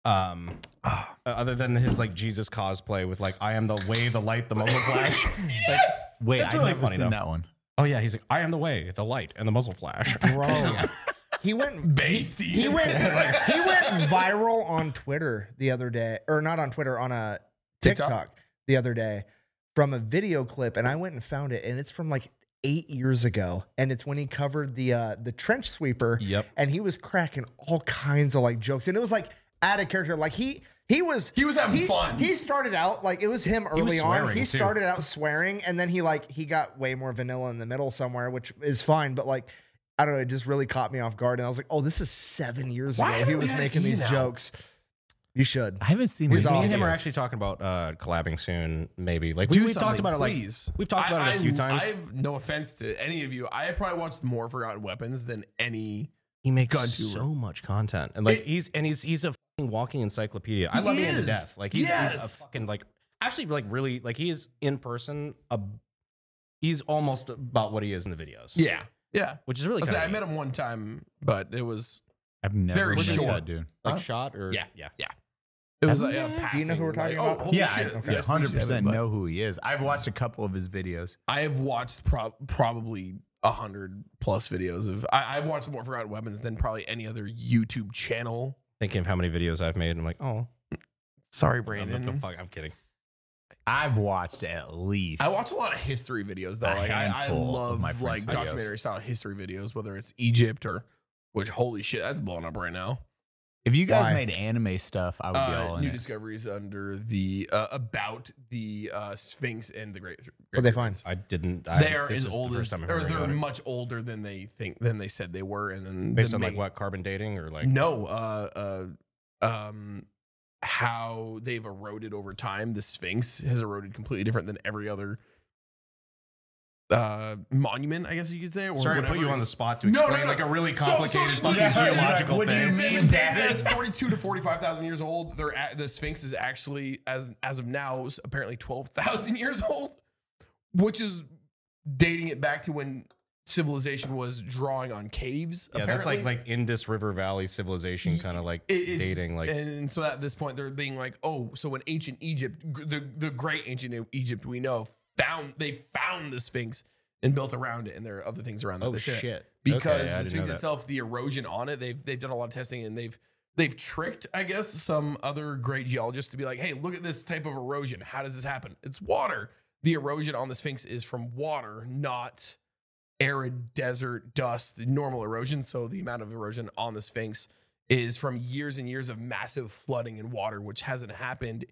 Speaker 4: Um, uh,
Speaker 5: Ah.
Speaker 4: other than his like Jesus cosplay with like I am the way, the light, the muzzle flash. Like,
Speaker 7: Wait,
Speaker 4: That's
Speaker 7: I've
Speaker 4: really
Speaker 7: never
Speaker 4: funny,
Speaker 7: seen
Speaker 4: though.
Speaker 7: that one.
Speaker 4: oh yeah, he's like I am the way, the light, and the muzzle flash.
Speaker 1: bro. He went
Speaker 5: Based
Speaker 1: He went he went viral on Twitter the other day, or not on Twitter, on a TikTok, the other day from a video clip, and I went and found it, and it's from like eight years ago, and it's when he covered the uh, the trench sweeper.
Speaker 4: Yep.
Speaker 1: and he was cracking all kinds of like jokes, and it was like out of character, like he. He was
Speaker 5: He was having fun.
Speaker 1: He started out like it was him
Speaker 4: was
Speaker 1: early on.
Speaker 4: swearing,
Speaker 1: He
Speaker 4: too.
Speaker 1: started out swearing, and then he like he got way more vanilla in the middle somewhere, which is fine. But like I don't know, it just really caught me off guard, and I was like, "Oh, this is seven years
Speaker 5: Why
Speaker 1: ago." He
Speaker 5: haven't we
Speaker 1: was
Speaker 5: had
Speaker 1: making
Speaker 5: Ian
Speaker 1: these
Speaker 5: out?
Speaker 1: jokes. You should.
Speaker 7: I haven't seen
Speaker 1: He's
Speaker 7: it.
Speaker 4: Me and
Speaker 1: awesome.
Speaker 4: him are actually talking about uh, collabing soon, maybe. Like we,
Speaker 5: Do
Speaker 4: we've talked
Speaker 5: something,
Speaker 4: about it. Like
Speaker 5: please.
Speaker 4: we've talked
Speaker 5: I-
Speaker 4: about it a
Speaker 5: I-
Speaker 4: few times.
Speaker 5: I've no offense to any of you. I probably watched more Forgotten Weapons than any.
Speaker 4: he makes
Speaker 5: Gone too
Speaker 4: so much content, and like
Speaker 5: It-
Speaker 4: he's and he's he's a fucking walking encyclopedia. I
Speaker 5: He
Speaker 4: love him to
Speaker 5: is.
Speaker 4: death. Like he's, he's
Speaker 5: Yes.
Speaker 4: a fucking like actually like really like he is in person. A, he's almost about what he is in the videos.
Speaker 5: Yeah, yeah.
Speaker 4: which is really.
Speaker 5: I,
Speaker 4: Kinda
Speaker 5: I
Speaker 4: neat.
Speaker 5: met him one time, but it was
Speaker 7: I've never
Speaker 5: Very
Speaker 7: met
Speaker 5: short.
Speaker 7: that dude.
Speaker 4: like
Speaker 5: Huh?
Speaker 4: shot or
Speaker 5: Yeah.
Speaker 4: yeah.
Speaker 5: it was like a
Speaker 1: Do
Speaker 5: passing.
Speaker 1: you know who we're talking
Speaker 5: like,
Speaker 1: about?
Speaker 5: Oh, holy
Speaker 7: yeah,
Speaker 5: shit.
Speaker 7: I, yeah,
Speaker 5: Yes, we should have
Speaker 7: 100%
Speaker 5: him, but
Speaker 7: know who he is. I've watched a couple of his videos.
Speaker 5: I have watched prob probably a hundred plus videos of. I, I've watched more Forgotten Weapons than probably any other YouTube channel.
Speaker 4: Thinking of how many videos I've made, and I'm like, oh,
Speaker 5: Sorry,
Speaker 4: I'm, not-
Speaker 5: Brandon.
Speaker 4: fuck, I'm kidding.
Speaker 7: I've watched at least.
Speaker 5: I watch a lot of history videos though.
Speaker 7: A
Speaker 5: Like, I, I
Speaker 7: handful of
Speaker 5: love
Speaker 7: my friends'
Speaker 5: like
Speaker 7: videos.
Speaker 5: documentary style history videos, whether it's Egypt or which holy shit, that's blowing up right now.
Speaker 7: If you guys
Speaker 1: Why?
Speaker 7: made anime stuff, I would be
Speaker 5: Uh,
Speaker 7: all in
Speaker 5: new
Speaker 7: it.
Speaker 5: discoveries under the uh, about the uh, Sphinx and the Great. Th-
Speaker 1: What
Speaker 5: Great
Speaker 1: they find?
Speaker 4: I didn't. I,
Speaker 5: They are
Speaker 4: this
Speaker 5: as
Speaker 4: is the
Speaker 5: old
Speaker 4: first
Speaker 5: as,
Speaker 4: time I've
Speaker 5: or
Speaker 4: ever heard
Speaker 5: they're
Speaker 4: about it.
Speaker 5: much older than they think than they said they were, and then
Speaker 4: based
Speaker 5: the
Speaker 4: on like
Speaker 5: main-
Speaker 4: what carbon dating or like.
Speaker 5: no uh uh um how they've eroded over time the sphinx has eroded completely different than every other uh monument i guess you could say or
Speaker 4: Sorry to
Speaker 5: whatever.
Speaker 4: put you on the spot to
Speaker 5: No, no,
Speaker 4: explain
Speaker 5: no.
Speaker 4: like a really
Speaker 5: So- so-
Speaker 4: complicated fucking
Speaker 5: yeah, yeah,
Speaker 4: geological
Speaker 5: like,
Speaker 4: thing.
Speaker 5: What do you mean that is 42 to 45,000 years old? They're at, the Sphinx is actually as as of now is apparently 12,000 years old, which is dating it back to when civilization was drawing on caves.
Speaker 4: Yeah, that's like
Speaker 5: apparently.
Speaker 4: like Indus River Valley civilization kind of like
Speaker 5: It- it's-
Speaker 4: dating like
Speaker 5: and so at this point they're being like oh so in ancient E, egypt gr- the, the great ancient egypt we know found they found the Sphinx and built around it, and there are other things around that.
Speaker 4: Oh,
Speaker 5: they said.
Speaker 4: shit. Okay, I
Speaker 5: Because the
Speaker 4: didn't
Speaker 5: Sphinx
Speaker 4: know that.
Speaker 5: itself, the erosion on it, they've they've done a lot of testing and they've they've tricked, I guess, some other great geologists to be like, hey, look at this type of erosion. How does this happen? It's water. The erosion on the Sphinx is from water, not arid desert dust, the normal erosion. So the amount of erosion on the Sphinx is from years and years of massive flooding and water, which hasn't happened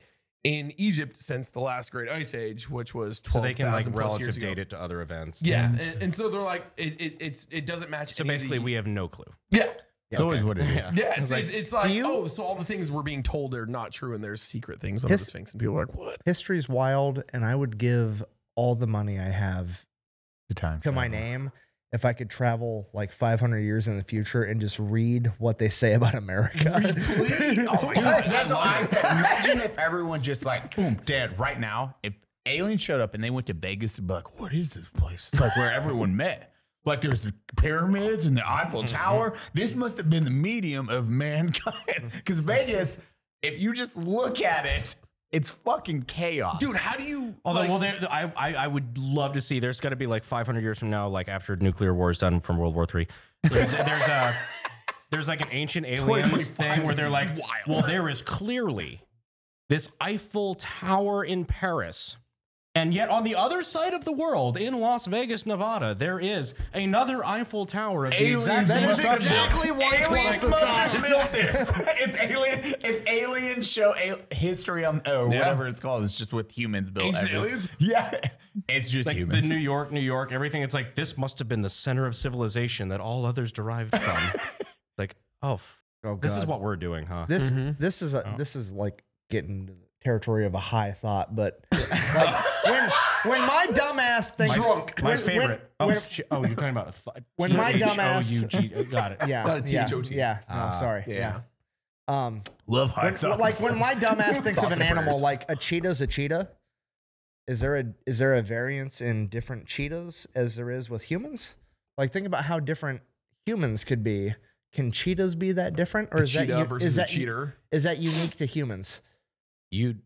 Speaker 5: in Egypt since the last Great Ice Age, which was
Speaker 4: So they
Speaker 5: twelve
Speaker 4: can like
Speaker 5: thousand plus years
Speaker 4: relative
Speaker 5: ago.
Speaker 4: date it to other events.
Speaker 5: Yeah, and, and so they're like, it, it it's it doesn't match.
Speaker 4: So
Speaker 5: any of the-
Speaker 4: basically, we have no clue.
Speaker 5: yeah.
Speaker 7: It's always what it is.
Speaker 5: Yeah, it's, it's, it's like,
Speaker 1: you-
Speaker 5: oh, so all the things we're being told are not true, and there's secret things on
Speaker 1: Yes.
Speaker 5: the Sphinx, and people are like, what?
Speaker 1: History's wild, and I would give all the money I have
Speaker 7: The time.
Speaker 1: to my
Speaker 7: travel.
Speaker 1: name if I could travel like 500 years in the future and just read what they say about America.
Speaker 7: Oh my God, that's what I said. Imagine if everyone just like, boom, dead right now. If aliens showed up and they went to Vegas and be like, what is this place? It's like where everyone met. Like there's the pyramids and the Eiffel Tower. This must have been the medium of mankind. Because Vegas, if you just look at it, it's fucking chaos.
Speaker 5: Dude, how do you?
Speaker 4: Although,
Speaker 5: like-
Speaker 4: well, there, I, I I would love to see. There's got to be like 500 years from now, like after nuclear war is done from World War Three. There's, there's a there's like an ancient aliens
Speaker 7: 2025
Speaker 4: thing where they're like,
Speaker 7: is wild.
Speaker 4: well, there is clearly this Eiffel Tower in Paris. And yet, on the other side of the world, in Las Vegas, Nevada, there is another Eiffel Tower of the exact same
Speaker 7: must have
Speaker 4: subject.
Speaker 7: built- aliens must have built this. it's alien. It's alien show a- history on oh whatever it's called. It's just with humans built.
Speaker 5: Ancient
Speaker 7: everything.
Speaker 5: aliens?
Speaker 7: Yeah, it's just
Speaker 4: like
Speaker 7: humans.
Speaker 4: the New York, New York, everything. It's like this must have been the center of civilization that all others derived from. like, oh, f-
Speaker 1: Oh,
Speaker 4: this is
Speaker 1: God.
Speaker 4: what we're doing, huh?
Speaker 1: this this is a, this is like getting into the territory of a high thought, but like, when when my dumbass thinks
Speaker 4: My
Speaker 1: Mm-hmm. when- when-
Speaker 4: favorite. oh,
Speaker 1: when-
Speaker 4: shit. oh, you're talking about a th-
Speaker 1: When my
Speaker 4: T H O
Speaker 1: dumbass-
Speaker 4: U G- oh, Got it.
Speaker 1: yeah,
Speaker 5: Not a
Speaker 1: yeah,
Speaker 5: THOT.
Speaker 1: yeah, no,
Speaker 7: Ah,
Speaker 1: I'm sorry, yeah.
Speaker 5: yeah.
Speaker 1: Um,
Speaker 7: Love high
Speaker 1: when,
Speaker 7: thoughts.
Speaker 1: like when my dumbass thinks of
Speaker 7: Thoughts
Speaker 1: an
Speaker 7: and
Speaker 1: animal,
Speaker 7: prayers.
Speaker 1: like a cheetah's a cheetah. Is there a is there a variance in different cheetahs as there is with humans? Like think about how different humans could be. Can cheetahs be that different, or
Speaker 5: A
Speaker 1: is that
Speaker 5: cheetah
Speaker 1: u-
Speaker 5: versus
Speaker 1: is
Speaker 5: a
Speaker 1: that u-
Speaker 5: cheater?
Speaker 1: Is that unique to humans?
Speaker 4: You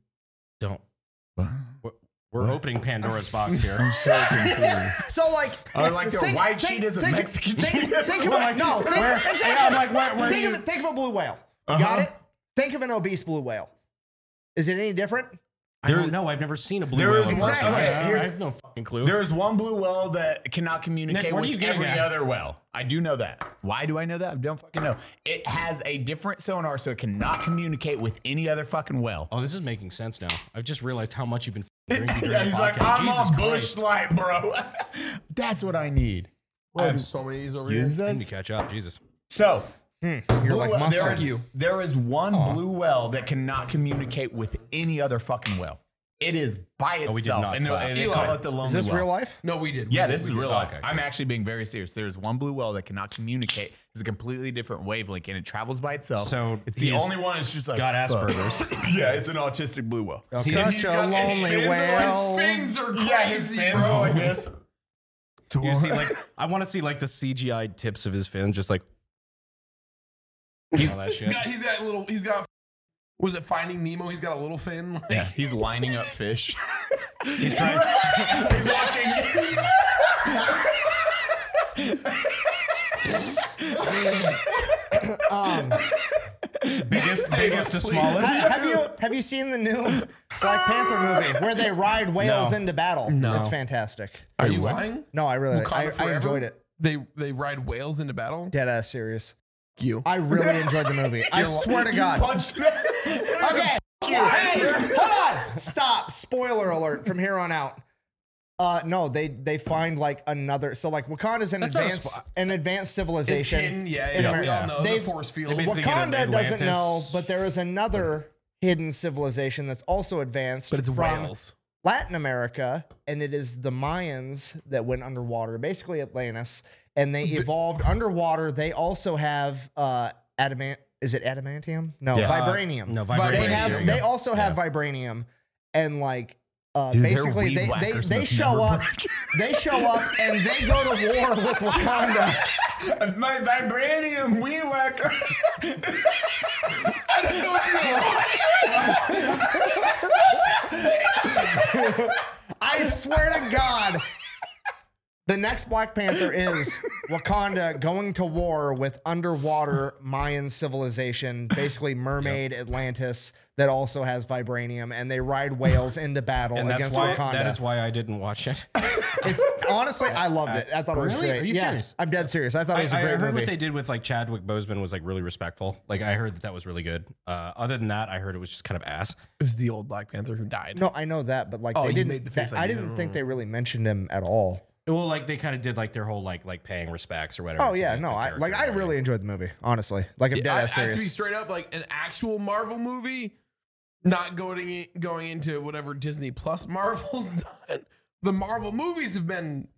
Speaker 4: don't. We're, we're
Speaker 7: What?
Speaker 4: opening Pandora's box here.
Speaker 7: I'm so confused.
Speaker 1: So like,
Speaker 7: Or like they're
Speaker 1: think-
Speaker 7: white
Speaker 1: think-
Speaker 7: cheetahs and
Speaker 1: think-
Speaker 7: Mexican
Speaker 1: think,
Speaker 7: cheetahs.
Speaker 1: Think of it. No, think,
Speaker 7: Where-
Speaker 1: exactly.
Speaker 7: yeah, I'm like, where- where
Speaker 1: think
Speaker 7: do
Speaker 1: of
Speaker 7: you-
Speaker 1: it. Think of a blue whale. Got
Speaker 7: Uh-huh.
Speaker 1: it. Think of an obese blue whale. Is it any different?
Speaker 4: I don't know. I've never seen a blue
Speaker 7: there
Speaker 4: whale.
Speaker 7: is
Speaker 4: in
Speaker 7: exactly-
Speaker 4: person.
Speaker 7: okay,
Speaker 4: I-
Speaker 7: here-
Speaker 4: I have no fucking clue.
Speaker 7: There is one blue well that cannot communicate
Speaker 4: Nick, what are
Speaker 7: with
Speaker 4: you getting
Speaker 7: every
Speaker 4: at?
Speaker 7: other well. I do know that. Why do I know that? I don't fucking know. It has a different sonar, so it cannot communicate with any other fucking well.
Speaker 4: oh, this is making sense now. I've just realized how much you've been f***ing drinking.
Speaker 7: Yeah,
Speaker 4: during
Speaker 7: he's
Speaker 4: the
Speaker 7: like,
Speaker 4: podcast.
Speaker 7: I'm
Speaker 4: Jesus
Speaker 7: on
Speaker 4: Christ.
Speaker 7: Bush Light, bro. That's what I need.
Speaker 5: I have so many of these over here.
Speaker 7: Use
Speaker 4: I need
Speaker 7: this.
Speaker 4: to catch up. Jesus.
Speaker 7: So,
Speaker 1: Hmm, You're
Speaker 7: blue
Speaker 1: like
Speaker 7: whale- there
Speaker 1: mustard.
Speaker 7: is, there is one blue well that cannot communicate with any other fucking well. It is by itself.
Speaker 4: we did not
Speaker 7: and they-
Speaker 4: clap.
Speaker 7: and they
Speaker 5: Eli,
Speaker 7: call it the lonely
Speaker 1: Is this
Speaker 7: well.
Speaker 1: real life?
Speaker 5: No, we did.
Speaker 7: Yeah,
Speaker 5: We did,
Speaker 7: this is
Speaker 5: we did.
Speaker 7: real
Speaker 4: Oh,
Speaker 7: life.
Speaker 4: okay, okay.
Speaker 7: I'm actually being very serious. There's one blue well that cannot communicate. It's a completely different wavelength and it travels by itself.
Speaker 4: So
Speaker 7: it's the
Speaker 4: he's
Speaker 7: only one that's just like
Speaker 4: got
Speaker 7: fuck.
Speaker 4: Asperger's.
Speaker 7: yeah, it's an autistic blue well.
Speaker 1: Such a lonely whale.
Speaker 5: Fins are crazy,
Speaker 7: Yeah, his fins
Speaker 5: bro.
Speaker 7: go like this.
Speaker 4: You see, like, I want to see like the CGI tips of his fins, just like
Speaker 7: He's-
Speaker 4: all that
Speaker 5: He's
Speaker 4: shit.
Speaker 5: got, he's got little. He's got. Was it Finding Nemo? He's got a little fin. Like,
Speaker 7: yeah, he's lining up fish. he's trying. he's watching.
Speaker 1: Um,
Speaker 4: biggest,
Speaker 5: Save
Speaker 4: biggest
Speaker 5: us,
Speaker 4: to
Speaker 5: please.
Speaker 4: smallest.
Speaker 1: have you have you seen the new Black Panther movie where they ride whales into battle?
Speaker 5: No.
Speaker 1: it's fantastic.
Speaker 5: are you lying?
Speaker 1: No, I really
Speaker 5: Wakanda
Speaker 1: I, I
Speaker 5: forever?
Speaker 1: enjoyed it.
Speaker 5: They they ride whales into battle.
Speaker 1: Dead ass serious.
Speaker 5: You.
Speaker 1: I really enjoyed the movie. I swear to God.
Speaker 7: Punch
Speaker 1: Okay. Hey, hold on. Stop. Spoiler alert from here on out. Uh, no, they they find like another. So like Wakanda's an
Speaker 4: That's not a
Speaker 1: advanced
Speaker 4: spo-
Speaker 1: an advanced
Speaker 5: It's
Speaker 1: civilization.
Speaker 5: hidden. Yeah,
Speaker 1: in
Speaker 5: yeah. We
Speaker 1: America.
Speaker 5: all know
Speaker 1: They've-
Speaker 5: the force field.
Speaker 4: They basically- get
Speaker 1: Wakanda
Speaker 4: into
Speaker 1: doesn't know,
Speaker 4: Atlantis.
Speaker 1: but there is another hidden civilization that's also advanced.
Speaker 5: But it's
Speaker 1: from
Speaker 5: whales.
Speaker 1: Latin America, and it is the Mayans that went underwater, basically Atlantis, and they evolved underwater. They also have uh, adamant. Is it adamantium? No, Oh, vibranium.
Speaker 4: No, vibranium.
Speaker 5: Vibranium.
Speaker 1: they
Speaker 4: There
Speaker 1: have
Speaker 4: you
Speaker 1: they
Speaker 4: go.
Speaker 1: also have vibranium and like uh,
Speaker 7: Dude, their
Speaker 1: basically
Speaker 7: weed
Speaker 1: they they,
Speaker 7: whackers
Speaker 1: they
Speaker 7: must
Speaker 1: show
Speaker 7: never
Speaker 1: up
Speaker 7: break.
Speaker 1: they show up and they go to war with Wakanda.
Speaker 7: My vibranium wee whacker.
Speaker 1: I I swear to God, the next Black Panther is Wakanda going to war with underwater Mayan civilization, basically mermaid Atlantis that also has vibranium, and they ride whales into battle
Speaker 4: and that's
Speaker 1: against
Speaker 4: why
Speaker 1: Wakanda.
Speaker 4: that is why I didn't watch it.
Speaker 1: It's honestly, I loved it. I thought it was
Speaker 4: Really?
Speaker 1: great.
Speaker 4: Are you
Speaker 1: yeah,
Speaker 4: serious?
Speaker 1: I'm dead serious. I thought
Speaker 4: I,
Speaker 1: it was a
Speaker 4: I
Speaker 1: great
Speaker 4: heard
Speaker 1: movie.
Speaker 4: what they did with like Chadwick Boseman was like really respectful. Like I heard that that was really good. Uh, other than that, I heard it was just kind of ass.
Speaker 5: It was the old Black Panther who died.
Speaker 1: no, I know that, but like
Speaker 5: Oh,
Speaker 1: they
Speaker 5: you
Speaker 1: didn't.
Speaker 5: made the face
Speaker 1: that-
Speaker 5: like
Speaker 1: I
Speaker 5: you
Speaker 1: didn't
Speaker 5: don't
Speaker 1: think they really mentioned him at all.
Speaker 4: Well, like they kind of did like their whole like like paying respects or whatever.
Speaker 1: Oh yeah,
Speaker 4: the-
Speaker 1: no,
Speaker 4: the
Speaker 1: I
Speaker 4: character
Speaker 1: like I
Speaker 4: and
Speaker 1: really enjoyed the movie. Honestly, like I'm dead
Speaker 5: I,
Speaker 1: ass
Speaker 5: I- to be
Speaker 1: serious.
Speaker 5: straight up, like an actual Marvel movie, not going in, going into whatever Disney Plus Marvel's done. The Marvel movies have been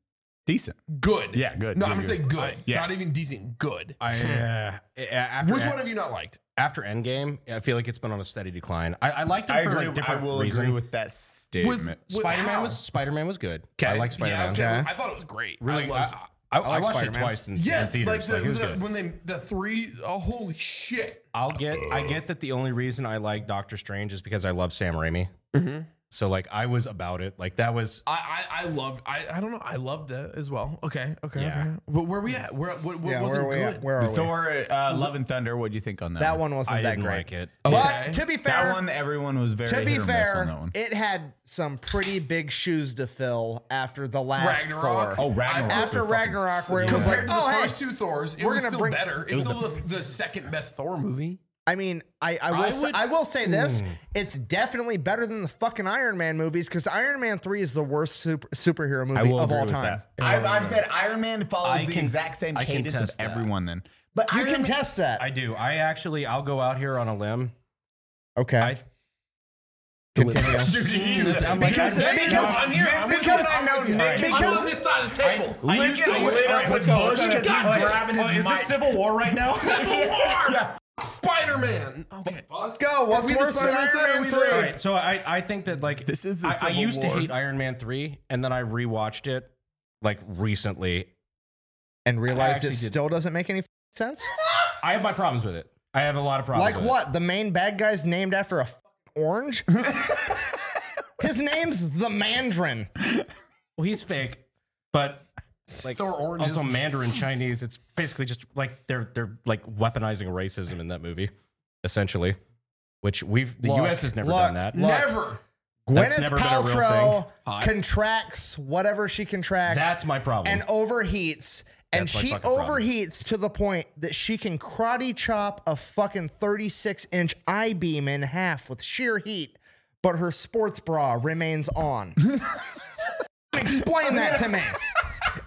Speaker 7: Decent.
Speaker 5: good.
Speaker 7: Yeah, good,
Speaker 5: No,
Speaker 7: good,
Speaker 5: I'm gonna say
Speaker 7: good.
Speaker 5: good.
Speaker 7: yeah.
Speaker 5: Not even decent. Good.
Speaker 4: everything. I, uh, a- after,
Speaker 5: Which one have you not liked?
Speaker 4: after Endgame? I feel like it's been on a steady decline. I, I liked it
Speaker 7: I
Speaker 4: for
Speaker 7: agree.
Speaker 4: like different
Speaker 7: I will
Speaker 4: reasons.
Speaker 7: agree with that statement.
Speaker 5: with
Speaker 4: Spider Man
Speaker 5: how?
Speaker 4: was Spider Man was good. I
Speaker 5: Okay.
Speaker 4: like Spider Man.
Speaker 5: Yeah, I, was
Speaker 1: Okay.
Speaker 5: saying, I thought it was great.
Speaker 4: Really,
Speaker 5: I
Speaker 4: I,
Speaker 5: was-
Speaker 4: I, I
Speaker 1: like
Speaker 4: watched it
Speaker 1: Spider-Man.
Speaker 4: twice in,
Speaker 5: yes,
Speaker 4: in
Speaker 5: like
Speaker 4: theaters.
Speaker 5: the,
Speaker 4: Like, it was
Speaker 5: the-
Speaker 4: good.
Speaker 5: when they the three. Oh, holy shit!
Speaker 4: I'll get I get that the only reason I like Doctor Strange is because I love Sam Raimi.
Speaker 7: Mm-hmm.
Speaker 4: So like I was about it. Like that was
Speaker 5: I I, I loved. I, I don't know. I loved that as well. Okay. Okay.
Speaker 4: Yeah.
Speaker 5: Okay. But where we at? Where what,
Speaker 1: yeah,
Speaker 5: what
Speaker 1: where
Speaker 5: wasn't
Speaker 1: are we?
Speaker 5: good?
Speaker 1: At? Where are we?
Speaker 7: Thor, uh, Love and Thunder. What do you think on that?
Speaker 1: That one wasn't
Speaker 4: I
Speaker 1: that
Speaker 4: didn't
Speaker 1: great.
Speaker 4: like it.
Speaker 5: Okay.
Speaker 1: But to be fair,
Speaker 7: That one, everyone was very
Speaker 1: to be
Speaker 7: hit or miss on that
Speaker 1: fair,
Speaker 7: one.
Speaker 1: it had some pretty big shoes to fill after the last
Speaker 5: Ragnarok.
Speaker 1: Thor.
Speaker 7: oh, Ragnarok.
Speaker 1: after
Speaker 7: was fucking
Speaker 1: Ragnarok, where it
Speaker 7: sick.
Speaker 1: was
Speaker 5: compared
Speaker 1: like,
Speaker 5: to the
Speaker 1: oh, hey,
Speaker 5: first two Thors, it
Speaker 1: we're
Speaker 5: was
Speaker 1: gonna
Speaker 5: still
Speaker 1: bring-
Speaker 5: better. It's still the, the second best Thor movie.
Speaker 1: I mean, I, I will
Speaker 5: I
Speaker 1: say,
Speaker 5: would-
Speaker 1: I will say this: it's definitely better than the fucking Iron Man movies because Iron Man three is the worst super, superhero
Speaker 7: I
Speaker 1: movie
Speaker 7: will
Speaker 1: of
Speaker 7: agree
Speaker 1: all
Speaker 7: with
Speaker 1: time.
Speaker 7: that. I've, I've said Iron Man follows
Speaker 4: I
Speaker 7: the
Speaker 4: can-
Speaker 7: exact same
Speaker 4: I can
Speaker 7: cadence of
Speaker 4: test that.
Speaker 7: everyone. Then, but
Speaker 1: You
Speaker 7: Iron
Speaker 1: can
Speaker 7: Man,
Speaker 1: test that.
Speaker 4: I do. I actually I'll go out here on a limb.
Speaker 1: okay,
Speaker 4: I
Speaker 1: continue.
Speaker 5: I'm
Speaker 1: like,
Speaker 5: because,
Speaker 1: I'm-
Speaker 5: because,
Speaker 1: because-
Speaker 5: I'm here. I'm with you.
Speaker 7: because I know Nick
Speaker 5: I'm
Speaker 1: because-
Speaker 5: on this side of the table.
Speaker 7: Nick is lit
Speaker 5: oh,
Speaker 7: up with Bush because he's grabbing his mic.
Speaker 4: Civil War right now?
Speaker 5: Civil War. Spider Man. Okay.
Speaker 1: Let's go. What's
Speaker 5: we
Speaker 1: worse than
Speaker 5: decided this
Speaker 1: Iron Man
Speaker 5: already,
Speaker 1: three?
Speaker 5: right?
Speaker 4: Alright, so I, I think that like
Speaker 7: This is the
Speaker 4: I, I
Speaker 7: Civil
Speaker 4: used
Speaker 7: War.
Speaker 4: to hate Iron Man three, and then I rewatched it like recently.
Speaker 1: And realized
Speaker 4: actually
Speaker 1: it
Speaker 4: did.
Speaker 1: still doesn't make any f- sense.
Speaker 4: I have my problems with it. I have a lot of problems.
Speaker 1: Like
Speaker 4: with it.
Speaker 1: what? The main bad guy's named after a f- orange. His name's the Mandarin.
Speaker 4: Well, he's fake, but like
Speaker 5: so are oranges.
Speaker 4: also Mandarin Chinese. It's basically just like they're they're like weaponizing racism in that movie, essentially. Which we've the
Speaker 1: Look,
Speaker 4: U.S. has never
Speaker 1: look,
Speaker 4: done that.
Speaker 1: look.
Speaker 5: Never.
Speaker 4: That's
Speaker 1: Gwyneth
Speaker 4: never been a real
Speaker 1: Paltrow
Speaker 4: thing. Hot.
Speaker 1: contracts whatever she contracts.
Speaker 4: That's my problem.
Speaker 1: and overheats. And
Speaker 4: That's my
Speaker 1: she
Speaker 4: fucking problem.
Speaker 1: overheats to the point that she can karate chop a fucking 36 inch I beam in half with sheer heat, but her sports bra remains on. Explain that to me.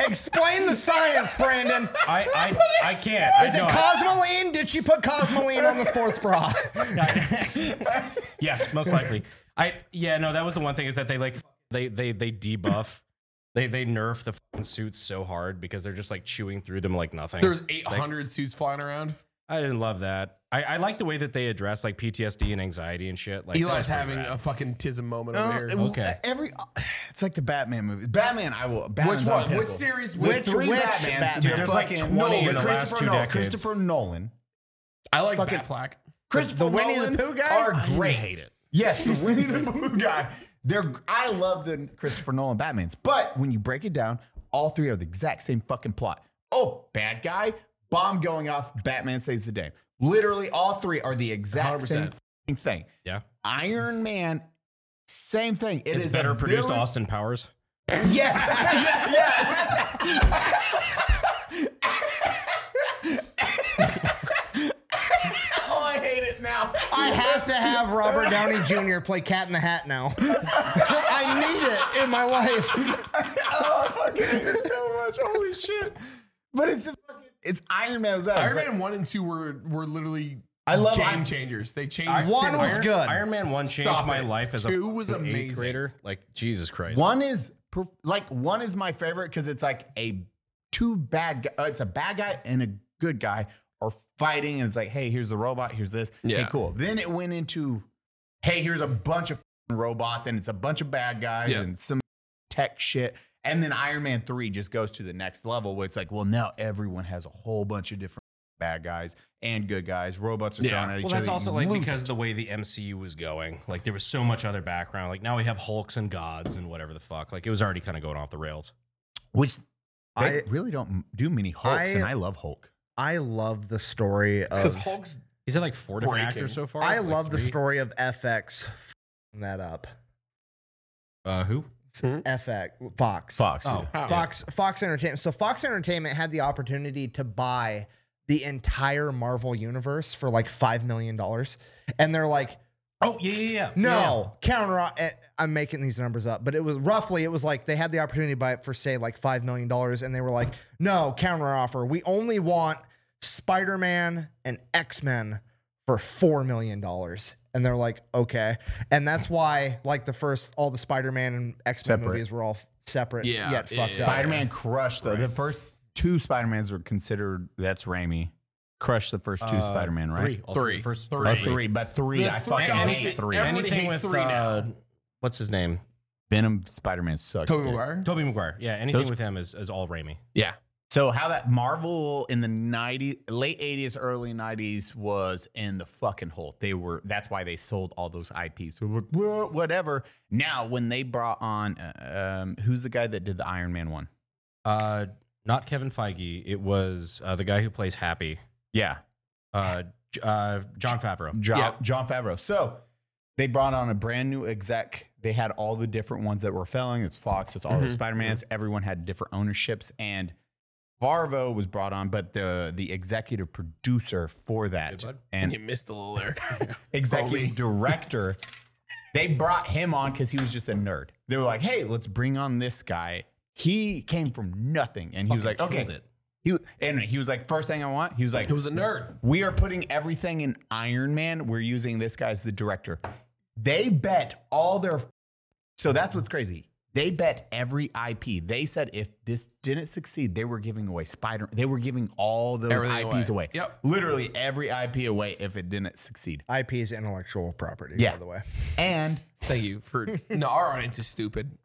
Speaker 1: Explain the science, Brandon.
Speaker 4: I I, I can't. I
Speaker 1: Is it
Speaker 4: know.
Speaker 1: Cosmoline? Did she put Cosmoline on the sports bra?
Speaker 4: yes, most likely. I yeah no. That was the one thing is that they like they they they debuff. They, they nerf the fucking suits so hard because they're just like chewing through them like nothing.
Speaker 5: There's 800 suits flying around.
Speaker 4: I didn't love that. I, I like the way that they address like PTSD and anxiety and shit. Like that
Speaker 5: Eli's
Speaker 4: was pretty
Speaker 5: having
Speaker 4: rad.
Speaker 5: a fucking tism moment
Speaker 1: Uh,
Speaker 7: No,
Speaker 5: over
Speaker 7: it-
Speaker 5: here.
Speaker 7: well,
Speaker 4: Okay.
Speaker 7: Every it's like the Batman movie. Batman, I will. Batman's
Speaker 5: Which
Speaker 7: on
Speaker 5: one? Which
Speaker 7: pinnacle.
Speaker 5: series?
Speaker 7: With
Speaker 1: Which-
Speaker 7: three
Speaker 1: which
Speaker 7: Batmans,
Speaker 1: Batman?
Speaker 7: the
Speaker 4: There's like
Speaker 7: fucking
Speaker 4: 20 in
Speaker 7: Nolan,
Speaker 4: the last
Speaker 7: Christopher
Speaker 4: two
Speaker 7: Nolan-
Speaker 4: decades.
Speaker 7: Christopher Nolan.
Speaker 5: I like Batflack.
Speaker 7: Christopher
Speaker 1: the Winnie the
Speaker 7: Nolan
Speaker 1: Pooh guy?
Speaker 7: are
Speaker 1: I
Speaker 7: great.
Speaker 4: hate it.
Speaker 7: Yes, the Winnie the Pooh guy. They're I love the Christopher Nolan Batmans, but when you break it down, all three are the exact same fucking plot. Oh, bad guy, bomb going off, Batman saves the day. Literally, all three are the exact same
Speaker 5: 100%.
Speaker 7: fucking thing.
Speaker 4: Yeah.
Speaker 7: Iron Man, same thing. It
Speaker 4: it's
Speaker 7: is a
Speaker 4: better produced
Speaker 7: villain-
Speaker 4: Austin Powers.
Speaker 7: Yes. yeah. oh, I hate it now.
Speaker 1: I have to have Robert Downey Jr. play Cat in the Hat now. I need it in my life.
Speaker 7: oh, I fucking hate it so much. Holy shit. But it's a fucking, it's Iron Man. It was that. It's
Speaker 5: Iron
Speaker 7: like-
Speaker 5: Man one and two were were literally
Speaker 7: I love
Speaker 5: game
Speaker 7: Iron-
Speaker 5: changers. They changed.
Speaker 1: One was
Speaker 5: cinema.
Speaker 1: good.
Speaker 4: Iron Man One changed
Speaker 5: Stop
Speaker 4: my
Speaker 5: it.
Speaker 4: life as
Speaker 5: Two
Speaker 4: a
Speaker 5: was
Speaker 4: fucking eighth
Speaker 5: amazing.
Speaker 4: grader. Like Jesus Christ.
Speaker 7: One is per- like one is my favorite because it's like a two bad. Guy, uh, it's a bad guy and a good guy are fighting, and it's like, hey, here's the robot, here's this. Hey,
Speaker 5: Yeah.
Speaker 7: cool. Then it went into, hey, here's a bunch of f***ing robots, and it's a bunch of bad guys
Speaker 5: Yeah.
Speaker 7: and some tech shit. And then Iron Man three just goes to the next level where it's like, well, now everyone has a whole bunch of different bad guys and good guys. Robots are
Speaker 5: Yeah.
Speaker 7: thrown at each
Speaker 4: Well,
Speaker 7: other.
Speaker 4: that's
Speaker 7: You
Speaker 4: also like
Speaker 7: lose
Speaker 4: because
Speaker 7: it.
Speaker 4: the way the MCU was going, like there was so much other background. Like now we have Hulks and gods and whatever the fuck. Like it was already kind of going off the rails.
Speaker 7: which they
Speaker 1: I-
Speaker 7: really don't do many Hulks,
Speaker 1: I-
Speaker 7: and I love Hulk.
Speaker 1: I love the story
Speaker 5: Because
Speaker 1: of.
Speaker 5: Hulk's
Speaker 4: He's had like four different
Speaker 5: Breaking.
Speaker 4: actors so far.
Speaker 1: I
Speaker 4: Like,
Speaker 1: love the
Speaker 4: three.
Speaker 1: story of FX. f***ing That up.
Speaker 4: Uh, who?
Speaker 1: FX Fox.
Speaker 7: Fox.
Speaker 4: Oh.
Speaker 5: how?
Speaker 1: Fox Fox Entertainment. So Fox Entertainment had the opportunity to buy the entire Marvel universe for like five million dollars, and they're like,
Speaker 4: Oh yeah, yeah, yeah.
Speaker 1: no, counter. eh, I'm making these numbers up, but it was roughly it was like they had the opportunity to buy it for say like five million dollars, and they were like, no, counter offer. We only want Spider Man and X Men for four million dollars. And they're like, okay, and that's why like the first all the Spider-Man and X-Men
Speaker 7: Separate.
Speaker 1: movies were all separate,
Speaker 5: Yeah,
Speaker 1: yet
Speaker 5: yeah,
Speaker 1: fucked
Speaker 5: yeah.
Speaker 1: up.
Speaker 7: Spider Man crushed the, the first two Spider Mans were considered. That's Raimi. Crushed the first two
Speaker 4: Uh,
Speaker 7: Spider Man, right?
Speaker 4: Three. Also,
Speaker 5: Three.
Speaker 4: First,
Speaker 5: Three.
Speaker 7: Or
Speaker 4: first
Speaker 7: three. but three.
Speaker 5: The
Speaker 7: I
Speaker 5: three,
Speaker 7: fucking
Speaker 5: obviously,
Speaker 7: hate three.
Speaker 5: every- Everybody
Speaker 4: Anything
Speaker 5: hates
Speaker 4: with
Speaker 5: three now.
Speaker 4: uh, what's his name?
Speaker 7: Venom Spider Man sucks.
Speaker 5: Tobey
Speaker 7: dude.
Speaker 5: Maguire.
Speaker 4: Toby Maguire. Yeah, anything
Speaker 7: Those-
Speaker 4: with him is, is all Raimi.
Speaker 5: Yeah.
Speaker 7: So how that Marvel in the 90s, late 80s, early 90s was in the fucking hole. They were that's why they sold all those IPs. They were like, "Wha- Whatever. Now when they brought on uh, um, who's the guy that did the Iron Man one?
Speaker 4: Uh, not Kevin Feige. It was uh, the guy who plays Happy.
Speaker 7: Yeah,
Speaker 4: Uh, J- uh, John Favreau.
Speaker 7: John,
Speaker 5: Yeah.
Speaker 7: John Favreau. So they brought on a brand new exec. They had all the different ones that were failing. It's Fox, it's all
Speaker 4: Mm-hmm.
Speaker 7: the Spider Mans. Everyone had different ownerships, and Varvo was brought on, but the the executive producer for that
Speaker 4: bud.
Speaker 7: and
Speaker 5: You missed a little there.
Speaker 7: executive director, they brought him on because he was just a nerd. They were like, "Hey, let's bring on this guy." He came from nothing, and he was like,
Speaker 4: Fucking
Speaker 7: "Okay."
Speaker 4: killed it.
Speaker 7: He wa- and he was like, first thing I want." He was like,
Speaker 5: It was a nerd.
Speaker 7: we are putting everything in Iron Man. We're using this guy as the director. They bet all their. So that's what's crazy. They bet every IP. They said if this didn't succeed, they were giving away Spider. They were giving all those
Speaker 5: Everything
Speaker 7: IPs away.
Speaker 5: away. Yep.
Speaker 7: Literally every IP away if it didn't succeed.
Speaker 1: IP is intellectual property,
Speaker 7: Yeah.
Speaker 1: by the way.
Speaker 7: And
Speaker 5: Thank you for. No, our audience is stupid.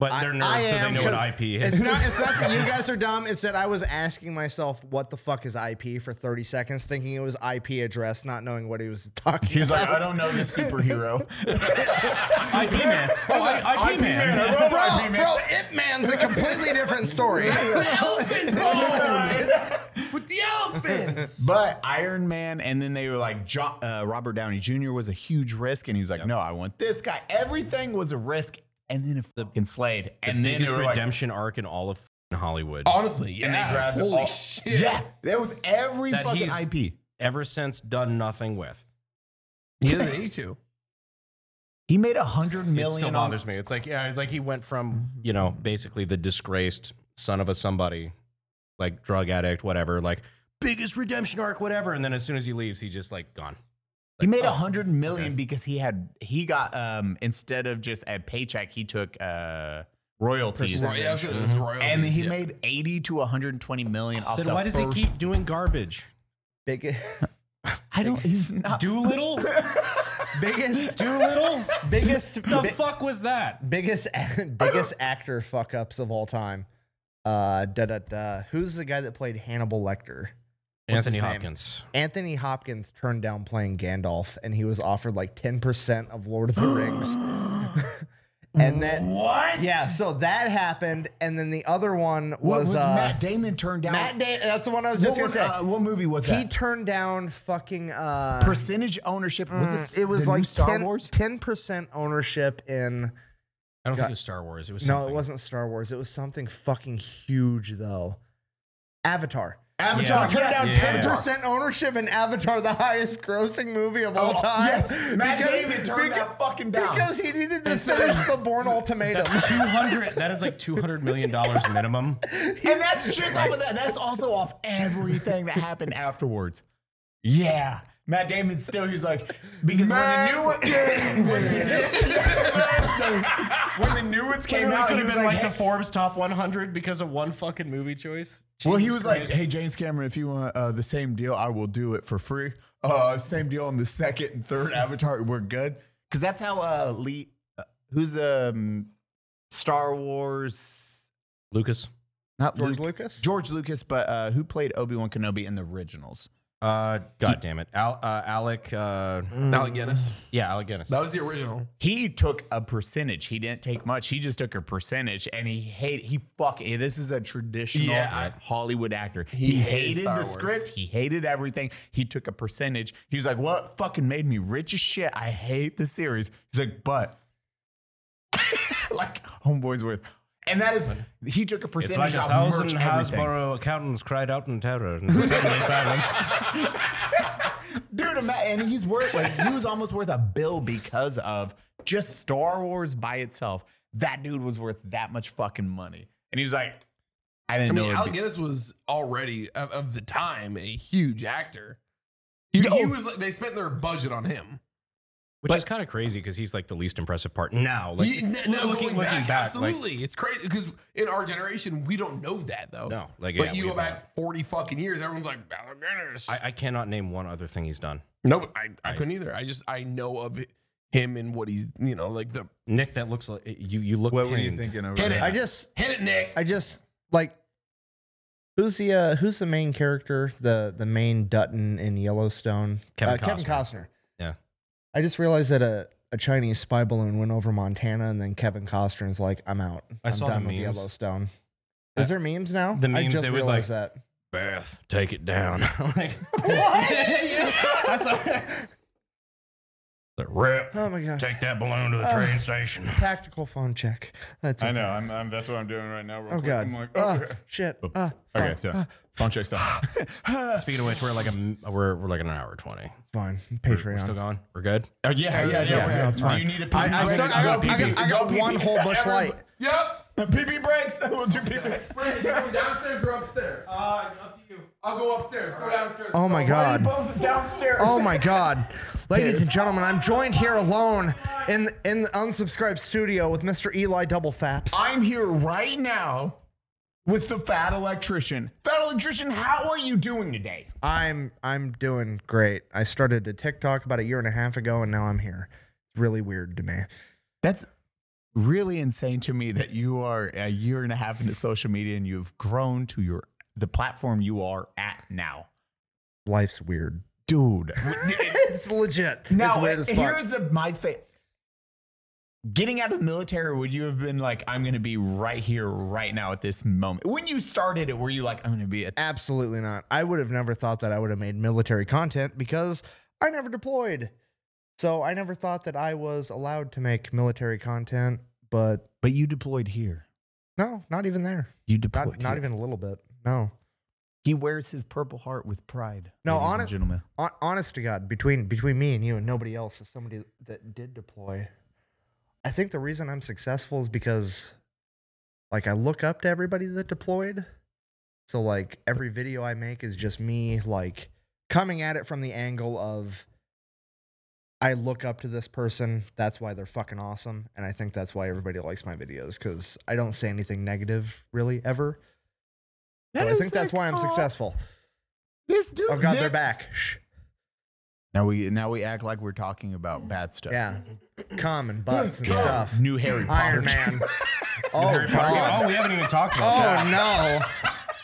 Speaker 4: But
Speaker 1: I-
Speaker 4: they're nerds,
Speaker 1: I
Speaker 4: so they
Speaker 1: am,
Speaker 4: know what
Speaker 1: 'cause
Speaker 4: IP is.
Speaker 1: It's not it's not that you guys are dumb, it's that I was asking myself what the fuck is IP for 30 seconds, thinking it was IP address, not knowing what he was talking
Speaker 7: he's like,
Speaker 1: about.
Speaker 7: I don't know this superhero.
Speaker 4: IP man. Oh, I- IP man.
Speaker 1: Bro, bro, Ip Man's a completely different story.
Speaker 5: The elephant boy with the elephants.
Speaker 7: But Iron Man, and then they were like, jo- uh, Robert Downey Jr. was a huge risk, and he was like, no, I want this guy. Everything was a risk, and then it fucking slayed. And then they
Speaker 4: biggest
Speaker 7: were like,
Speaker 4: redemption arc in all of f***ing Hollywood.
Speaker 5: Honestly, yeah.
Speaker 7: And they grabbed
Speaker 5: Holy
Speaker 7: all-
Speaker 5: shit.
Speaker 7: yeah, that was every
Speaker 4: That
Speaker 7: fucking
Speaker 4: he's-
Speaker 7: IP.
Speaker 4: Ever since, done nothing with.
Speaker 5: He doesn't need to.
Speaker 7: He made a hundred
Speaker 4: It still
Speaker 7: million. on- Mm-hmm.
Speaker 4: bothers me. It's like yeah, like he went from you know basically the disgraced son of a somebody, like drug addict, whatever, like biggest redemption arc, whatever, and then as soon as he leaves, he just like oh. gone.
Speaker 7: he made a hundred million because he had he got um instead of just a paycheck, he took uh royalties.
Speaker 5: Roy- yeah, I was gonna- it was royalties,
Speaker 7: And he
Speaker 5: yeah.
Speaker 7: made eighty to one hundred twenty million off.
Speaker 4: Then
Speaker 7: the
Speaker 4: why does
Speaker 7: first-
Speaker 4: he keep doing garbage?
Speaker 1: Big,
Speaker 7: I don't. He's not.
Speaker 4: Doolittle,
Speaker 1: biggest
Speaker 4: Doolittle.
Speaker 1: biggest
Speaker 4: The fuck was that?
Speaker 1: biggest biggest actor fuck ups of all time. Uh da da da. Who's the guy that played Hannibal Lecter? What's his
Speaker 4: Anthony
Speaker 1: name?
Speaker 4: Hopkins.
Speaker 1: Anthony Hopkins turned down playing Gandalf, and he was offered like ten percent of Lord of the Rings. and that
Speaker 5: What?
Speaker 1: yeah, so that happened, and then the other one was,
Speaker 7: What was,
Speaker 1: uh,
Speaker 7: Matt Damon turned down?
Speaker 1: Matt Day. That's the one I was just
Speaker 7: What,
Speaker 1: gonna
Speaker 7: was,
Speaker 1: say.
Speaker 7: uh, what movie was
Speaker 1: he
Speaker 7: that?
Speaker 1: turned down fucking. Uh,
Speaker 7: Percentage ownership Mm, was this?
Speaker 1: it was
Speaker 7: the
Speaker 1: like
Speaker 7: new Star Wars.
Speaker 1: ten percent ownership in.
Speaker 4: I don't
Speaker 1: God.
Speaker 4: think it was Star Wars. It was
Speaker 1: No,
Speaker 4: something.
Speaker 1: it wasn't Star Wars. It was something fucking huge though. Avatar.
Speaker 7: Avatar,
Speaker 1: Turned
Speaker 7: yes,
Speaker 1: down
Speaker 7: yeah.
Speaker 1: ten percent ownership in Avatar, the highest grossing movie of all
Speaker 7: Oh,
Speaker 1: time.
Speaker 7: yes. Matt
Speaker 1: Because-
Speaker 7: Damon turned that fucking down.
Speaker 1: because he needed to finish the Born Ultimatum.
Speaker 4: That's two hundred. That is like two hundred million dollars minimum.
Speaker 7: and that's just off of that. That's also off everything that happened afterwards. Yeah. Matt Damon still, he's like, because when the new one, when the new ones came out,
Speaker 4: could
Speaker 7: he
Speaker 4: have
Speaker 7: was
Speaker 4: been
Speaker 7: like,
Speaker 4: like,
Speaker 7: "Hey,
Speaker 4: the Forbes top 100 because of one fucking movie choice.
Speaker 7: well, he was like, "Hey, James Cameron, if you want uh, the same deal, I will do it for free. Uh, same deal on the second and third Avatar. We're good." Because that's how uh, Lee, uh, who's um, Star Wars
Speaker 4: Lucas.
Speaker 7: Not
Speaker 1: George
Speaker 7: Luke-
Speaker 1: Lucas?
Speaker 7: George Lucas, but uh, who played Obi Wan Kenobi in the originals?
Speaker 4: Uh, God damn it, Al, uh, Alec. Uh,
Speaker 5: Alec Guinness.
Speaker 4: yeah, Alec Guinness.
Speaker 5: That was the original.
Speaker 7: He took a percentage. He didn't take much. He just took a percentage, and he hate. He fuck. eh, This is a traditional
Speaker 5: Yeah, I-
Speaker 7: Hollywood actor.
Speaker 5: He
Speaker 7: He,
Speaker 5: hated
Speaker 7: hated
Speaker 5: Star
Speaker 7: the
Speaker 5: Wars.
Speaker 7: script. He hated everything. He took a percentage. He was like, "What fucking made me rich as shit? I hate the series." He's like, "But like homeboys worth." And that is, he took a
Speaker 4: It's
Speaker 7: percentage
Speaker 4: like a
Speaker 7: off
Speaker 4: thousand
Speaker 7: merch everything.
Speaker 4: Hasbro accountants cried out in terror and suddenly silenced.
Speaker 7: Dude, ima- and he's worth like he was almost worth a bill because of just Star Wars by itself. That dude was worth that much fucking money, and he was like, "I
Speaker 5: I
Speaker 7: didn't
Speaker 5: mean,
Speaker 7: know."
Speaker 5: Alec
Speaker 7: it'd be-
Speaker 5: Guinness was already of, of the time a huge actor. He, he was like they spent their budget on him.
Speaker 4: Which is kind of crazy because he's like the least impressive part now. Like
Speaker 5: He- n- no,
Speaker 4: looking
Speaker 5: going
Speaker 4: looking back, like,
Speaker 5: absolutely, it's crazy because in our generation we don't know that though.
Speaker 4: No, like,
Speaker 5: but
Speaker 4: yeah,
Speaker 5: you
Speaker 4: we
Speaker 5: have
Speaker 4: don't.
Speaker 5: had forty fucking years. Everyone's like Alec Guinness.
Speaker 4: I, I cannot name one other thing he's done.
Speaker 5: no, but I, I couldn't either. I just I know of it- him and what he's you know like the
Speaker 4: Nick, that looks like you. You look.
Speaker 7: what were you
Speaker 4: pained.
Speaker 7: thinking over
Speaker 5: Hit
Speaker 7: there?
Speaker 5: it.
Speaker 1: I just
Speaker 5: hit it Nick.
Speaker 1: I just like who's the uh, who's the main character the the main Dutton in Yellowstone
Speaker 4: Kevin
Speaker 1: uh, Kevin
Speaker 4: Costner.
Speaker 1: Costner
Speaker 4: Yeah.
Speaker 1: I just realized that a a Chinese spy balloon went over Montana and then Kevin Costner's like I'm out
Speaker 4: I
Speaker 1: I'm
Speaker 4: saw the
Speaker 1: done with
Speaker 4: memes. Uh,
Speaker 1: Yellowstone is there memes now
Speaker 4: the memes,
Speaker 1: I just
Speaker 4: it was
Speaker 1: realized
Speaker 4: like-
Speaker 1: that
Speaker 4: Beth, take it down. like, I saw. Like, Rip,
Speaker 1: oh my god
Speaker 4: take that balloon to the
Speaker 1: Oh.
Speaker 4: train station.
Speaker 1: tactical phone check that's
Speaker 7: I
Speaker 1: okay.
Speaker 7: know. I'm, I'm. That's what I'm doing right now. Real
Speaker 1: oh
Speaker 7: quick.
Speaker 1: god
Speaker 7: I'm like,
Speaker 1: Ah,
Speaker 7: okay.
Speaker 1: shit
Speaker 7: Oh,
Speaker 1: Ah,
Speaker 7: okay,
Speaker 1: fuck.
Speaker 7: done.
Speaker 1: Ah,
Speaker 7: Phone check stuff.
Speaker 1: uh.
Speaker 4: Speaking of which, we're like a m- we're, we're like an hour twenty.
Speaker 1: fine
Speaker 4: We're- We're
Speaker 1: Patreon
Speaker 4: still going. We're good.
Speaker 7: Oh, yeah, yeah, yeah.
Speaker 1: yeah,
Speaker 7: we're
Speaker 1: no,
Speaker 7: good.
Speaker 1: it's fine.
Speaker 7: Do you need a pee?
Speaker 1: I, I, still, I got, I got, I got one whole bush light
Speaker 5: Yep.
Speaker 7: pee pee breaks. We'll do pee
Speaker 5: Brandon, you go downstairs or upstairs? Uh, up to you. I'll go upstairs. Go downstairs.
Speaker 1: oh my god
Speaker 7: Both downstairs.
Speaker 1: Oh my God, ladies and gentlemen, I'm joined here alone in in the unsubscribed studio with Mr. Eli Double Faps.
Speaker 7: I'm here right now with the fat electrician. Fat electrician, how are you doing today?
Speaker 1: I'm I'm doing great. I started a TikTok about a year and a half ago, and now I'm here. It's really weird to me.
Speaker 7: That's really insane to me that you are a year and a half into social media and you've grown to your the platform you are at now.
Speaker 1: Life's weird.
Speaker 7: Dude.
Speaker 1: it's legit.
Speaker 7: Now,
Speaker 1: it's weird as fuck.
Speaker 7: here's the my fa Getting out of the military, would you have been like, I'm gonna be right here, right now at this moment? When you started it, were you like, I'm gonna be a
Speaker 1: Absolutely not. I would have never thought that I would have made military content because I never deployed. So I never thought that I was allowed to make military content. But
Speaker 7: But you deployed here.
Speaker 1: no, not even there.
Speaker 7: You
Speaker 1: Not,
Speaker 7: deployed.
Speaker 1: not
Speaker 7: here.
Speaker 1: even a little bit. No.
Speaker 7: He wears his purple heart with pride.
Speaker 1: No,
Speaker 7: ladies and
Speaker 1: honest-
Speaker 7: gentlemen.
Speaker 1: Hon- honest to God, between between me and you and nobody else is somebody that did deploy. I think the reason I'm successful is because, like, I look up to everybody that deployed. So like every video I make is just me like coming at it from the angle of I look up to this person. That's why they're fucking awesome, and I think that's why everybody likes my videos because I don't say anything negative really ever. So I think that's why I'm successful.
Speaker 7: This dude.
Speaker 1: Oh God, they're
Speaker 7: this-
Speaker 1: back. Shh.
Speaker 7: Now we now we act like we're talking about bad stuff.
Speaker 1: Yeah. Mm-hmm. Cum and butts and stuff.
Speaker 7: New Harry Potter.
Speaker 1: Iron Man. oh, God.
Speaker 4: Oh, we haven't even talked
Speaker 1: oh,
Speaker 4: about that.
Speaker 1: no.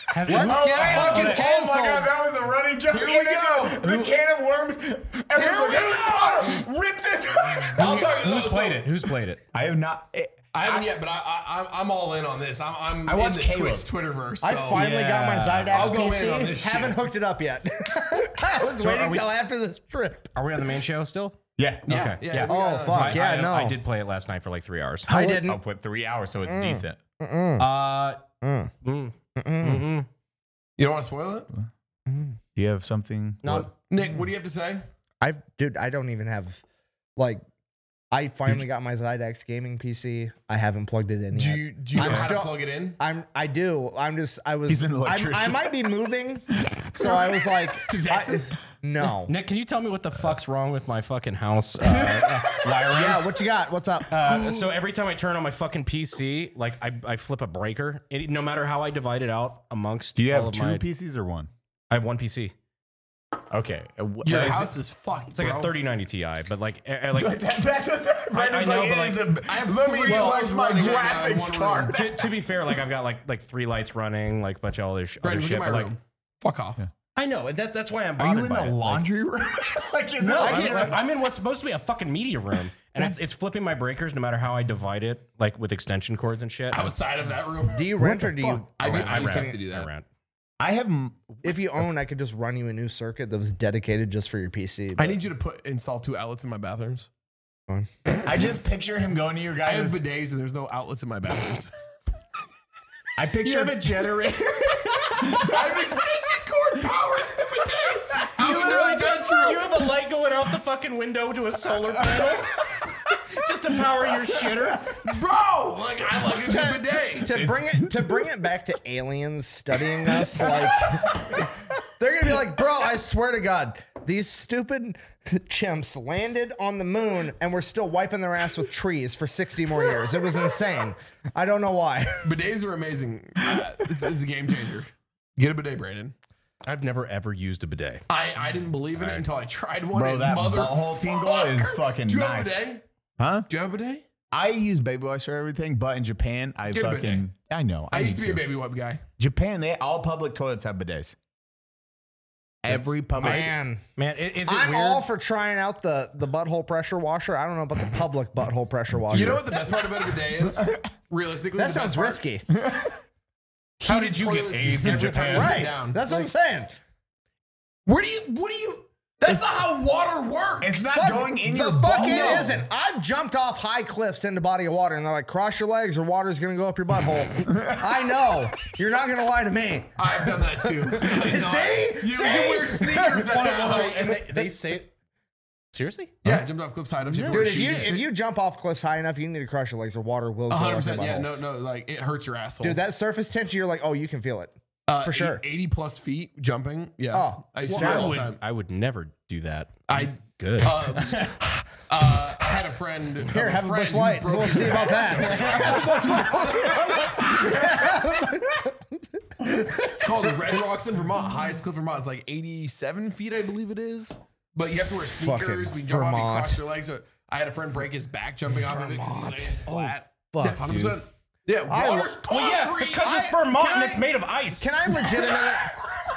Speaker 4: Has-
Speaker 1: Let's
Speaker 4: Oh,
Speaker 1: get fucking
Speaker 7: Oh my god,
Speaker 1: canceled.
Speaker 7: that was a running joke. Here we go. The can of worms. Everyone's like, Harry Potter, rip this.
Speaker 5: I'll tell you.
Speaker 4: Who's played it? Who's played it?
Speaker 7: I have not. eh, It,
Speaker 5: I haven't yet, but I, I I'm- I'm all in on this. I'm I'm
Speaker 7: I
Speaker 5: in
Speaker 7: watched
Speaker 5: the
Speaker 7: Caleb.
Speaker 5: Twitch Twitterverse. So.
Speaker 1: I finally got my
Speaker 5: I'll
Speaker 1: Zydax
Speaker 5: go in on this
Speaker 1: PC.
Speaker 5: shit.
Speaker 1: Haven't hooked it up yet. I was
Speaker 4: So
Speaker 1: waiting
Speaker 4: are we-
Speaker 1: till after this trip.
Speaker 4: Are we on the main show still?
Speaker 7: yeah.
Speaker 5: Yeah,
Speaker 4: Okay.
Speaker 5: yeah,
Speaker 4: Yeah.
Speaker 5: we
Speaker 1: Oh,
Speaker 5: got-
Speaker 1: fuck.
Speaker 4: I,
Speaker 1: yeah,
Speaker 4: I,
Speaker 1: no.
Speaker 4: I did play it last night for like three hours.
Speaker 1: I
Speaker 7: I'll
Speaker 1: didn't.
Speaker 7: put three hours, so it's
Speaker 1: Mm.
Speaker 7: decent.
Speaker 1: Mm-mm.
Speaker 4: Uh,
Speaker 1: Mm.
Speaker 4: mm,
Speaker 1: Mm-mm.
Speaker 4: mm-mm.
Speaker 5: You don't want to spoil it,
Speaker 1: Mm.
Speaker 7: Do you have something?
Speaker 4: No.
Speaker 7: What-
Speaker 5: Nick. What do you have to say?
Speaker 1: I've, dude, I don't even have, like, I finally got my Zydax gaming PC. I haven't plugged it in
Speaker 5: Do
Speaker 1: yet.
Speaker 5: you do you
Speaker 1: I'm
Speaker 5: know how
Speaker 1: still-
Speaker 5: to plug it in?
Speaker 1: I'm I do. I'm just I was
Speaker 7: He's an
Speaker 1: I'm- I
Speaker 7: electrician.
Speaker 1: might be moving. So I was like to
Speaker 5: Texas?
Speaker 1: no.
Speaker 4: Nick, can you tell me what the fuck's wrong with my fucking house uh, uh, wiring?
Speaker 1: Yeah, what you got? What's up?
Speaker 4: Uh, so every time I turn on my fucking PC, like I, I flip a breaker. It, no matter how I divide it out amongst
Speaker 7: Do you
Speaker 4: all
Speaker 7: have
Speaker 4: of
Speaker 7: two
Speaker 4: my,
Speaker 7: PCs or one?
Speaker 4: I have one PC.
Speaker 7: Okay. uh, wh-
Speaker 5: Your
Speaker 7: uh, is-
Speaker 5: house is fucked.
Speaker 4: It's like
Speaker 5: bro.
Speaker 4: a 3090 Ti, but like, eh, eh, like
Speaker 7: that, that doesn't. Brandon's
Speaker 4: know,
Speaker 7: like,
Speaker 4: but
Speaker 7: it
Speaker 4: like-
Speaker 7: is a-
Speaker 5: I have
Speaker 7: let
Speaker 5: three
Speaker 7: me
Speaker 5: wells
Speaker 7: flex my
Speaker 5: running right now in
Speaker 7: graphics
Speaker 5: one room.
Speaker 7: card.
Speaker 4: to, to be fair, like I've got like like three lights running, like bunch of all this sh- other
Speaker 5: Brandon, look
Speaker 4: shit.
Speaker 5: at my
Speaker 4: But like,
Speaker 5: room. Fuck off.
Speaker 4: I know, and that, that's why I'm.
Speaker 7: Are
Speaker 4: bothered
Speaker 7: you in
Speaker 4: by
Speaker 7: the
Speaker 4: it. Like,
Speaker 7: laundry room? like, is that?
Speaker 4: I'm, in, I'm in what's supposed to be a fucking media room, and it's, it's flipping my breakers no matter how I divide it, like with extension cords and shit.
Speaker 5: Outside of that room.
Speaker 1: Do you rent or do you?
Speaker 5: I,
Speaker 4: rent-
Speaker 5: I used to
Speaker 4: rent.
Speaker 5: have to do
Speaker 4: I
Speaker 5: that.
Speaker 4: rent.
Speaker 7: I have. m-
Speaker 1: If you own, I could just run you a new circuit that was dedicated just for your PC.
Speaker 5: I need you to put install two outlets in my bathrooms.
Speaker 7: I just picture him going to your
Speaker 5: I have
Speaker 7: guys.
Speaker 5: bidets and there's no outlets in my bathrooms.
Speaker 7: I picture
Speaker 5: have a
Speaker 7: generator.
Speaker 5: I have extension cord power in the bidets. How you nearly done
Speaker 4: You have a light going out the fucking window to a solar panel just to power your shitter.
Speaker 5: Bro, like I like a good bidet.
Speaker 1: to bring it to bring it back to aliens studying us. Like they're gonna be like, bro, I swear to God, these stupid chimps landed on the moon and we're still wiping their ass with trees for sixty more years. It was insane. I don't know why.
Speaker 5: Bidets are amazing. Uh, it's, it's a game changer. Get a bidet, Brandon.
Speaker 4: I've never ever used a bidet.
Speaker 5: I, I didn't believe in it until I tried one.
Speaker 7: Bro,
Speaker 5: and
Speaker 7: that
Speaker 5: mother
Speaker 7: butthole tingle is
Speaker 5: fucker.
Speaker 7: fucking
Speaker 5: Do you
Speaker 7: nice.
Speaker 5: have a bidet?
Speaker 7: Huh?
Speaker 5: Do you have a bidet?
Speaker 7: I use baby wipes for everything, but in Japan, I
Speaker 5: Get a bidet.
Speaker 7: fucking. I know.
Speaker 5: I, used to
Speaker 7: need
Speaker 5: be a baby wipe guy.
Speaker 7: Japan, they all public toilets have bidets. Every public.
Speaker 1: Man,
Speaker 4: Man, i- is it
Speaker 1: I'm
Speaker 4: weird?
Speaker 1: all for trying out the the butthole pressure washer. I don't know about the public butthole pressure washer.
Speaker 5: You know what the best part about a bidet is? Realistically,
Speaker 1: that
Speaker 5: the best
Speaker 1: sounds
Speaker 5: part-
Speaker 1: risky,
Speaker 5: How did you
Speaker 4: get AIDS in Japan?
Speaker 1: right? That's what I'm saying.
Speaker 5: Where do you? What do you? That's not how water works.
Speaker 7: It's not
Speaker 1: Fuck-
Speaker 7: going in
Speaker 1: the
Speaker 7: your
Speaker 1: fuck
Speaker 7: bum.
Speaker 1: it
Speaker 7: No.
Speaker 1: not I've jumped off high cliffs into body of water, and they're like, cross your legs, or water's gonna go up your butthole. I know you're not gonna lie to me.
Speaker 5: I've done that too. I know.
Speaker 1: See?
Speaker 5: you,
Speaker 1: See?
Speaker 5: you wear sneakers at that
Speaker 4: Oh,
Speaker 5: height.
Speaker 4: and they, they say seriously.
Speaker 5: Yeah, I jumped off cliffs high enough. You
Speaker 1: Dude, if you if you jump off cliffs high enough, you need to cross your legs, or water will go
Speaker 5: hundred
Speaker 1: up your
Speaker 5: percent,
Speaker 1: butthole.
Speaker 5: yeah, no, no, like it hurts your asshole.
Speaker 1: Dude, that surface tension, you're like, oh, you can feel it.
Speaker 5: uh,
Speaker 1: for sure.
Speaker 5: eighty plus feet jumping. Yeah,
Speaker 1: Oh,
Speaker 5: I used to do it
Speaker 4: Well,
Speaker 5: all
Speaker 4: I
Speaker 5: the
Speaker 4: would.
Speaker 5: time.
Speaker 4: I would never do that.
Speaker 5: I
Speaker 4: Good.
Speaker 5: um, uh, I had a friend. of
Speaker 1: Here,
Speaker 5: a
Speaker 1: have a
Speaker 5: friend
Speaker 1: bush
Speaker 5: who
Speaker 1: light.
Speaker 5: broke
Speaker 1: We'll
Speaker 5: his
Speaker 1: see about that.
Speaker 5: It's called Red Rocks in Vermont. Highest cliff in Vermont is like 87 feet, I believe it is. But you have to wear sneakers.
Speaker 1: Fucking
Speaker 5: We jump off, you
Speaker 1: Vermont.
Speaker 5: cross your legs. I had a friend break his back jumping off of it because he laying flat.
Speaker 1: Oh, fuck,
Speaker 5: yeah, 100%. Yeah,
Speaker 1: I- oh,
Speaker 5: water's concrete.
Speaker 4: well, yeah, it's because it's
Speaker 5: I-
Speaker 4: Vermont
Speaker 5: can
Speaker 4: and
Speaker 5: I-
Speaker 4: it's made of ice.
Speaker 1: Can I legitimately?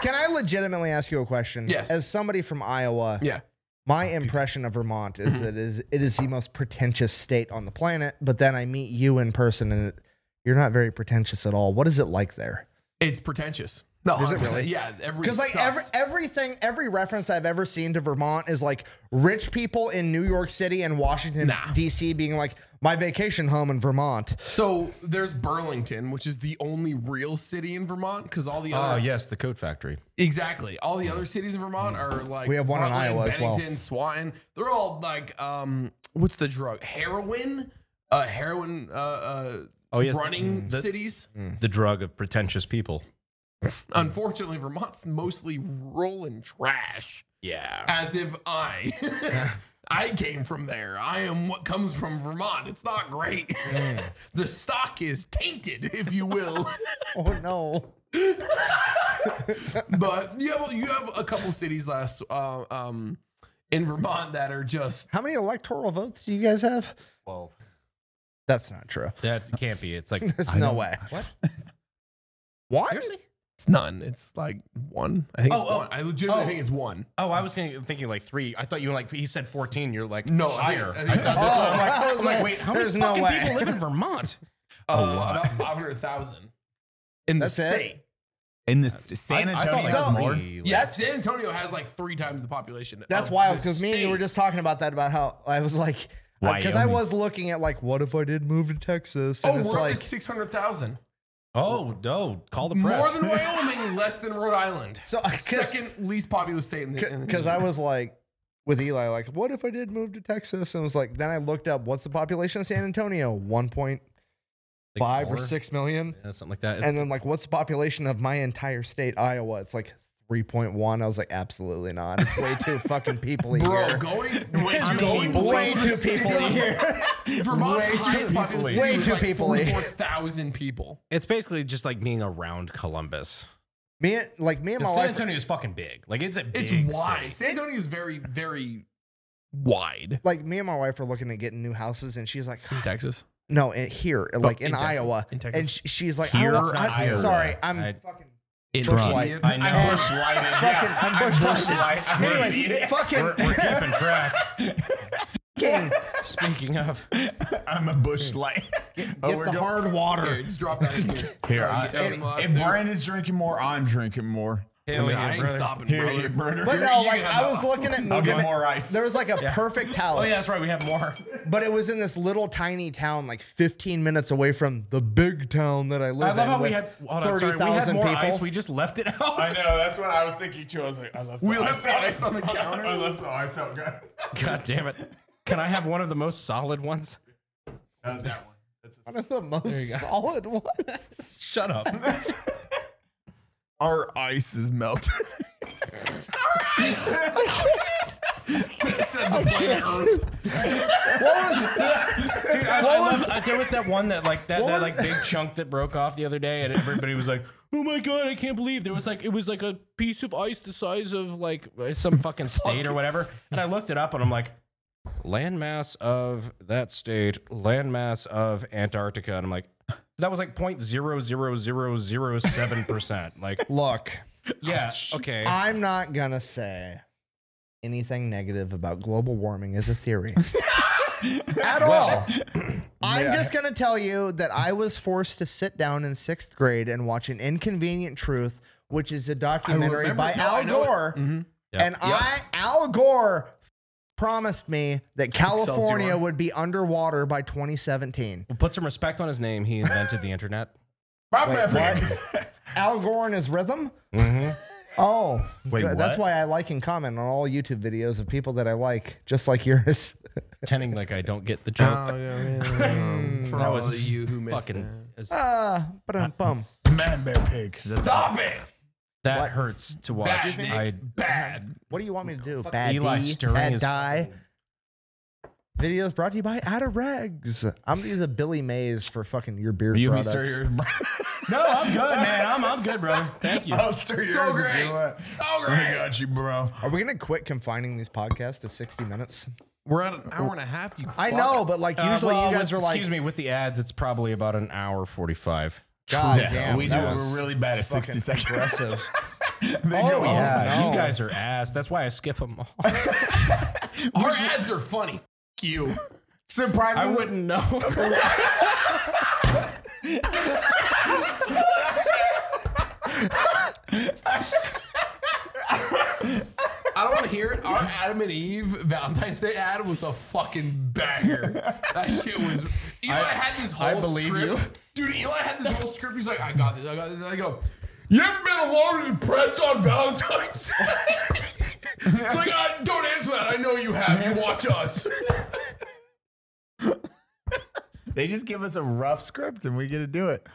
Speaker 1: Can I legitimately ask you a question?
Speaker 5: Yes.
Speaker 1: As somebody from Iowa,
Speaker 5: Yeah.
Speaker 1: My impression of Vermont is
Speaker 4: Mm-hmm.
Speaker 1: that it is, it is the most pretentious state on the planet, but then I meet you in person and it, you're not very pretentious at all. What is it like there?
Speaker 5: It's pretentious. No,
Speaker 1: Is it
Speaker 5: 100%.
Speaker 1: really?
Speaker 5: Yeah, everybody
Speaker 1: Because like every, everything, every reference I've ever seen to Vermont is like rich people in New York City and Washington D.C. being like my vacation home in Vermont.
Speaker 5: So there's Burlington, which is the only real city in Vermont because all the
Speaker 4: Oh
Speaker 5: other
Speaker 4: yes, the coat factory.
Speaker 5: Exactly. All the other cities in Vermont are like
Speaker 1: We have one in
Speaker 5: Portland,
Speaker 1: Iowa as well.
Speaker 5: Bennington, Swanton. They're all like um, what's the drug? Heroin. Uh, heroin. Uh, uh,
Speaker 4: Oh, yes.
Speaker 5: running
Speaker 4: The-
Speaker 5: cities.
Speaker 4: The drug of pretentious people. Mm.
Speaker 5: Unfortunately, Vermont's mostly rolling trash.
Speaker 4: Yeah.
Speaker 5: As if I, I came from there. I am what comes from Vermont. It's not great.
Speaker 4: Mm.
Speaker 5: the stock is tainted, if you will.
Speaker 1: Oh no!
Speaker 5: but you have you have a couple cities last uh, um in Vermont that are just
Speaker 1: How many electoral votes do you guys have?
Speaker 4: Twelve.
Speaker 1: That's not true.
Speaker 4: That can't be. It's like
Speaker 1: There's
Speaker 4: I
Speaker 1: no
Speaker 4: don't-
Speaker 1: way.
Speaker 4: What?
Speaker 1: Why?
Speaker 5: it's none. It's like one. I think it's
Speaker 4: Oh, oh.
Speaker 5: one. I legitimately
Speaker 4: Oh.
Speaker 5: think it's one.
Speaker 4: Oh, I was thinking, thinking like three. I thought you were like he said fourteen. You're like
Speaker 5: No, I-
Speaker 4: higher.
Speaker 5: I- I-
Speaker 4: thought that's
Speaker 5: Oh,
Speaker 4: what I'm like.
Speaker 1: I was
Speaker 4: I'm like,
Speaker 1: like,
Speaker 4: wait, how many
Speaker 1: there's no
Speaker 4: fucking
Speaker 1: way.
Speaker 4: people live in Vermont?
Speaker 5: Uh, about five hundred thousand in the
Speaker 1: That's it?
Speaker 5: state.
Speaker 7: In the s- San
Speaker 4: I- I thought,
Speaker 7: Antonio,
Speaker 4: like,
Speaker 7: has
Speaker 1: So-
Speaker 7: more.
Speaker 4: three, like-
Speaker 5: Yeah, San Antonio has like three times the population.
Speaker 1: That's
Speaker 5: of
Speaker 1: wild
Speaker 5: the
Speaker 1: because me and you were
Speaker 5: state.
Speaker 1: just talking about that about how I was like, because I
Speaker 4: Wyoming.
Speaker 1: was looking at like, what if I did move to Texas?
Speaker 5: Oh,
Speaker 1: And it's
Speaker 5: we're up
Speaker 1: like,
Speaker 5: to six hundred thousand.
Speaker 4: Oh no! Call the press.
Speaker 5: More than Wyoming, less than Rhode Island.
Speaker 1: So, uh, 'cause-
Speaker 5: second least populous state in the. in the
Speaker 1: because I was like, with Eli, like, what if I did move to Texas? And it was like, then I looked up what's the population of San Antonio? 1.5
Speaker 4: Like
Speaker 1: or
Speaker 4: four?
Speaker 1: 6 million.
Speaker 4: Yeah, something like that. It's-
Speaker 1: And then like, what's the population of my entire state, Iowa? It's like 3.1. I was like, absolutely not. It's way too fucking people a
Speaker 5: Bro,
Speaker 1: year.
Speaker 5: going way
Speaker 1: It's
Speaker 5: too going
Speaker 1: way
Speaker 5: from
Speaker 1: too
Speaker 5: the
Speaker 1: people
Speaker 5: city-
Speaker 1: a year.
Speaker 5: Vermont's
Speaker 1: Way too
Speaker 5: highest
Speaker 1: people
Speaker 5: populous
Speaker 1: a
Speaker 5: city
Speaker 1: year. Way
Speaker 5: was
Speaker 1: too
Speaker 5: like
Speaker 1: people a year.
Speaker 5: 44,000 people.
Speaker 4: it's basically just like being around Columbus.
Speaker 1: Me, and- like me and my
Speaker 4: San
Speaker 1: wife.
Speaker 4: Antonio is fucking big. Like it's a big
Speaker 5: It's
Speaker 4: city.
Speaker 5: wide. San Antonio is very, very wide.
Speaker 1: Like me and my wife are looking at getting new houses, and she's like, "God,
Speaker 5: Texas.
Speaker 1: "No, in, here,
Speaker 4: Oh,
Speaker 1: like in,
Speaker 5: in Texas.
Speaker 1: Iowa."
Speaker 5: In Texas.
Speaker 1: And sh- she's like,
Speaker 4: Here
Speaker 1: I don't,
Speaker 4: or
Speaker 1: I'm
Speaker 4: Iowa?
Speaker 1: sorry, I'm
Speaker 4: I-
Speaker 1: fucking
Speaker 5: In
Speaker 1: Bush
Speaker 5: Toronto.
Speaker 1: Light.
Speaker 4: I know.
Speaker 1: And-
Speaker 4: Bush Light is-
Speaker 1: fucking,
Speaker 4: yeah.
Speaker 1: I'm bush light.
Speaker 4: I'm an
Speaker 1: Anyways,
Speaker 4: idiot.
Speaker 1: fucking,
Speaker 4: We're, we're keeping track.
Speaker 1: fucking
Speaker 4: Speaking of,
Speaker 7: I'm a bush light. Oh,
Speaker 1: get
Speaker 7: we're
Speaker 1: the
Speaker 7: going-
Speaker 1: hard
Speaker 5: Here,
Speaker 1: water.
Speaker 5: just drop that in here.
Speaker 7: Here,
Speaker 5: Oh, you
Speaker 7: I-
Speaker 5: tell him last
Speaker 7: if
Speaker 5: dude.
Speaker 7: Brian is drinking more, I'm drinking more.
Speaker 4: hell
Speaker 5: I mean,
Speaker 4: yeah,
Speaker 5: I ain't
Speaker 4: brother.
Speaker 5: stopping,
Speaker 7: Here,
Speaker 5: brother.
Speaker 7: here, brother.
Speaker 1: But no, like
Speaker 5: can
Speaker 1: I
Speaker 5: have
Speaker 1: was
Speaker 5: that.
Speaker 1: looking at
Speaker 7: I'll
Speaker 1: moving.
Speaker 7: get
Speaker 1: it-
Speaker 7: more ice.
Speaker 1: There was like a perfect house.
Speaker 4: Oh yeah, that's right. We have more.
Speaker 1: But it was in this little tiny town, like 15 minutes away from the big town that I live
Speaker 4: I love
Speaker 1: in.
Speaker 4: how we
Speaker 1: with
Speaker 4: had hold on, sorry, we had
Speaker 1: 30,000
Speaker 4: more
Speaker 1: people.
Speaker 4: ice. We just left it out.
Speaker 7: I know. That's what I was thinking too. I was like, I love.
Speaker 5: We left the ice on the counter.
Speaker 7: I love the ice out, guys.
Speaker 4: God damn it! Can I have one of the most solid ones?
Speaker 7: Oh, that one. That's a-
Speaker 1: One of the most solid ones.
Speaker 4: Shut up.
Speaker 7: Our ice is melting.
Speaker 5: Said the planet Earth.
Speaker 4: Dude, I,
Speaker 1: What
Speaker 4: I
Speaker 1: was-
Speaker 4: love, I, there was that one that like that,
Speaker 1: What was-
Speaker 4: that like big chunk that broke off the other day, and everybody was like, "Oh my god, I can't believe there was like it was like a piece of ice the size of like some fucking state or whatever." And I looked it up, and I'm like, "Landmass of that state, landmass of Antarctica," and I'm like. That was like point zero zero zero zero seven percent. Like,
Speaker 1: Look,
Speaker 4: yeah, okay.
Speaker 1: I'm not gonna say anything negative about global warming as a theory. At all. I'm just going to tell you that I was forced to sit down in sixth grade and watch An Inconvenient Truth, which is a documentary
Speaker 5: remember-
Speaker 1: by
Speaker 5: no, I
Speaker 1: Al
Speaker 5: know it. Mm-hmm.
Speaker 1: Gore.
Speaker 4: Yeah.
Speaker 1: And I, Al Gore promised me that California
Speaker 5: Excelsior.
Speaker 1: would be underwater by 2017.
Speaker 4: Well, Put some respect on his name. He invented the internet.
Speaker 1: Wait,
Speaker 5: Oh,
Speaker 1: what? Al Gore and his rhythm? Oh,
Speaker 4: Wait,
Speaker 1: good. that's
Speaker 4: what?
Speaker 1: why I like and comment on all YouTube videos of people that I like, just like yours.
Speaker 4: Pretending like I don't get the joke.
Speaker 5: Um, For
Speaker 4: That
Speaker 5: all of
Speaker 4: was
Speaker 5: you who Oh, missed
Speaker 4: fucking.
Speaker 5: that.
Speaker 4: is-
Speaker 1: Ah, but I'm bum.
Speaker 7: Man, bear, pig.
Speaker 5: Stop it!
Speaker 4: That hurts to watch.
Speaker 5: Bad, Nick.
Speaker 4: I,
Speaker 5: Bad.
Speaker 1: What do you want me to do? Bad
Speaker 4: Eli
Speaker 1: D,
Speaker 4: stirring
Speaker 1: bad
Speaker 4: his
Speaker 1: die. Videos brought to you by Adaregs. I'm gonna use a Billy Mays for fucking your beard
Speaker 7: You
Speaker 1: products.
Speaker 7: stir your.
Speaker 4: no, I'm good, man. I'm, I'm good, brother. Thank you.
Speaker 7: I'll stir
Speaker 5: So
Speaker 7: yours if
Speaker 5: great.
Speaker 7: you want.
Speaker 5: So
Speaker 7: I
Speaker 5: great.
Speaker 7: got you, bro.
Speaker 1: Are we gonna quit confining these podcasts to 60 minutes?
Speaker 5: We're at an hour and a half. You.
Speaker 1: I
Speaker 5: fuck.
Speaker 1: know, but like
Speaker 4: Uh,
Speaker 1: usually
Speaker 4: well,
Speaker 1: you guys
Speaker 4: with-
Speaker 1: are like,
Speaker 4: excuse me, with the ads, it's probably about an hour forty-five.
Speaker 1: God
Speaker 7: Yeah,
Speaker 1: Ah, damn,
Speaker 7: we do.
Speaker 1: that
Speaker 7: We're
Speaker 1: was
Speaker 7: really bad at 60 seconds.
Speaker 1: aggressive.
Speaker 7: They
Speaker 1: Oh,
Speaker 7: go home.
Speaker 1: yeah. no.
Speaker 4: you guys are ass. That's why I skip them all.
Speaker 5: Our ads are funny. F- you.
Speaker 7: Surprisingly,
Speaker 4: know.
Speaker 5: Oh, I don't want to hear it. Our Adam and Eve Valentine's Day ad was a fucking banger. That shit was. Eli had this whole
Speaker 4: I believe
Speaker 5: script. Dude, Eli had this whole script. He's like, I got this. I got this. And I go, You ever been alone and depressed on Valentine's Day? it's like, I, don't answer that. I know you have. You watch us.
Speaker 7: they just give us a rough script and we get to do it.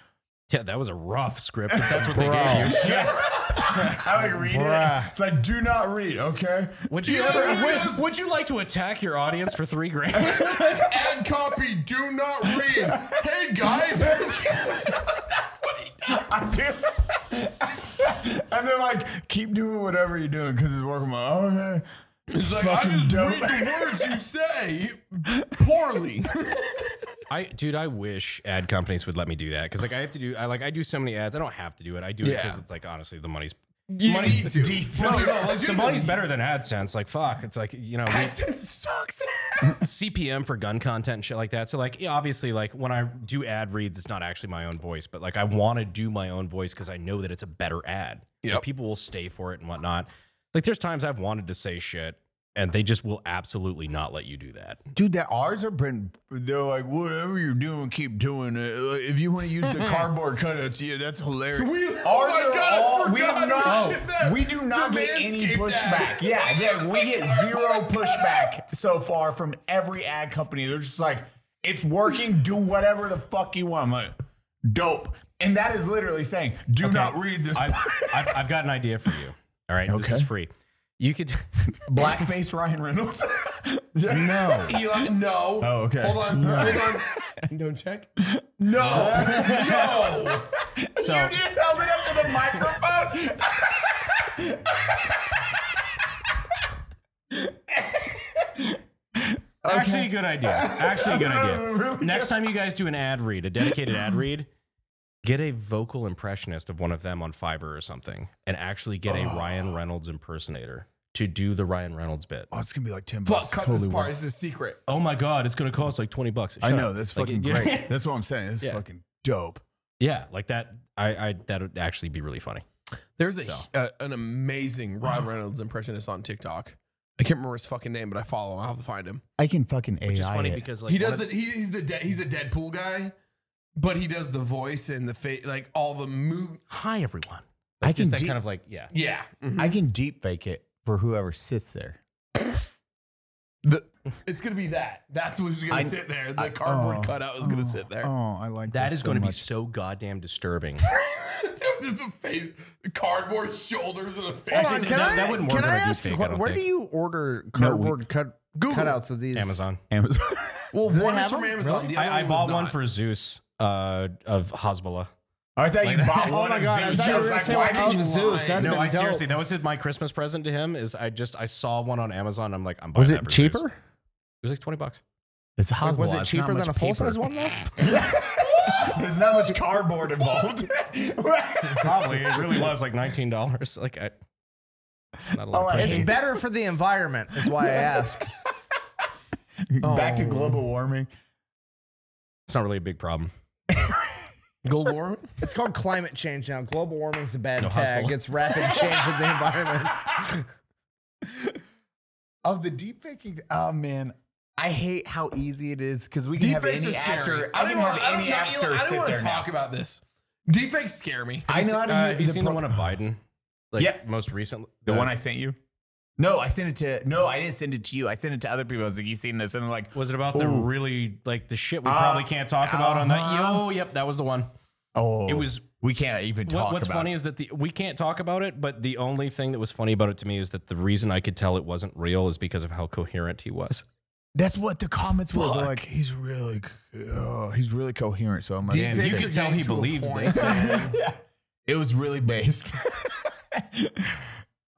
Speaker 4: Yeah, that was a rough script. If that's what they gave you. Shit.
Speaker 7: I like read
Speaker 1: Bruh.
Speaker 7: it. It's like, do not read, okay?
Speaker 4: Would you ever? Would, would you like to attack your audience for three grand?
Speaker 5: Ad copy, do not read. Hey guys. That's what he does.
Speaker 7: I do. and they're like, keep doing whatever you're doing because it's working. well. okay.
Speaker 5: He's like, I
Speaker 7: Fucking
Speaker 5: just
Speaker 7: dope.
Speaker 5: read the words you say poorly.
Speaker 4: I, dude, I wish ad companies would let me do that because like I have to do. I like I do so many ads. I don't have to do it. I do it
Speaker 5: Yeah.
Speaker 4: because it's like honestly the money's
Speaker 5: You need to.
Speaker 4: No,
Speaker 5: Money's
Speaker 4: no,
Speaker 5: all
Speaker 4: the
Speaker 5: legitimate.
Speaker 4: money's better than AdSense. Like fuck, it's like you know we-
Speaker 5: AdSense sucks.
Speaker 4: CPM for gun content and shit like that. So like yeah, obviously like when I do ad reads, it's not actually my own voice, but like I want to do my own voice because I know that it's a better ad. Yeah,
Speaker 5: Yep.
Speaker 4: people will stay for it and whatnot. Like there's times I've wanted to say shit and they just will absolutely not let you do that.
Speaker 7: Dude, that ours are print. They're like, whatever you're doing, keep doing it. Like, If you want to use the cardboard cutouts, yeah, that's hilarious.
Speaker 5: We- oh
Speaker 7: ours
Speaker 5: my
Speaker 7: are
Speaker 5: God, I
Speaker 7: all, we
Speaker 5: forgot
Speaker 7: have
Speaker 5: we
Speaker 7: not,
Speaker 5: did that.
Speaker 7: we do not
Speaker 5: The
Speaker 7: get any
Speaker 5: Manscaped ad.
Speaker 7: pushback. Yeah,
Speaker 5: We
Speaker 7: yeah,
Speaker 5: used
Speaker 7: we
Speaker 5: the
Speaker 7: get zero
Speaker 5: cardboard
Speaker 7: pushback so far from every ad company. They're just like, it's working. Do whatever the fuck you want. I'm like, dope. And that is literally saying, do not read this.
Speaker 4: I've, I've, I've got an idea for you. All right, this is
Speaker 7: Okay.
Speaker 4: free. You could.
Speaker 7: Blackface Ryan Reynolds. no.
Speaker 5: Eli, no.
Speaker 7: Oh, okay.
Speaker 5: Hold on. Hold on. Don't check. No. no.
Speaker 4: So
Speaker 7: You just held it up to the microphone
Speaker 4: good idea. Actually, a good idea. Next time you guys do an ad read, a dedicated ad read, get a vocal impressionist of one of them on Fiverr or something, and actually get a Ryan Reynolds impersonator to do the Ryan Reynolds bit.
Speaker 7: Oh, it's gonna be like ten
Speaker 5: Fuck,
Speaker 7: bucks.
Speaker 5: cut
Speaker 7: totally
Speaker 5: this part.
Speaker 7: worth
Speaker 5: This is a secret.
Speaker 4: Oh my god, it's gonna cost like twenty bucks.
Speaker 7: it. I
Speaker 4: Shut
Speaker 7: know
Speaker 4: up.
Speaker 7: that's
Speaker 4: Like,
Speaker 7: fucking
Speaker 4: yeah.
Speaker 7: great. That's what I'm saying. It's
Speaker 4: Yeah.
Speaker 7: fucking dope.
Speaker 4: Yeah, like that. I, I that would actually be really funny.
Speaker 5: There's a,
Speaker 4: So.
Speaker 5: uh, an amazing Ryan Reynolds impressionist on TikTok. I can't remember his fucking name, but I follow him. I'll have to find him.
Speaker 7: I can fucking AI
Speaker 4: Which is funny
Speaker 7: it.
Speaker 4: because like
Speaker 5: he does
Speaker 4: one
Speaker 5: the
Speaker 4: of-
Speaker 5: he, he's the de- he's a Deadpool guy, but he does the voice and the face, like all the move.
Speaker 4: hi everyone.
Speaker 7: I
Speaker 4: Like, just
Speaker 7: can
Speaker 4: that
Speaker 7: de-
Speaker 4: kind of like yeah.
Speaker 5: Yeah,
Speaker 7: I can deep fake it for whoever sits there.
Speaker 5: it's gonna be that. That's what's gonna
Speaker 7: I-
Speaker 5: sit there. The
Speaker 7: I-
Speaker 5: cardboard
Speaker 7: oh,
Speaker 5: cutout is gonna
Speaker 7: oh,
Speaker 5: sit there.
Speaker 7: Oh, I like
Speaker 4: That
Speaker 7: this
Speaker 4: is
Speaker 7: so
Speaker 4: going to be
Speaker 7: much.
Speaker 4: so goddamn disturbing.
Speaker 5: Dude, the face, the cardboard shoulders and a face.
Speaker 1: Hold on,
Speaker 4: Actually,
Speaker 1: can
Speaker 4: that-
Speaker 1: I,
Speaker 4: that wouldn't
Speaker 1: can
Speaker 4: work on
Speaker 1: I
Speaker 4: a deep
Speaker 1: ask you,
Speaker 4: fake,
Speaker 1: a
Speaker 4: I
Speaker 1: que-
Speaker 4: don't
Speaker 1: where
Speaker 4: think.
Speaker 1: do you order
Speaker 7: No, we-
Speaker 1: cardboard cut, cutouts of these?
Speaker 4: Amazon.
Speaker 7: Amazon.
Speaker 5: well,
Speaker 1: Do they
Speaker 5: one
Speaker 1: have
Speaker 5: is from
Speaker 1: them?
Speaker 5: Amazon.
Speaker 1: Really?
Speaker 5: The other
Speaker 4: I, I
Speaker 5: was
Speaker 4: bought one
Speaker 5: not.
Speaker 4: for Zeus uh, of Hezbollah.
Speaker 7: I thought you bought
Speaker 1: Oh
Speaker 7: one.
Speaker 1: my
Speaker 7: of
Speaker 1: god! I
Speaker 7: Zeus.
Speaker 1: thought you were
Speaker 7: I was
Speaker 1: gonna
Speaker 7: like,
Speaker 1: say
Speaker 7: why
Speaker 1: one
Speaker 7: did
Speaker 1: of
Speaker 7: you
Speaker 1: Zeus. That'd
Speaker 4: No,
Speaker 1: been
Speaker 4: I
Speaker 1: dope.
Speaker 4: seriously, that was it, my Christmas present to him. Is I just I saw one on Amazon. I'm like, I'm buying
Speaker 1: Was
Speaker 4: that
Speaker 1: it
Speaker 4: for Zeus.
Speaker 1: cheaper?
Speaker 4: It was like twenty bucks.
Speaker 7: It's Hosmo.
Speaker 1: was it cheaper than a full size one though?
Speaker 7: There's not much cardboard involved.
Speaker 4: Probably it really was like nineteen dollars. Like I, not a lot.
Speaker 7: Oh,
Speaker 4: of
Speaker 7: I
Speaker 4: pressure.
Speaker 1: It's better for the environment, is why I ask.
Speaker 7: Back to global warming.
Speaker 4: it's not really a big problem. Uh,
Speaker 5: Gold War.
Speaker 1: It's called climate change now. Global warming's a bad
Speaker 4: No,
Speaker 1: tag.
Speaker 4: hospital.
Speaker 1: It's rapid change of the environment.
Speaker 7: Of the deep faking, oh man, I hate how easy it is because we can
Speaker 5: Deep
Speaker 7: have
Speaker 5: fakes are
Speaker 7: any
Speaker 5: scary.
Speaker 7: actor.
Speaker 5: I
Speaker 7: I can
Speaker 5: don't even want.
Speaker 7: have any
Speaker 5: I
Speaker 7: actor
Speaker 5: don't,
Speaker 7: sit
Speaker 5: want
Speaker 7: there
Speaker 5: to
Speaker 7: now.
Speaker 5: talk about this. Deep fakes scare me.
Speaker 7: I know how
Speaker 4: Uh,
Speaker 7: to
Speaker 4: have you
Speaker 7: use
Speaker 4: seen the one of Biden? Like
Speaker 7: Yeah.
Speaker 4: most recently,
Speaker 7: The one I sent you? No, I sent it to no, I didn't send it to you. I sent it to other people. I was like, you seen this? And they're like,
Speaker 4: was it about the
Speaker 7: Ooh.
Speaker 4: really like the shit we
Speaker 7: Uh,
Speaker 4: probably can't talk about on that.
Speaker 7: uh-huh.
Speaker 4: Yo, yep, that was the one.
Speaker 7: oh,
Speaker 4: It was
Speaker 7: we can't even
Speaker 4: What-
Speaker 7: talk
Speaker 4: what's
Speaker 7: about
Speaker 4: funny
Speaker 7: it.
Speaker 4: is that the, we can't talk about it, but the only thing that was funny about it to me is that the reason I could tell it wasn't real is because of how coherent he was.
Speaker 7: That's what the comments were. They're like, he's really c- oh, he's really coherent. So I'm like,
Speaker 5: Deep
Speaker 7: "Man,
Speaker 5: fakes
Speaker 4: you
Speaker 5: are
Speaker 4: can tell
Speaker 5: getting
Speaker 4: he
Speaker 5: to a
Speaker 4: believes
Speaker 5: point,
Speaker 4: this.
Speaker 5: man.
Speaker 7: it was really based.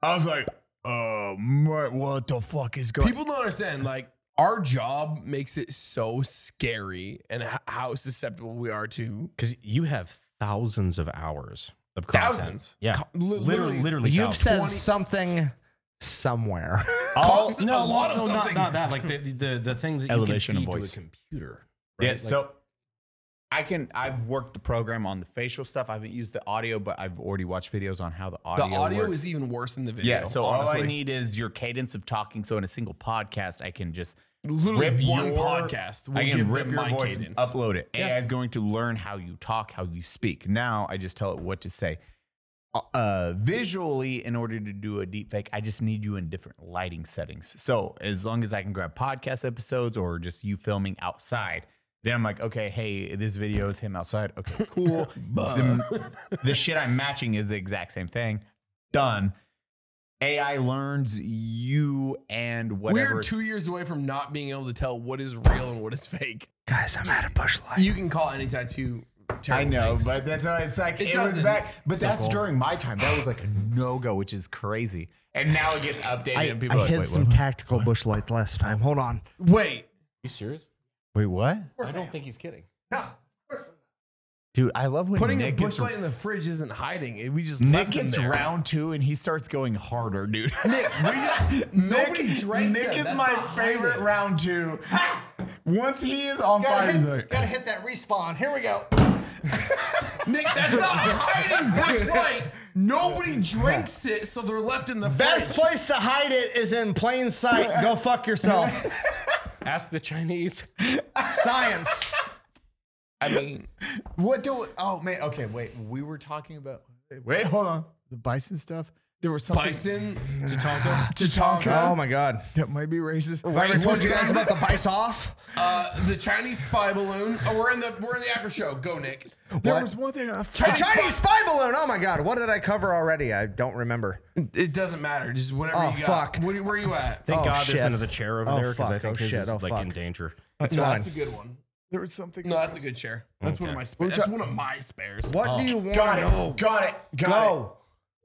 Speaker 7: I was like, oh my, what the fuck is going
Speaker 5: People don't understand. Like our job makes it so scary, and h- how susceptible we are to
Speaker 4: Because you have thousands of hours of content.
Speaker 5: thousands.
Speaker 4: Yeah.
Speaker 5: Co- li-
Speaker 4: literally, literally,
Speaker 1: You've
Speaker 4: thousands.
Speaker 1: said something somewhere.
Speaker 7: All-
Speaker 5: Constant- a lot of
Speaker 4: no, not,
Speaker 5: something.
Speaker 4: not that. Like the, the, the things that
Speaker 7: Elevation of
Speaker 4: you can feed
Speaker 7: voice.
Speaker 4: to a computer.
Speaker 7: Yeah,
Speaker 4: Like,
Speaker 7: so I can I've worked the program on the facial stuff. I haven't used the audio, but I've already watched videos on how the
Speaker 5: The
Speaker 7: audio
Speaker 5: audio
Speaker 7: works.
Speaker 5: is even worse than the video.
Speaker 7: yeah, so all I
Speaker 5: honestly.
Speaker 7: need is your cadence of talking. So in a single podcast, I can just
Speaker 5: literally
Speaker 7: rip
Speaker 5: one
Speaker 7: your-
Speaker 5: podcast. Will
Speaker 7: I can
Speaker 5: give
Speaker 7: rip
Speaker 5: them
Speaker 7: your
Speaker 5: my
Speaker 7: voice,
Speaker 5: cadence.
Speaker 7: upload it. AI is going to learn how you talk, how you speak. Now I just tell it what to say. Uh, Uh, visually, in order to do a deep fake, I just need you in different lighting settings. So as long as I can grab podcast episodes or just you filming outside, then I'm like, okay, hey, this video is him outside. Okay, cool. the, the shit I'm matching is the exact same thing. Done. AI learns you and whatever.
Speaker 5: We're
Speaker 7: it's-
Speaker 5: two years away from not being able to tell what is real and what is fake.
Speaker 1: Guys, I'm out of bush light.
Speaker 5: You can call any tattoo.
Speaker 7: I
Speaker 5: terrible
Speaker 7: know,
Speaker 5: things.
Speaker 7: but that's why it's like
Speaker 5: It
Speaker 7: it, was
Speaker 5: doesn't.
Speaker 7: back. But that's during my time. That was like a no go, which is crazy. And now it gets updated,
Speaker 1: I,
Speaker 7: and people
Speaker 1: I
Speaker 7: are like,
Speaker 1: hit
Speaker 7: wait,
Speaker 1: some
Speaker 7: what?
Speaker 1: tactical bush lights last time. Hold on.
Speaker 5: wait,
Speaker 4: you serious?
Speaker 7: wait, what?
Speaker 4: I don't think he's kidding.
Speaker 7: Dude, I love when
Speaker 5: putting
Speaker 7: Nick
Speaker 5: a bush
Speaker 7: gets,
Speaker 5: light in the fridge isn't hiding. it. We just
Speaker 7: Nick
Speaker 5: left them
Speaker 7: gets
Speaker 5: there.
Speaker 7: round two, and he starts going harder, dude.
Speaker 5: Nick, we just, nobody
Speaker 7: Nick,
Speaker 5: drank
Speaker 7: Nick
Speaker 5: them.
Speaker 7: is
Speaker 5: That's
Speaker 7: my
Speaker 5: not
Speaker 7: favorite
Speaker 5: hiding.
Speaker 7: round two. Once he is on fire, he's like,
Speaker 1: gotta hit that respawn. Here we go.
Speaker 5: Nick, that's not hiding bush light. Nobody drinks it, so they're left in the
Speaker 1: Best
Speaker 5: fridge.
Speaker 1: place to hide it is in plain sight. Go fuck yourself.
Speaker 4: Ask the Chinese.
Speaker 1: Science.
Speaker 5: I mean,
Speaker 7: What do? Oh man. Okay, wait. We were talking about. Wait, hold on. The bison stuff. There was something.
Speaker 5: bison.
Speaker 7: Tatanka.
Speaker 1: Oh my god.
Speaker 7: That might be racist.
Speaker 1: Have I ever told you guys about the bice off?
Speaker 5: Uh, the Chinese spy balloon. Oh, we're in the we're in the after show. Go, Nick.
Speaker 7: There was one thing. I
Speaker 1: The Chinese spy balloon. Oh my god. What did I cover already? I don't remember.
Speaker 5: It doesn't matter. Just whatever
Speaker 1: Oh,
Speaker 5: you got.
Speaker 1: fuck.
Speaker 5: Where, where are you at?
Speaker 4: Thank
Speaker 1: Oh,
Speaker 4: God
Speaker 1: shit.
Speaker 4: there's another chair over
Speaker 1: Oh,
Speaker 4: there because I
Speaker 1: fuck.
Speaker 4: think
Speaker 1: Oh,
Speaker 4: his
Speaker 1: shit.
Speaker 4: is
Speaker 1: Oh,
Speaker 4: like in
Speaker 1: fuck.
Speaker 4: danger.
Speaker 1: It's
Speaker 5: No,
Speaker 1: fine.
Speaker 5: that's a good one.
Speaker 7: There was something.
Speaker 5: No, that's a good chair. That's one of my spares. That's one of my spares.
Speaker 1: What do you want
Speaker 7: Got
Speaker 1: to
Speaker 7: it.
Speaker 1: know?
Speaker 7: Got it. Got
Speaker 1: Go.
Speaker 7: it.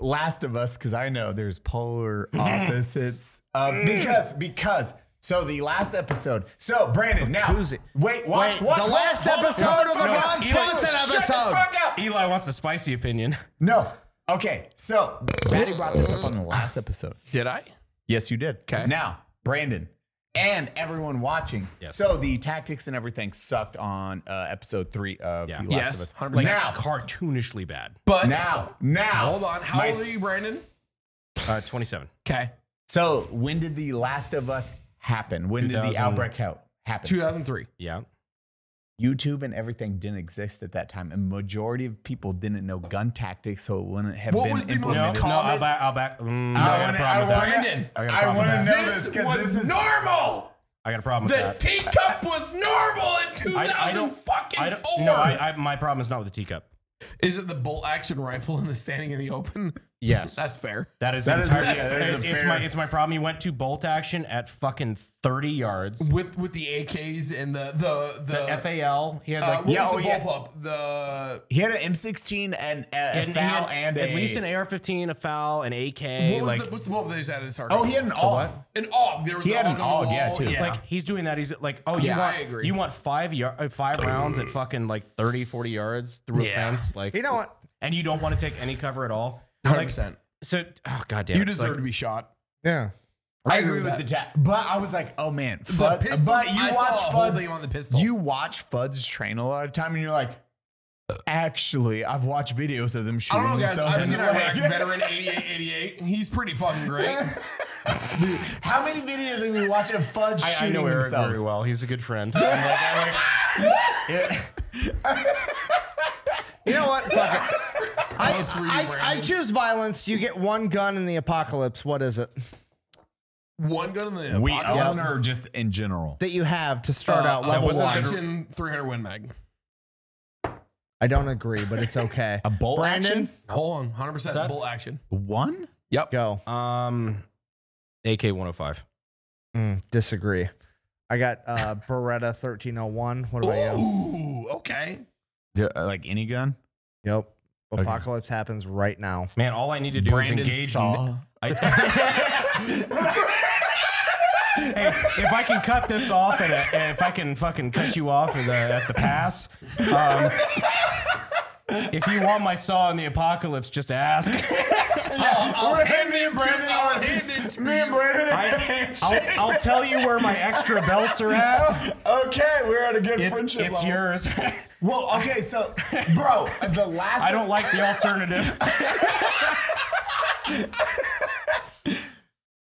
Speaker 7: Mm-hmm. Last of Us, because I know there's polar opposites. Uh, because because So the last episode. So Brandon, now
Speaker 1: Jacuzzi.
Speaker 7: wait, watch
Speaker 1: Wait,
Speaker 7: watch,
Speaker 1: the
Speaker 7: watch,
Speaker 1: last
Speaker 7: hold up,
Speaker 1: episode
Speaker 7: hold
Speaker 1: of
Speaker 7: up,
Speaker 1: the
Speaker 7: no,
Speaker 1: Ron
Speaker 7: Eli,
Speaker 1: Swanson
Speaker 7: shut the
Speaker 1: episode.
Speaker 7: fuck up.
Speaker 4: Eli wants the spicy opinion.
Speaker 7: No. Okay. So Batty brought this up on the last episode.
Speaker 5: Did I?
Speaker 7: Yes, you did. Okay. Now, Brandon and everyone watching.
Speaker 4: Yes.
Speaker 7: So the tactics and everything sucked on uh, episode three of
Speaker 4: Yeah.
Speaker 7: The Last
Speaker 5: Yes,
Speaker 7: of Us.
Speaker 5: 100%.
Speaker 7: Like,
Speaker 4: Now,
Speaker 7: now,
Speaker 4: cartoonishly bad.
Speaker 5: But
Speaker 7: now, now.
Speaker 5: hold on. How
Speaker 7: My-
Speaker 5: old are you, Brandon?
Speaker 4: Uh, 27.
Speaker 5: Okay.
Speaker 7: So when did The Last of Us happen? When did
Speaker 4: 2000
Speaker 7: the outbreak out happen?
Speaker 5: 2003.
Speaker 4: Yeah.
Speaker 7: YouTube and everything didn't exist at that time, and majority of people didn't know gun tactics, so it wouldn't have
Speaker 5: What
Speaker 7: been
Speaker 5: was the most
Speaker 7: implemented.
Speaker 5: common-
Speaker 4: I'll back. I'll back. Mm,
Speaker 7: I
Speaker 4: I, got
Speaker 7: wanna-
Speaker 4: a problem with
Speaker 7: I
Speaker 4: that.
Speaker 7: wanna-
Speaker 5: Brandon,
Speaker 7: I got a
Speaker 5: I
Speaker 7: problem with
Speaker 5: wanna
Speaker 7: that.
Speaker 5: know
Speaker 7: This
Speaker 5: this because
Speaker 7: was
Speaker 5: this is normal.
Speaker 4: I got a problem with
Speaker 5: The
Speaker 4: that.
Speaker 5: teacup was normal in 2000
Speaker 4: I, I don't.
Speaker 5: fucking
Speaker 4: I don't,
Speaker 5: four.
Speaker 4: No, I, I, my problem is not with the teacup.
Speaker 5: is it the bolt action rifle and the standing in the open?
Speaker 4: Yes,
Speaker 5: That's fair.
Speaker 4: that is
Speaker 7: is-
Speaker 4: entirely.
Speaker 7: that's fair.
Speaker 4: it's, it's my it's my problem. You went to bolt action at fucking thirty yards.
Speaker 5: With with the AKs and the the the,
Speaker 4: The FAL. He had
Speaker 5: Uh,
Speaker 4: like
Speaker 5: what
Speaker 7: Yeah,
Speaker 5: was
Speaker 7: oh,
Speaker 5: the
Speaker 7: yeah.
Speaker 5: bullpup? The
Speaker 7: He had an M16 and a, a
Speaker 4: he
Speaker 7: foul
Speaker 4: had
Speaker 7: and
Speaker 4: at
Speaker 7: a-
Speaker 4: least an AR-15, a foul, an
Speaker 5: what
Speaker 4: AK.
Speaker 5: was
Speaker 4: like,
Speaker 5: the, what's the bullpup they just added as target?
Speaker 7: Oh, he had an all.
Speaker 5: an AUG. There was
Speaker 7: He
Speaker 5: an
Speaker 7: had an
Speaker 5: AUG on the
Speaker 7: AUG, yeah,
Speaker 5: wall.
Speaker 7: too.
Speaker 4: like he's doing that. He's like, oh, you
Speaker 5: Yeah,
Speaker 4: want
Speaker 5: I agree.
Speaker 4: you want five yar- uh, five rounds at fucking like 30, 40 yards through
Speaker 5: Yeah.
Speaker 4: a fence. Like
Speaker 1: You know what?
Speaker 4: And you don't want to take any cover at all. Like,
Speaker 5: 100%.
Speaker 4: so, oh goddamn,
Speaker 5: you deserve to be shot.
Speaker 1: Yeah.
Speaker 7: I agree with
Speaker 5: that.
Speaker 7: the tap, but I was like, "Oh man, Fudd-
Speaker 5: pistols-
Speaker 7: but you
Speaker 5: I saw
Speaker 7: watch
Speaker 5: a whole
Speaker 7: Fudd's
Speaker 5: thing on the pistol.
Speaker 7: You watch Fudd's train a lot of time, and you're like, "Actually, I've watched videos of them
Speaker 5: I
Speaker 7: shooting
Speaker 5: don't know, guys.
Speaker 7: themselves."
Speaker 5: I've
Speaker 7: in
Speaker 5: seen
Speaker 7: the
Speaker 5: Iraq
Speaker 7: leg.
Speaker 5: veteran 8888. He's pretty fucking great.
Speaker 7: How many videos have we watched of Fudd
Speaker 4: I, I
Speaker 7: shooting
Speaker 4: know Eric
Speaker 7: themselves?
Speaker 4: very well. He's a good friend.
Speaker 1: You know what? Fuck it. I,
Speaker 5: Votes for you, Brandon.
Speaker 1: I, I choose violence. You get one gun in the apocalypse. What is it
Speaker 5: One gun in the
Speaker 7: We
Speaker 5: apocalypse.
Speaker 7: own or just in general?
Speaker 1: that you have to start out level
Speaker 5: uh, was
Speaker 1: one?
Speaker 5: Action 300 Win Mag.
Speaker 1: I don't agree, but it's okay.
Speaker 7: A bolt
Speaker 1: Brandon,
Speaker 7: action?
Speaker 5: Hold on, 100%
Speaker 4: that-
Speaker 5: bolt action.
Speaker 7: One?
Speaker 5: Yep.
Speaker 1: go.
Speaker 4: um, AK 105.
Speaker 1: Mm, disagree. I got uh, Beretta 1301. What about you?
Speaker 5: Ooh, okay.
Speaker 7: Do- uh, like any gun?
Speaker 1: Yep. Apocalypse happens right now.
Speaker 4: Man, all I need to do
Speaker 7: Brandon
Speaker 4: is engage.
Speaker 7: saw.
Speaker 4: I- hey, if I can cut this off and, uh, and if I can fucking cut you off at the, at the pass, um, if you want my saw in the apocalypse, just ask.
Speaker 5: I'll hand me and Brandon. I'll hand it to me and Brandon.
Speaker 4: I, will I'll tell you where my extra belts are at.
Speaker 7: Okay, we're at a good
Speaker 4: It's,
Speaker 7: friendship.
Speaker 4: it's
Speaker 7: level.
Speaker 4: yours.
Speaker 7: Well, okay, so, bro,
Speaker 5: Oh,
Speaker 7: the last.
Speaker 4: I don't like the alternative.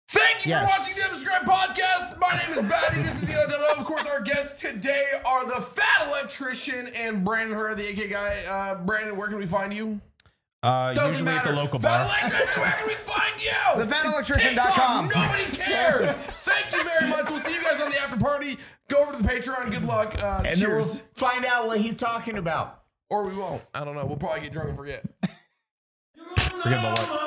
Speaker 5: Thank you
Speaker 1: Yes.
Speaker 5: for watching the Subscribe Podcast. My name is Batty. This is Eli Double. Of course, our guests today are the Fat Electrician and Brandon Herr, the AK guy. Uh, Brandon, where can we find you?
Speaker 4: Uh,
Speaker 5: Doesn't
Speaker 4: usually
Speaker 5: matter.
Speaker 4: at the local
Speaker 5: Fat
Speaker 4: bar.
Speaker 5: Electrician, where can we find you?
Speaker 1: TheFatElectrician.com.
Speaker 5: It's TikTok. Nobody cares. Thank you very much. We'll see you guys on the after party. Go over to the Patreon. Good luck. Uh,
Speaker 7: And then
Speaker 5: cheers.
Speaker 7: we'll find out what he's talking about.
Speaker 5: or we won't. I don't know. We'll probably get drunk and forget.
Speaker 4: Forget about what.